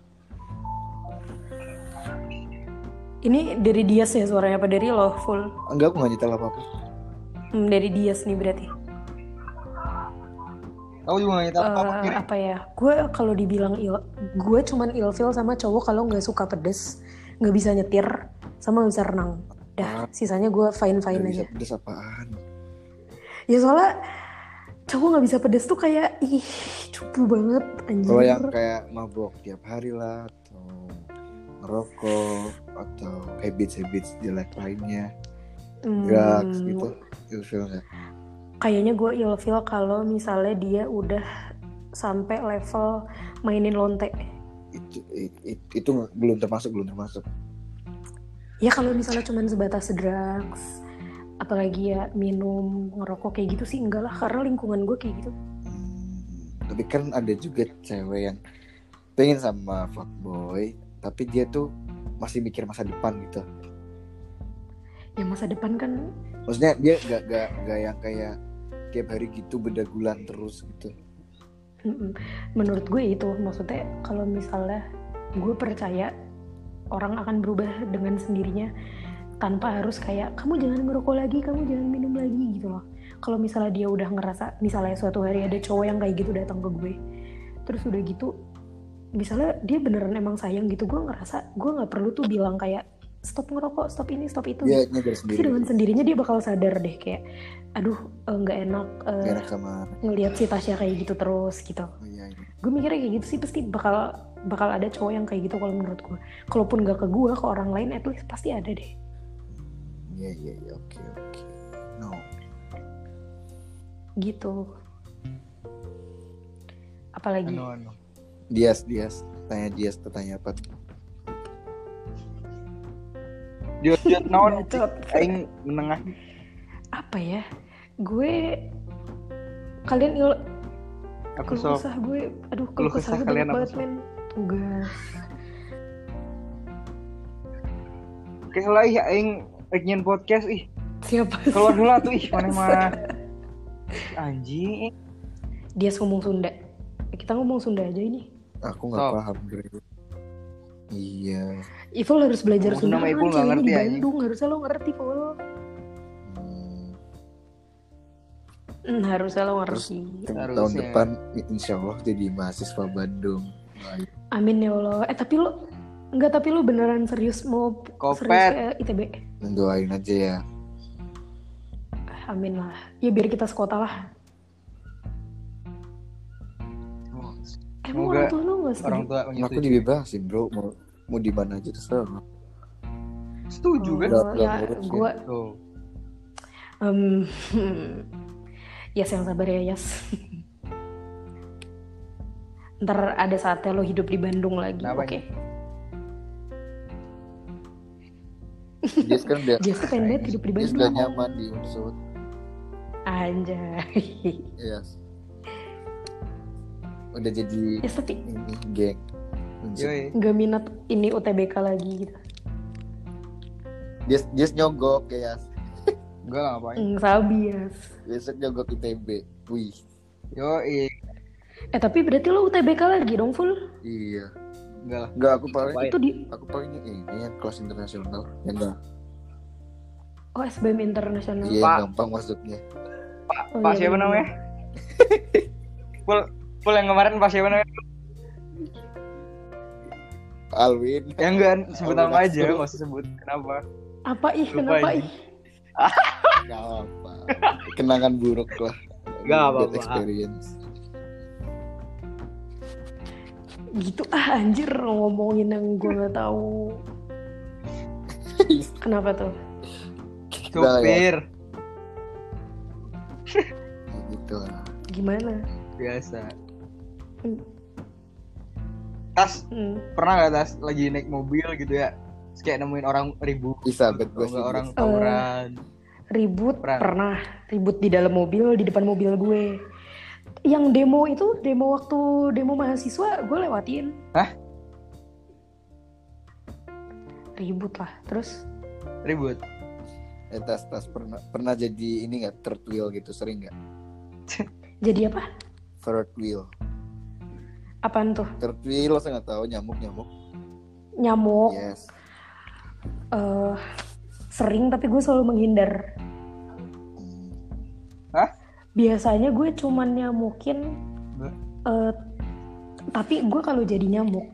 Speaker 3: Ini dari Dias ya suaranya apa dari lo full?
Speaker 1: Enggak, aku gak nyetel apa-apa.
Speaker 3: Hmm, dari Dias nih berarti.
Speaker 4: Kamu juga nggak tahu apa
Speaker 3: Eh,
Speaker 4: kira.
Speaker 3: apa ya gue kalau dibilang il gue cuman ilfil sama cowok kalau nggak suka pedes nggak bisa nyetir sama nggak bisa renang dah sisanya gue fine
Speaker 1: Gak
Speaker 3: fine
Speaker 1: Ah. bisa
Speaker 3: aja
Speaker 1: pedes apaan.
Speaker 3: ya soalnya cowok nggak bisa pedes tuh kayak ih cupu banget anjir
Speaker 1: Kalau Oh, yang kayak mabok tiap hari lah, atau ngerokok, atau habits-habits jelek lainnya,
Speaker 3: Hmm,
Speaker 1: drugs gitu. Ilfil gak?
Speaker 3: kayaknya gue ilfil kalau misalnya dia udah sampai level mainin lonte
Speaker 1: Itu, i- i- itu nggak- belum termasuk, belum termasuk.
Speaker 3: ya kalau misalnya cuman sebatas drugs apalagi ya minum ngerokok kayak gitu sih enggak lah karena lingkungan gue kayak gitu
Speaker 1: Hmm, tapi kan ada juga cewek yang pengen sama fuckboy, tapi dia tuh masih mikir masa depan gitu.
Speaker 3: ya masa depan kan
Speaker 1: maksudnya dia gak gak gak yang kayak tiap hari gitu bedagulan terus gitu
Speaker 3: mm-mm. menurut gue itu maksudnya kalau misalnya gue percaya orang akan berubah dengan sendirinya tanpa harus kayak kamu jangan ngerokok lagi kamu jangan minum lagi gitu loh kalau misalnya dia udah ngerasa misalnya suatu hari ada cowok yang kayak gitu datang ke gue terus udah gitu misalnya dia beneran emang sayang gitu gue ngerasa gue nggak perlu tuh bilang kayak stop ngerokok stop ini stop itu
Speaker 1: dia nyegar
Speaker 3: Pasti dengan
Speaker 1: sendiri
Speaker 3: sendirinya dia bakal sadar deh kayak aduh eh, nggak enak eh,
Speaker 1: jarak sama
Speaker 3: ngelihat si Tasya kayak gitu terus gitu
Speaker 1: oh, iya, iya.
Speaker 3: gue mikirnya kayak gitu sih pasti bakal bakal ada cowok yang kayak gitu kalau menurut gue kalaupun nggak ke gue ke orang lain at least pasti ada deh
Speaker 1: Iya iya iya oke oke. No.
Speaker 3: gitu apalagi
Speaker 4: Anu, anu.
Speaker 1: Dias Dias tanya Dias tanya apa?
Speaker 4: Jujur, naon
Speaker 3: Bacot.
Speaker 4: aing menengah
Speaker 3: apa ya gue kalian il-
Speaker 4: aku
Speaker 3: keluh
Speaker 4: sok
Speaker 3: kesah gue aduh keluh
Speaker 4: Keluh
Speaker 3: kesah
Speaker 4: kesah
Speaker 3: gue banyak
Speaker 4: kalian apa,
Speaker 3: banget
Speaker 4: Sob?
Speaker 3: men tugas
Speaker 4: kayak lah ih aing ingin podcast ih
Speaker 3: siapa sih
Speaker 4: keluar dulu tuh ih mana mana anjing ih.
Speaker 3: dia ngomong Sunda kita ngomong Sunda aja ini
Speaker 1: Aku nggak
Speaker 4: Stop.
Speaker 1: paham Dre. Iya.
Speaker 3: Ivol harus belajar
Speaker 4: Ngomong Sunda
Speaker 3: Sunda
Speaker 4: sama
Speaker 3: kan
Speaker 4: Ivol nggak
Speaker 3: ceweknya
Speaker 4: ngerti,
Speaker 3: di
Speaker 4: anjing.
Speaker 3: Bandung harusnya lo ngerti Vol
Speaker 1: Hmm,
Speaker 3: Hmm, harusnya lo ngerti
Speaker 1: tahun
Speaker 4: Harusnya.
Speaker 1: tahun depan Insya Allah jadi mahasiswa Bandung. Baik.
Speaker 3: amin ya Allah eh tapi lo Enggak, tapi lo beneran serius mau p-
Speaker 4: Kopet.
Speaker 3: serius ke ITB
Speaker 1: Dan doain aja ya.
Speaker 3: Ah, amin lah ya biar kita sekota lah
Speaker 4: Oh,
Speaker 3: emang
Speaker 4: Semoga
Speaker 3: orang tua lo nggak
Speaker 4: orang
Speaker 3: setuju
Speaker 4: tua
Speaker 1: Aku
Speaker 4: menyetujui.
Speaker 1: dibebasin bro. Mau mau di mana aja terserah.
Speaker 4: setuju kan
Speaker 1: Nggak-
Speaker 3: Oh,
Speaker 1: nggak
Speaker 3: ya
Speaker 1: ngurus ya.
Speaker 3: gue
Speaker 4: tuh
Speaker 3: Em, Yas yang sabar ya Yas. Ntar ada saatnya lo hidup di Bandung lagi, oke?
Speaker 4: Kenapa
Speaker 1: Dias kan udah.
Speaker 3: Jess tuh pengen banget hidup di
Speaker 1: Dias
Speaker 3: Bandung.
Speaker 1: udah nyaman di Unsur.
Speaker 3: Anjay.
Speaker 1: Yes. Iya. Udah jadi
Speaker 3: Yas tapi
Speaker 1: ini geng. Unsur.
Speaker 4: yoi
Speaker 3: gak minat ini UTBK lagi gitu.
Speaker 1: Dias Dias nyogok ya. Yas.
Speaker 4: enggak lah ngapain
Speaker 3: Mm, sabi Yas.
Speaker 1: Besok nyogok ITB. Wih.
Speaker 4: yoi
Speaker 3: Eh tapi berarti lo UTBK lagi dong
Speaker 4: Oh,
Speaker 3: full?
Speaker 1: Iya.
Speaker 4: enggak lah
Speaker 1: Enggak aku paling
Speaker 4: Ngapain?
Speaker 3: Itu di
Speaker 1: aku palingnya ini yang kelas internasional Ya yang enggak
Speaker 3: oh, SBM Internasional.
Speaker 1: iya
Speaker 4: Pak.
Speaker 1: gampang masuknya
Speaker 4: pak
Speaker 3: Oh,
Speaker 4: pak
Speaker 3: iya,
Speaker 4: siapa
Speaker 3: bener.
Speaker 4: namanya pul pul yang kemarin pak siapa namanya
Speaker 1: Alwin
Speaker 4: ya enggak sebut
Speaker 1: Aku
Speaker 4: nama
Speaker 1: nggak
Speaker 4: aja
Speaker 1: tahu.
Speaker 4: nggak usah sebut kenapa
Speaker 3: Apa ih?
Speaker 4: Lupa
Speaker 3: Kenapa
Speaker 4: ini.
Speaker 3: ih?
Speaker 1: enggak apa kenangan buruk lah
Speaker 4: Nggak apa-apa.
Speaker 1: Bad experience
Speaker 3: Gitu ah anjir ngomongin yang gue nggak tahu. Kenapa tuh?
Speaker 1: Udah lah, ya.
Speaker 4: supir
Speaker 1: Ya gitu lah
Speaker 3: Gimana?
Speaker 4: biasa
Speaker 3: Hmm.
Speaker 4: tas
Speaker 3: Hmm.
Speaker 4: pernah nggak tas lagi naik mobil gitu ya terus kayak nemuin orang ribu
Speaker 1: Isabet gue
Speaker 4: Atau
Speaker 1: sih
Speaker 4: nggak orang
Speaker 1: Dias.
Speaker 4: tawuran
Speaker 3: Ribut
Speaker 4: Pernah.
Speaker 3: pernah ribut di dalam mobil di depan mobil gue. Yang demo itu demo waktu demo mahasiswa gue lewatin.
Speaker 4: Hah?
Speaker 3: Ribut lah. Terus
Speaker 4: ribut
Speaker 1: eh, tas tas pernah pernah jadi ini nggak third wheel gitu sering nggak
Speaker 3: jadi apa?
Speaker 1: third wheel
Speaker 3: Apaan tuh?
Speaker 1: third wheel saya nggak tahu nyamuk nyamuk
Speaker 4: Oh.
Speaker 3: Nyamuk.
Speaker 1: yes
Speaker 4: Iya.
Speaker 3: eh, sering tapi gue selalu menghindar.
Speaker 1: Hmm.
Speaker 3: Biasanya gue cuman nyamukin
Speaker 4: Ba-
Speaker 3: eh, tapi gue kalau jadi nyamuk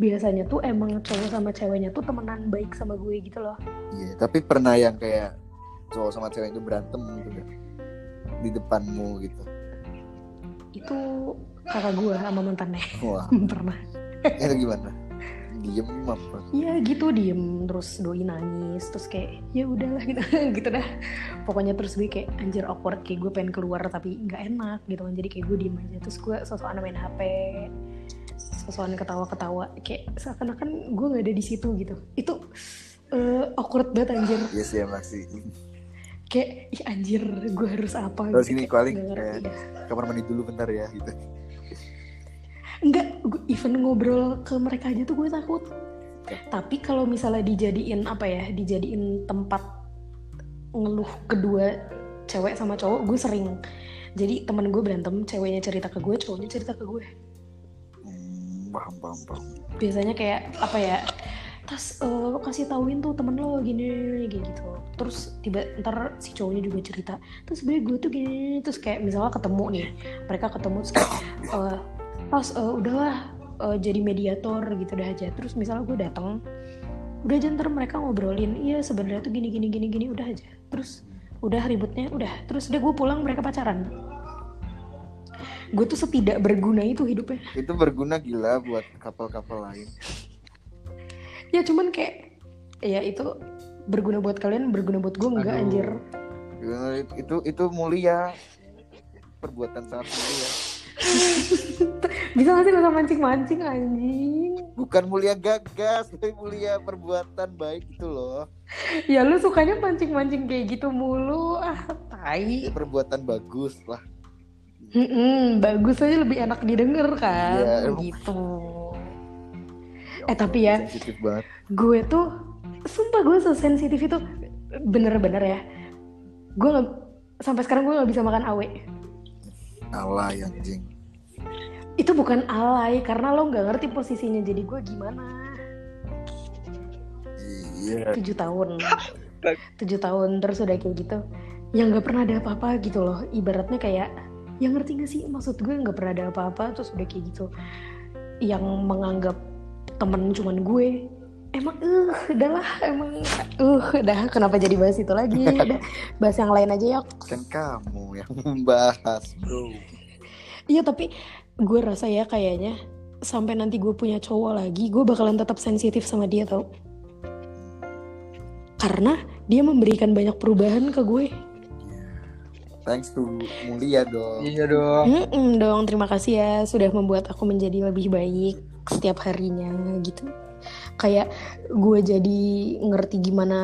Speaker 3: biasanya tuh emang cowok sama ceweknya tuh temenan baik sama gue gitu loh.
Speaker 1: iya tapi pernah yang kayak cowok sama cewek itu berantem gitu nggak? di depanmu gitu
Speaker 3: itu kakak gue sama mantannya
Speaker 1: wah
Speaker 3: pernah
Speaker 1: itu gimana diem apa
Speaker 3: ya gitu diem terus doi nangis terus kayak ya udahlah gitu gitu dah pokoknya terus gue kayak anjir awkward kayak gue pengen keluar tapi nggak enak gitu kan jadi kayak gue diem aja terus gue sosokan main hp sosokan ketawa-ketawa kayak seakan-akan gue nggak ada di situ gitu itu eh, awkward banget anjir
Speaker 1: yes ya masih
Speaker 3: kayak ih anjir gue harus apa
Speaker 1: Terus gini,
Speaker 3: gitu Kayak
Speaker 1: paling
Speaker 3: nggak ngerti
Speaker 1: kayak-
Speaker 3: dah.
Speaker 1: kamar mandi dulu bentar ya gitu
Speaker 3: Enggak, gue even ngobrol ke mereka aja tuh gue takut. Tapi kalau misalnya dijadiin apa ya, dijadiin tempat ngeluh kedua cewek sama cowok, gue sering. Jadi teman gue berantem, ceweknya cerita ke gue, cowoknya cerita ke gue.
Speaker 1: hmm, paham paham paham
Speaker 3: Biasanya kayak apa ya? tas eh, kasih tauin tuh temen lo gini, gini, gini, gitu terus tiba ntar si cowoknya juga cerita terus sebenernya gue tuh gini gini." terus kayak misalnya ketemu nih mereka ketemu terus kayak eh, tas eh, udahlah eh, jadi mediator gitu dah aja terus misalnya gue datang udah aja ntar mereka ngobrolin iya sebenarnya tuh gini gini gini gini udah aja terus udah ributnya udah terus udah gue pulang mereka pacaran gue tuh setidak berguna itu hidupnya
Speaker 1: Itu berguna gila buat kapal-kapal lain.
Speaker 3: ya cuman kayak ya itu berguna buat kalian berguna buat gue enggak
Speaker 4: Aduh.
Speaker 3: anjir
Speaker 1: Gila, Itu itu mulia. Perbuatan sangat mulia.
Speaker 3: bisa gak sih gak usah mancing-mancing anjing
Speaker 1: Bukan mulia gagas, tapi mulia perbuatan baik itu loh.
Speaker 3: ya lu sukanya mancing-mancing kayak gitu mulu ah
Speaker 1: Ya,
Speaker 3: tai
Speaker 1: perbuatan bagus lah.
Speaker 3: Mm-mm, bagus aja lebih enak didengar
Speaker 1: Iya,
Speaker 3: kan
Speaker 1: emang.
Speaker 3: gitu Eh, tapi ya.
Speaker 1: Sensitif banget.
Speaker 3: gue tuh sumpah gue sesensitif itu bener-bener ya gue nggak- sampai sekarang gue nggak bisa makan awe
Speaker 1: Alay anjing.
Speaker 3: itu bukan alay karena lo nggak ngerti posisinya jadi gue gimana
Speaker 1: Iya.
Speaker 3: tujuh tahun tujuh tahun terus udah kayak gitu yang nggak pernah ada apa-apa gitu loh ibaratnya kayak yang ngerti gak sih maksud gue nggak pernah ada apa-apa terus udah kayak gitu yang menganggap temen cuman gue emang eh udah lah emang eh udah kenapa jadi bahas itu lagi udah bahas yang lain aja ya
Speaker 1: Kan kamu yang membahas, Bro.
Speaker 3: iya tapi gue rasa ya kayaknya sampai nanti gue punya cowok lagi gue bakalan tetap sensitif sama dia tau karena dia memberikan banyak perubahan ke gue
Speaker 1: Iya. Thanks to mulia dong.
Speaker 4: Iya dong.
Speaker 3: Mm-mm dong, terima kasih ya sudah membuat aku menjadi lebih baik setiap harinya gitu. Kayak gue jadi ngerti gimana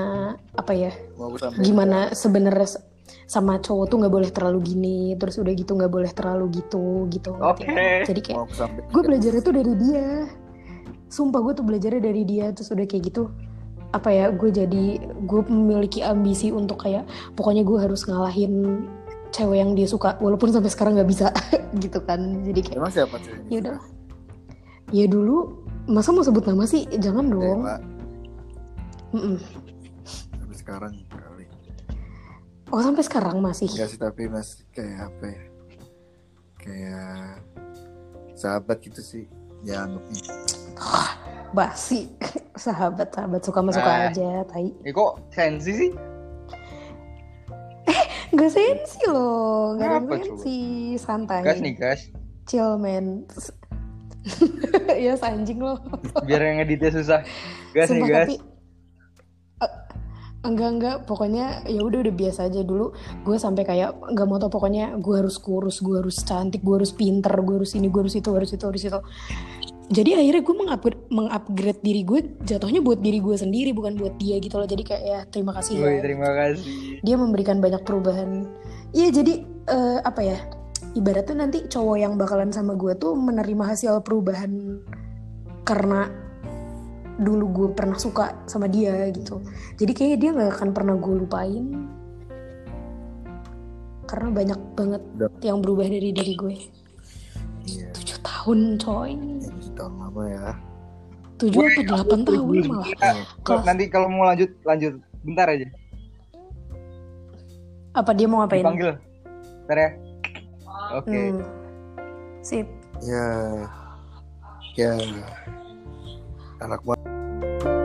Speaker 3: apa ya,
Speaker 1: Mau sampai
Speaker 3: gimana sebenarnya s- sama cowok tuh nggak boleh terlalu gini, terus udah gitu nggak boleh terlalu gitu gitu. ngerti kan?
Speaker 4: Oke.
Speaker 3: Jadi kayak
Speaker 1: mau sampai
Speaker 3: gue belajar itu dari dia. Sumpah gue tuh belajarnya dari dia terus udah kayak gitu apa ya gue jadi gue memiliki ambisi untuk kayak pokoknya gue harus ngalahin cewek yang dia suka walaupun sampai sekarang nggak bisa gitu kan jadi kayak
Speaker 1: Emang siapa cewek?
Speaker 3: ya udah ya dulu masa mau sebut nama sih jangan dong
Speaker 1: Dewa
Speaker 3: Mm-mm.
Speaker 1: sampai sekarang kali.
Speaker 3: oh sampai sekarang masih
Speaker 1: Enggak sih tapi masih kayak apa ya? Kayak sahabat gitu sih. Ya anggapnya.
Speaker 3: basi sahabat sahabat suka masuka
Speaker 4: Ah.
Speaker 3: aja tai
Speaker 4: Eh kok sensi sih?
Speaker 3: nggak sensi loh nggak ada yang
Speaker 4: Kenapa, Cuk?
Speaker 3: sensi santai
Speaker 4: Gas nih gas.
Speaker 3: chill man ya anjing lo
Speaker 4: Biar yang ngeditnya susah. Gas
Speaker 3: Sumpah,
Speaker 4: nih gas.
Speaker 3: tapi Eh, enggak enggak pokoknya ya udah udah biasa aja dulu gue sampai kayak nggak mau tau pokoknya gue harus kurus gue harus cantik gue harus pinter gue harus ini gue harus itu harus itu harus itu jadi akhirnya gue mengupgrade, mengupgrade diri gue jatuhnya buat diri gue sendiri bukan buat dia gitu loh jadi kayak ya terima kasih ya
Speaker 4: Woi, terima kasih.
Speaker 3: dia memberikan banyak perubahan iya jadi eh, apa ya ibaratnya nanti cowok yang bakalan sama gue tuh menerima hasil perubahan karena dulu gue pernah suka sama dia gitu jadi kayaknya dia nggak akan pernah gue lupain karena banyak banget
Speaker 1: Udah.
Speaker 3: yang berubah dari diri gue
Speaker 1: Iya.
Speaker 3: tujuh tahun coy
Speaker 1: Jadi tahun lama ya.
Speaker 3: tujuh atau delapan tahun malah
Speaker 4: Iya.
Speaker 3: Kelas.
Speaker 4: Nanti kalau mau lanjut lanjut bentar aja.
Speaker 3: apa dia mau ngapain
Speaker 4: Dipanggil. Bentar ya. Oke.
Speaker 3: Hmm. sip
Speaker 1: Ya. Ya. Anak banget.